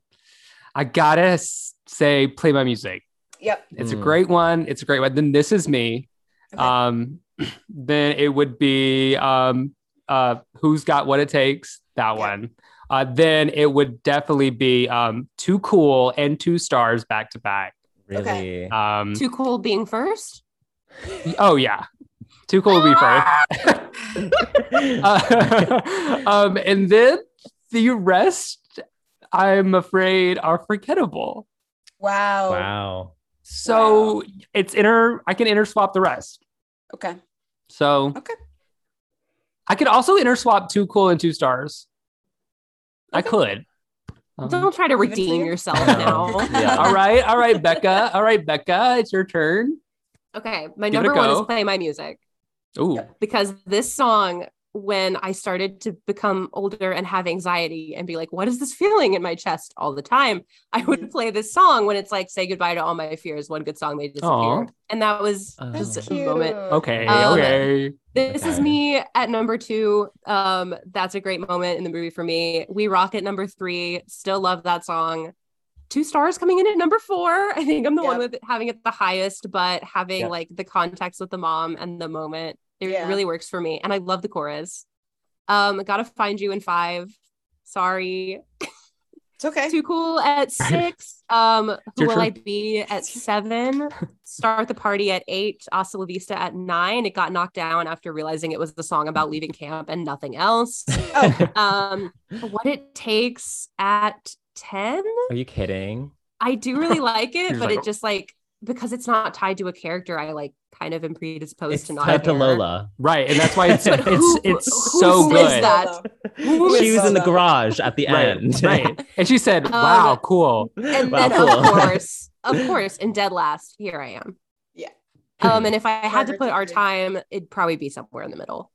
[SPEAKER 2] I gotta s- say, play my music.
[SPEAKER 6] yep.
[SPEAKER 2] It's a
[SPEAKER 5] Mm.
[SPEAKER 2] great one. It's a great one. Then this is me.
[SPEAKER 6] Okay.
[SPEAKER 2] Um, [clears throat] then it would be um, uh, who's got what it takes. That
[SPEAKER 6] Yeah.
[SPEAKER 2] one. Uh, then it would definitely be um, too cool and two stars back to back.
[SPEAKER 5] Really.
[SPEAKER 6] Okay.
[SPEAKER 2] Um,
[SPEAKER 1] Too cool being first.
[SPEAKER 2] oh yeah, too cool would be first.
[SPEAKER 5] [laughs]
[SPEAKER 1] Ah!
[SPEAKER 2] Uh, [laughs] um, and then the rest, I'm afraid, are forgettable.
[SPEAKER 6] Wow.
[SPEAKER 5] wow.
[SPEAKER 2] So it's inter. I can interswap the rest.
[SPEAKER 6] Okay.
[SPEAKER 2] So
[SPEAKER 6] Okay.
[SPEAKER 2] I could also interswap two cool and two stars. I
[SPEAKER 6] Okay.
[SPEAKER 2] could.
[SPEAKER 8] Um,
[SPEAKER 1] Don't try to
[SPEAKER 6] Even for
[SPEAKER 1] redeem
[SPEAKER 5] [laughs]
[SPEAKER 6] you?
[SPEAKER 1] yourself
[SPEAKER 5] No.
[SPEAKER 1] now.
[SPEAKER 5] Yeah.
[SPEAKER 2] all right, all right, Becca. All right, Becca, it's your turn.
[SPEAKER 1] Okay, my
[SPEAKER 2] Give it a
[SPEAKER 1] number one
[SPEAKER 2] go.
[SPEAKER 1] is play my music
[SPEAKER 2] Ooh,
[SPEAKER 1] because this song, when I started to become older and have anxiety and be like, what is this feeling in my chest all the time? I would play this song when it's like, say goodbye to all my fears, one good song, they disappeared. And that was
[SPEAKER 5] Oh.
[SPEAKER 1] just
[SPEAKER 5] That's
[SPEAKER 1] a moment.
[SPEAKER 2] okay,
[SPEAKER 1] Um,
[SPEAKER 2] okay.
[SPEAKER 1] This is
[SPEAKER 5] Okay.
[SPEAKER 1] me at number two. Um, that's a great moment in the movie for me. We rock at number three. Still love that song. Two stars coming in at number four. I think I'm the one
[SPEAKER 6] Yep.
[SPEAKER 1] with having it the highest, but having
[SPEAKER 5] Yep.
[SPEAKER 1] like the context with the mom and the moment, it
[SPEAKER 6] Yeah.
[SPEAKER 1] really works for me. And I love the chorus. Um, gotta find you in five. Sorry.
[SPEAKER 6] It's okay.
[SPEAKER 1] Too cool
[SPEAKER 5] [laughs]
[SPEAKER 1] at six. Um, who
[SPEAKER 2] Your
[SPEAKER 1] will I
[SPEAKER 2] turn.
[SPEAKER 1] be at seven? Start the party at eight. Hasta La Vista at nine. It got knocked down after realizing it was the song about leaving camp and nothing else.
[SPEAKER 6] Oh,
[SPEAKER 1] Um, what it takes at ten.
[SPEAKER 5] [laughs] Are you kidding?
[SPEAKER 1] I do really like it,
[SPEAKER 2] You're
[SPEAKER 1] but
[SPEAKER 2] like-
[SPEAKER 1] it just like because it's not tied to a character, I like kind of am predisposed
[SPEAKER 5] It's
[SPEAKER 1] to not.
[SPEAKER 5] tied to
[SPEAKER 1] care.
[SPEAKER 5] Lola.
[SPEAKER 2] Right, and that's why
[SPEAKER 1] [laughs]
[SPEAKER 2] it's
[SPEAKER 1] But
[SPEAKER 2] it's
[SPEAKER 1] who-
[SPEAKER 2] it's
[SPEAKER 1] who
[SPEAKER 2] so
[SPEAKER 1] says
[SPEAKER 2] Oh, good.
[SPEAKER 1] that?
[SPEAKER 5] she was in the
[SPEAKER 6] Lola?
[SPEAKER 5] garage at the
[SPEAKER 2] Right,
[SPEAKER 5] end. [laughs]
[SPEAKER 2] right. And she
[SPEAKER 6] Um,
[SPEAKER 2] said, "Wow, cool."
[SPEAKER 1] And
[SPEAKER 5] Wow,
[SPEAKER 1] then
[SPEAKER 5] cool.
[SPEAKER 1] of course, of course, in dead last, here I am.
[SPEAKER 6] Yeah.
[SPEAKER 1] Um, and if I had to
[SPEAKER 6] Margaret
[SPEAKER 1] put our
[SPEAKER 6] Thatcher.
[SPEAKER 1] time, it'd probably be somewhere in the middle.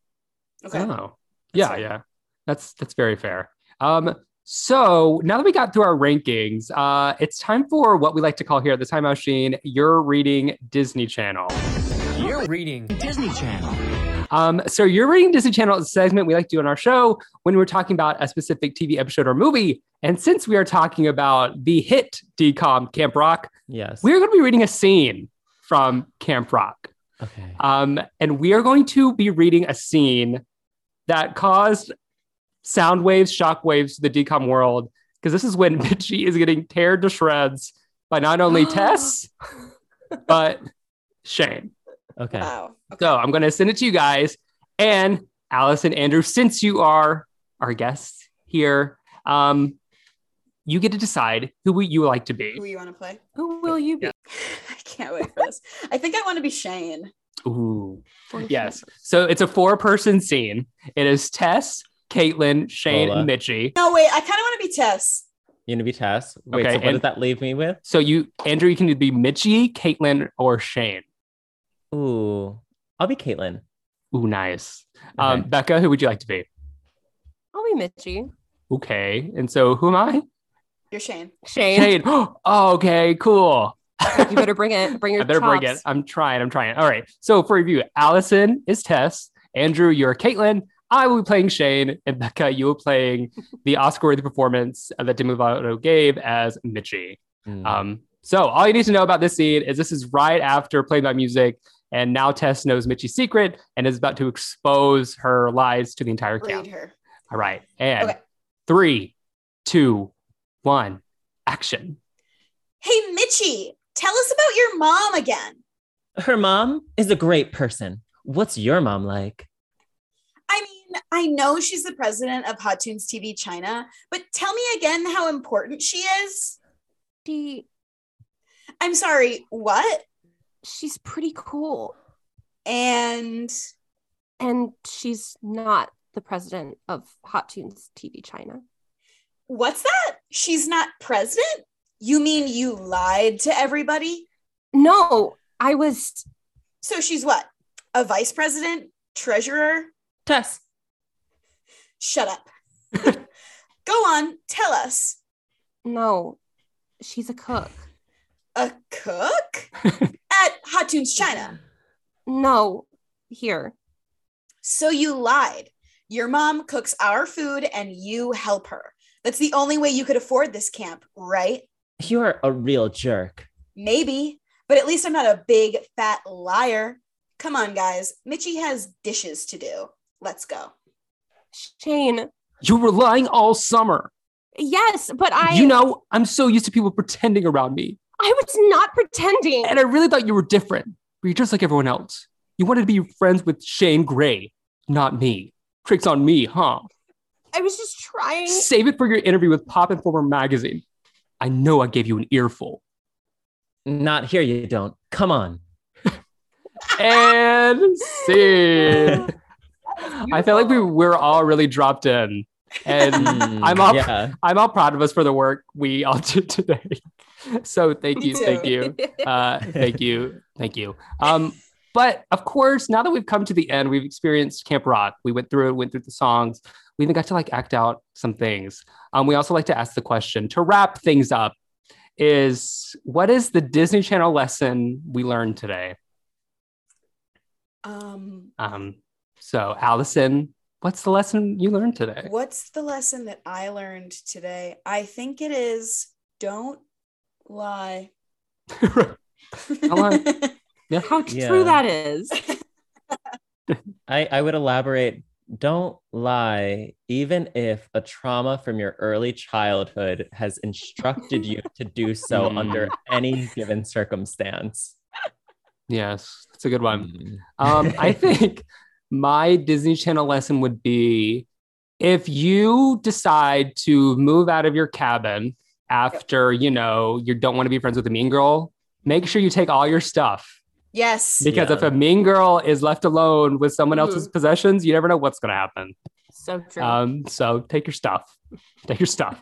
[SPEAKER 6] okay.
[SPEAKER 2] Oh, yeah,
[SPEAKER 6] fair.
[SPEAKER 2] yeah. That's that's very fair. Um, so now that we got through our rankings, uh, it's time for what we like to call here at the Time Machine. You're reading Disney Channel.
[SPEAKER 9] You're reading Disney Channel.
[SPEAKER 2] Um, so you're reading Disney Channel is a segment we like to do on our show when we're talking about a specific TV episode or movie. And since we are talking about the hit DCOM Camp Rock,
[SPEAKER 5] [laughs] Yes.
[SPEAKER 2] we're going to be reading a scene from Camp Rock.
[SPEAKER 5] okay.
[SPEAKER 2] Um, and we are going to be reading a scene that caused sound waves, shock waves to the decom world, because this is when [laughs] Mitchie is getting teared to shreds by not only Tess, but Shane.
[SPEAKER 5] Okay.
[SPEAKER 6] Wow.
[SPEAKER 2] So I'm going to send it to you guys. And Alice and Andrew, since you are our guests here, um, you get to decide who we- you would like to
[SPEAKER 6] Who
[SPEAKER 2] be.
[SPEAKER 6] you want to play? [laughs]
[SPEAKER 1] Who will you be?
[SPEAKER 6] I can't wait for this. I think I want to be Shane.
[SPEAKER 2] Ooh. Yes. So it's a four person scene. It is Tess, Caitlin, Shane,
[SPEAKER 5] Lola.
[SPEAKER 2] and Mitchie.
[SPEAKER 6] No, wait. I kind of want to be Tess.
[SPEAKER 5] You gonna be Tess? Wait,
[SPEAKER 2] Okay,
[SPEAKER 5] so what
[SPEAKER 2] and-
[SPEAKER 5] did that leave me with?
[SPEAKER 2] So you, Andrew, you can either be Mitchie, Caitlin, or Shane.
[SPEAKER 5] Ooh. I'll be Caitlin.
[SPEAKER 2] Ooh, nice. Um,
[SPEAKER 5] Okay.
[SPEAKER 2] Becca, who would you like to be?
[SPEAKER 1] I'll be Mitchie.
[SPEAKER 2] Okay. And so who am I?
[SPEAKER 6] You're Shane.
[SPEAKER 1] Shane,
[SPEAKER 2] Shane. [gasps] Oh, okay, cool.
[SPEAKER 1] you
[SPEAKER 2] [laughs]
[SPEAKER 1] better bring it. Bring your
[SPEAKER 2] I better break it.
[SPEAKER 1] chops.
[SPEAKER 2] I'm trying. I'm trying. All right. So for review, Allison is Tess. Andrew, you're Caitlin. I will be playing Shane, and Becca, you will playing the Oscar-worthy performance that Demi Lovato gave as Mitchie.
[SPEAKER 5] Mm.
[SPEAKER 2] Um, so all you need to know about this scene is this is right after Play My Music, and now Tess knows Mitchie's secret and is about to expose her lies to the entire
[SPEAKER 6] Read
[SPEAKER 2] camp.
[SPEAKER 6] her.
[SPEAKER 2] All right, and
[SPEAKER 6] Okay.
[SPEAKER 2] three, two, one, action.
[SPEAKER 6] Hey, Mitchie, tell us about your mom again.
[SPEAKER 5] Her mom is a great person. What's your mom like?
[SPEAKER 6] I mean, I know she's the president of Hot Tunes TV China, but tell me again how important she is.
[SPEAKER 1] She,
[SPEAKER 6] I'm sorry, what?
[SPEAKER 1] she's pretty cool,
[SPEAKER 6] And
[SPEAKER 1] and she's not the president of Hot Tunes TV China.
[SPEAKER 6] what's that? She's not president? You mean you lied to everybody?
[SPEAKER 1] No, I was.
[SPEAKER 6] So she's what? A vice president? Treasurer?
[SPEAKER 5] Tess.
[SPEAKER 6] Shut up. Go on, tell us.
[SPEAKER 1] No, she's a cook.
[SPEAKER 6] A cook? At Hot Tunes China.
[SPEAKER 1] No, here.
[SPEAKER 6] So you lied. Your mom cooks our food and you help her. That's the only way you could afford this camp, right?
[SPEAKER 5] You're a real jerk.
[SPEAKER 6] Maybe, but at least I'm not a big fat liar. Come on, guys. Mitchie has dishes to do. Let's go.
[SPEAKER 1] Shane,
[SPEAKER 2] You were lying all summer.
[SPEAKER 1] yes, but I.
[SPEAKER 2] you know, I'm so used to people pretending around me,
[SPEAKER 1] I was not pretending.
[SPEAKER 2] and I really thought you were different. But you're just like everyone else. You wanted to be friends with Shane Gray, not me. Tricks on me, huh?
[SPEAKER 1] I was just trying.
[SPEAKER 2] Save it for your interview with Pop Informer magazine. I know I gave you an earful.
[SPEAKER 5] Not here, you don't. Come on.
[SPEAKER 6] [laughs]
[SPEAKER 2] And scene. I feel like we were all really dropped in. and
[SPEAKER 6] [laughs]
[SPEAKER 5] Mm,
[SPEAKER 2] I'm all
[SPEAKER 5] [laughs] Yeah.
[SPEAKER 2] I'm all proud of us for the work we all [laughs] did today. So thank
[SPEAKER 6] Me
[SPEAKER 2] you, thank
[SPEAKER 6] too.
[SPEAKER 1] [laughs]
[SPEAKER 2] you, uh, thank you, thank you. Um, but of course, now that we've come to the end, we've experienced Camp Rock. We went through it, went through the songs. We even got to like act out some things. Um, we also like to ask the question to wrap things up: Is what is the Disney Channel lesson we learned today?
[SPEAKER 6] Um,
[SPEAKER 2] Um, so Allison, what's the lesson you learned
[SPEAKER 5] Eh.
[SPEAKER 2] today? [laughs]
[SPEAKER 6] what's the lesson that I learned today? I think it is don't lie.
[SPEAKER 2] lie.
[SPEAKER 1] How
[SPEAKER 5] Yeah.
[SPEAKER 1] true that is.
[SPEAKER 5] I, I would elaborate don't lie, even if a trauma from your early childhood has instructed you to do so
[SPEAKER 2] Mm.
[SPEAKER 5] under any given circumstance.
[SPEAKER 2] yes, that's a good one.
[SPEAKER 5] [laughs]
[SPEAKER 2] Um, I think my Disney Channel lesson would be if you decide to move out of your cabin after, you know, you don't want to be friends with a mean girl, make sure you take all your stuff.
[SPEAKER 6] [laughs] yes.
[SPEAKER 2] Because
[SPEAKER 5] Yeah.
[SPEAKER 2] if a mean girl is left alone with someone else's possessions, you never know what's going to happen.
[SPEAKER 1] So true.
[SPEAKER 2] Um, so take your stuff. Take your stuff.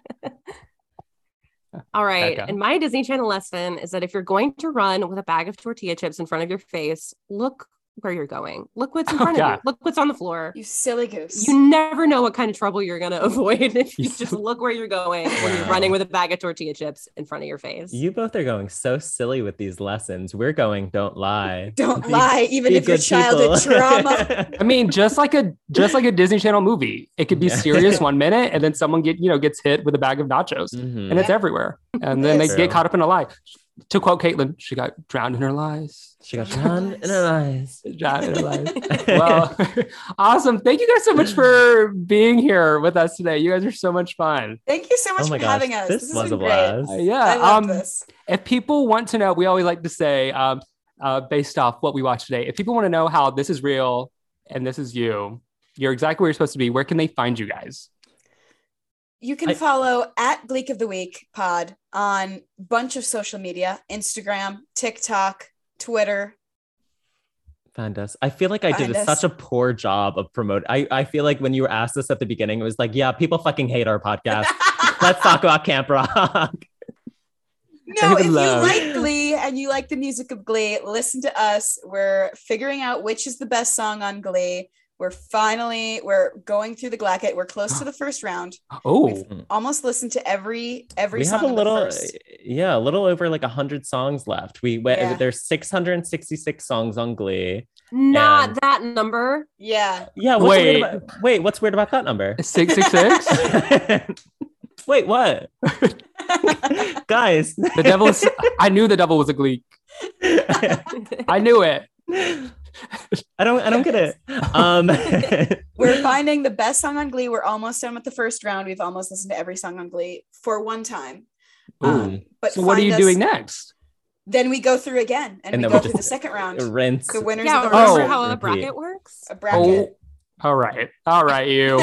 [SPEAKER 1] All right.
[SPEAKER 2] Becca.
[SPEAKER 1] And my Disney Channel lesson is that if you're going to run with a bag of tortilla chips in front of your face, look where you're going. Look what's in
[SPEAKER 2] Oh,
[SPEAKER 1] front of
[SPEAKER 2] yeah.
[SPEAKER 1] you. Look what's on the floor.
[SPEAKER 6] You silly goose.
[SPEAKER 1] You never know what kind of trouble you're going to [laughs] avoid if you
[SPEAKER 2] You
[SPEAKER 1] just
[SPEAKER 2] [laughs] so-
[SPEAKER 1] look where you're going
[SPEAKER 6] Hmm.
[SPEAKER 1] when you're
[SPEAKER 5] Wow.
[SPEAKER 1] running with a bag of tortilla chips in front of your face.
[SPEAKER 5] You both are going so silly with these lessons. We're going, don't
[SPEAKER 6] [laughs]
[SPEAKER 5] lie.
[SPEAKER 6] don't
[SPEAKER 5] Be-
[SPEAKER 6] lie, even
[SPEAKER 5] be
[SPEAKER 6] if your
[SPEAKER 5] good
[SPEAKER 6] childhood
[SPEAKER 5] people. [laughs]
[SPEAKER 6] trauma.
[SPEAKER 2] I mean, just like a just like a Disney Channel movie, it could be
[SPEAKER 5] Yeah. [laughs]
[SPEAKER 2] serious one minute, and then someone get you know gets hit with a bag of nachos.
[SPEAKER 5] Mhm.
[SPEAKER 2] and it's everywhere. And then they
[SPEAKER 5] Yes.
[SPEAKER 2] get
[SPEAKER 5] True.
[SPEAKER 2] caught up in a lie. To quote Caitlin, she got drowned in her lies.
[SPEAKER 5] She got
[SPEAKER 6] [laughs]
[SPEAKER 5] done in her eyes.
[SPEAKER 2] Drowned in her lies.
[SPEAKER 5] [laughs]
[SPEAKER 2] well, [laughs] awesome. Thank you guys so much for being here with us today. You guys are so much fun.
[SPEAKER 6] Thank you so much
[SPEAKER 5] oh my
[SPEAKER 6] for
[SPEAKER 5] gosh,
[SPEAKER 6] having us.
[SPEAKER 5] this,
[SPEAKER 6] has
[SPEAKER 5] was a
[SPEAKER 6] been great.
[SPEAKER 5] blast.
[SPEAKER 2] Uh,
[SPEAKER 6] I
[SPEAKER 2] yeah.
[SPEAKER 6] love
[SPEAKER 2] Um,
[SPEAKER 6] this.
[SPEAKER 2] if people want to know, we always like to say, um, uh, based off what we watched today, if people want to know how this is real and this is you, you're exactly where you're supposed to be. Where can they find you guys?
[SPEAKER 6] You can
[SPEAKER 5] I-
[SPEAKER 6] follow at Bleak of the Week pod on bunch of social media, Instagram, TikTok, Twitter.
[SPEAKER 5] Find us. I feel like I did
[SPEAKER 6] Find us.
[SPEAKER 5] such a poor job of promote. I, I feel like when you were asked this at the beginning, it was like, yeah, people fucking hate our podcast. Let's talk about Camp Rock.
[SPEAKER 6] [laughs] No,
[SPEAKER 2] I
[SPEAKER 6] if you
[SPEAKER 2] love-
[SPEAKER 6] like Glee and you like the music of Glee, listen to us. We're figuring out which is the best song on Glee. We're finally we're going through the Glacket. We're
[SPEAKER 5] [gasps]
[SPEAKER 6] close to the first round.
[SPEAKER 2] Oh,
[SPEAKER 6] Almost listened to every every
[SPEAKER 5] we
[SPEAKER 6] song.
[SPEAKER 5] have a
[SPEAKER 6] on the
[SPEAKER 5] little,
[SPEAKER 6] first.
[SPEAKER 5] yeah, a little over like hundred songs left. We went.
[SPEAKER 6] Yeah.
[SPEAKER 5] There's 666 songs on Glee.
[SPEAKER 1] Not
[SPEAKER 5] And-
[SPEAKER 1] that number.
[SPEAKER 6] [laughs] Yeah.
[SPEAKER 5] Yeah. What's wait.
[SPEAKER 2] Wait.
[SPEAKER 5] Weird about, wait. What's weird about that
[SPEAKER 6] [laughs]
[SPEAKER 5] number? [laughs]
[SPEAKER 2] 666?
[SPEAKER 5] wait.
[SPEAKER 6] [laughs]
[SPEAKER 5] What? Guys.
[SPEAKER 2] the devil is, I knew the devil was a gleek. I knew it.
[SPEAKER 5] I don't. I don't get it.
[SPEAKER 6] [laughs]
[SPEAKER 5] Um. [laughs]
[SPEAKER 6] We're finding the best song on Glee. We're almost done with the first round. We've almost listened to every song on Glee for one time. Um,
[SPEAKER 5] Ooh.
[SPEAKER 6] But
[SPEAKER 2] So what are
[SPEAKER 6] find
[SPEAKER 2] you
[SPEAKER 6] us-
[SPEAKER 2] doing next?
[SPEAKER 6] Then we go through again and,
[SPEAKER 5] And
[SPEAKER 6] we
[SPEAKER 5] then
[SPEAKER 6] go
[SPEAKER 5] we
[SPEAKER 6] through
[SPEAKER 5] just-
[SPEAKER 6] the second round.
[SPEAKER 5] Rinse.
[SPEAKER 6] The winners
[SPEAKER 1] Yeah,
[SPEAKER 6] of the
[SPEAKER 2] Oh.
[SPEAKER 1] remember
[SPEAKER 6] first round.
[SPEAKER 1] how a
[SPEAKER 5] Repeat.
[SPEAKER 1] bracket works?
[SPEAKER 2] Oh,
[SPEAKER 6] A bracket.
[SPEAKER 2] all right, all right,
[SPEAKER 6] [laughs]
[SPEAKER 2] you.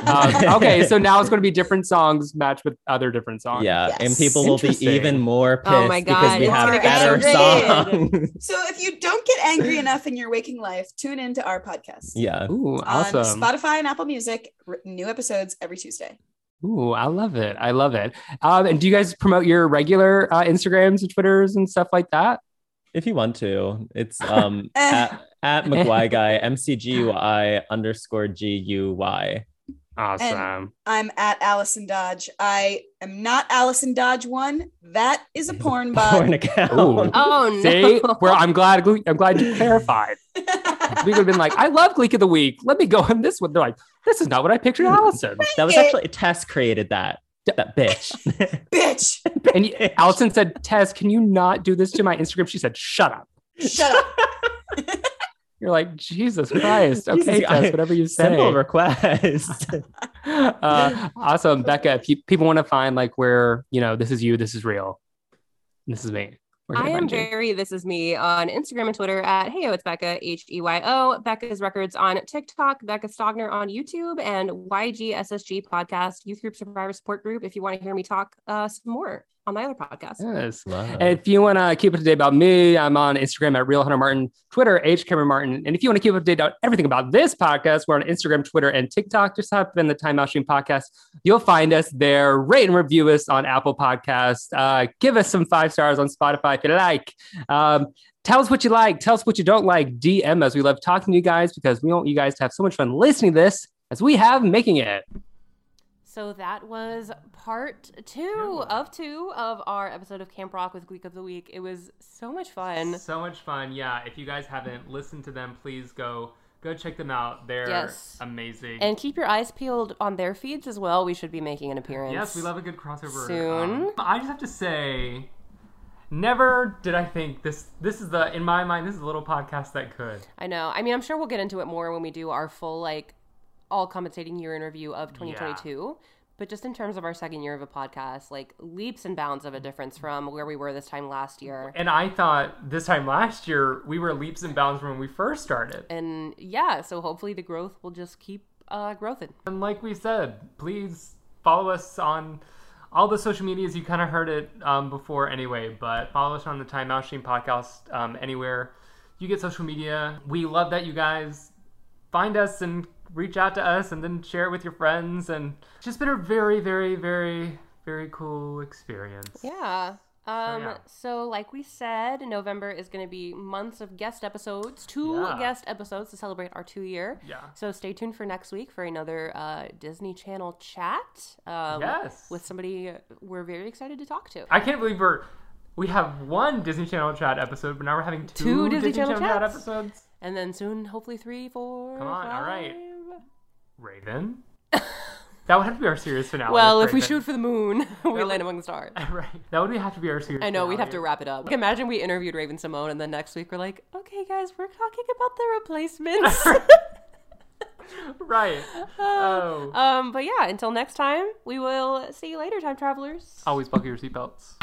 [SPEAKER 2] Um, okay, so now it's going to be different songs matched with other different songs.
[SPEAKER 5] Yeah, and
[SPEAKER 6] Yes.
[SPEAKER 5] people will be
[SPEAKER 2] Interesting.
[SPEAKER 5] even more pissed
[SPEAKER 1] Oh my
[SPEAKER 5] because
[SPEAKER 1] God,
[SPEAKER 5] we
[SPEAKER 1] it's
[SPEAKER 5] have
[SPEAKER 6] gonna
[SPEAKER 5] better
[SPEAKER 6] get so
[SPEAKER 5] songs. [laughs]
[SPEAKER 6] So if you don't get angry enough in your waking life, tune in to our podcast.
[SPEAKER 5] yeah.
[SPEAKER 2] Ooh,
[SPEAKER 6] On
[SPEAKER 2] awesome.
[SPEAKER 6] Um, Spotify and Apple Music, r- new episodes every Tuesday.
[SPEAKER 2] Ooh, I love it. I love it. Um, and do you guys promote your regular uh, Instagrams and Twitters and stuff like that?
[SPEAKER 5] If you want to, [laughs] it's um at, at McGuy guy [laughs] M C G U I underscore G U Y. [laughs]
[SPEAKER 2] Awesome.
[SPEAKER 6] I'm at Allison Dodge. I am not Allison Dodge one. That
[SPEAKER 2] [laughs]
[SPEAKER 6] is a porn bot.
[SPEAKER 5] Porn account.
[SPEAKER 2] Ooh.
[SPEAKER 1] Oh, no.
[SPEAKER 2] See, well, I'm glad. I'm glad you clarified.
[SPEAKER 6] [laughs]
[SPEAKER 2] We would have been like, I love Gleek of the Week. Let me go on this one. They're like, this is not what I pictured, Allison.
[SPEAKER 5] That was
[SPEAKER 6] it.
[SPEAKER 5] actually Tess created that. [laughs] That bitch.
[SPEAKER 6] Bitch,
[SPEAKER 2] And
[SPEAKER 5] [laughs]
[SPEAKER 2] y- Allison said, Tess, can you not do this to my Instagram? She said, shut up.
[SPEAKER 6] shut up.
[SPEAKER 2] You're like, Jesus
[SPEAKER 5] [laughs]
[SPEAKER 2] Christ.
[SPEAKER 5] Jesus,
[SPEAKER 2] Okay,
[SPEAKER 5] I-
[SPEAKER 2] Tess, whatever you say.
[SPEAKER 5] Simple request.
[SPEAKER 2] [laughs] uh, awesome, Becca. If you, people want to find like where you know this is you, this is real, and this is me. Where can
[SPEAKER 1] I
[SPEAKER 2] they
[SPEAKER 1] am
[SPEAKER 2] find you?
[SPEAKER 1] very this is me on Instagram and Twitter at Heyo it's Becca H E Y O Becca's records on TikTok Becca Stogner on YouTube and YGSSG podcast Youth Group Survivor Support Group if you want to hear me talk uh, some more.
[SPEAKER 10] on my other podcast.
[SPEAKER 11] Yes.
[SPEAKER 5] [laughs] Love.
[SPEAKER 11] And if you want to keep up to date about me, I'm on Instagram at Real Hunter Martin, Twitter, H Cameron Martin. And if you want to keep up to date about everything about this podcast, we're on Instagram, Twitter, and TikTok. Just type in the Time Out Stream podcast. You'll find us there. Rate and review us on Apple Podcasts. Uh, give us some five stars on Spotify if you like. Um, tell us what you like. Tell us what you don't like. DM us. We love talking to you guys because we want you guys to have so much fun listening to this as we have making it.
[SPEAKER 1] So that was part two of two of our episode of Camp Rock with Greek of the Week. It was so much fun.
[SPEAKER 2] So much fun. Yeah. If you guys haven't listened to them, please go go check them out. They're
[SPEAKER 1] Yes.
[SPEAKER 2] amazing.
[SPEAKER 1] And keep your eyes peeled on their feeds as well. We should be making an appearance.
[SPEAKER 2] yes, we love a good crossover.
[SPEAKER 1] Soon.
[SPEAKER 2] Um, I just have to say, never did I think this this is the in my mind, this is a little podcast that could.
[SPEAKER 1] I know. I mean, I'm sure we'll get into it more when we do our full, like, all compensating year in review of 2022. But just in terms of our second year of a podcast, like, leaps and bounds of a difference from where we were this time last year.
[SPEAKER 2] And I thought this time last year we were leaps and bounds from when we first started.
[SPEAKER 1] And yeah, so hopefully the growth will just keep uh, growing.
[SPEAKER 2] And like we said, please follow us on all the social medias. You kind of heard it um, before anyway, but follow us on the Time Out Stream podcast um, anywhere you get social media. We love that you guys find us and reach out to us and then share it with your friends. And it's just been a very, very, very, very cool experience.
[SPEAKER 1] Yeah. Um,
[SPEAKER 2] yeah.
[SPEAKER 1] so like we said, November is going to be months of guest episodes, two
[SPEAKER 2] Yeah.
[SPEAKER 1] guest episodes to celebrate our two year.
[SPEAKER 2] Yeah.
[SPEAKER 1] So stay tuned for next week for another uh, Disney Channel chat. Um,
[SPEAKER 2] Yes.
[SPEAKER 1] With somebody we're very excited to talk to.
[SPEAKER 2] I can't believe we're. We have one Disney Channel chat episode, but now we're having two,
[SPEAKER 1] Two Disney
[SPEAKER 2] Disney,
[SPEAKER 1] Channel
[SPEAKER 2] Channel, chat
[SPEAKER 1] chats.
[SPEAKER 2] episodes.
[SPEAKER 1] And then soon, hopefully three, four.
[SPEAKER 2] Come on, all right.
[SPEAKER 1] five.
[SPEAKER 2] Raven. [laughs] that would have to be our serious finale.
[SPEAKER 1] Well, if we
[SPEAKER 2] Raven.
[SPEAKER 1] shoot for the moon, [laughs] we
[SPEAKER 2] but-
[SPEAKER 1] land among the
[SPEAKER 2] [laughs]
[SPEAKER 1] stars.
[SPEAKER 2] Right. That would have to be our series.
[SPEAKER 1] I know we'd have to
[SPEAKER 2] finale.
[SPEAKER 1] wrap it up. Like, imagine we interviewed Raven Simone, and then next week we're like, "Okay, guys, we're talking about the
[SPEAKER 2] [laughs]
[SPEAKER 1] replacements."
[SPEAKER 2] Right. Oh.
[SPEAKER 1] Um, but yeah, until next time, we will see you later, time travelers.
[SPEAKER 2] Always buckle your seatbelts.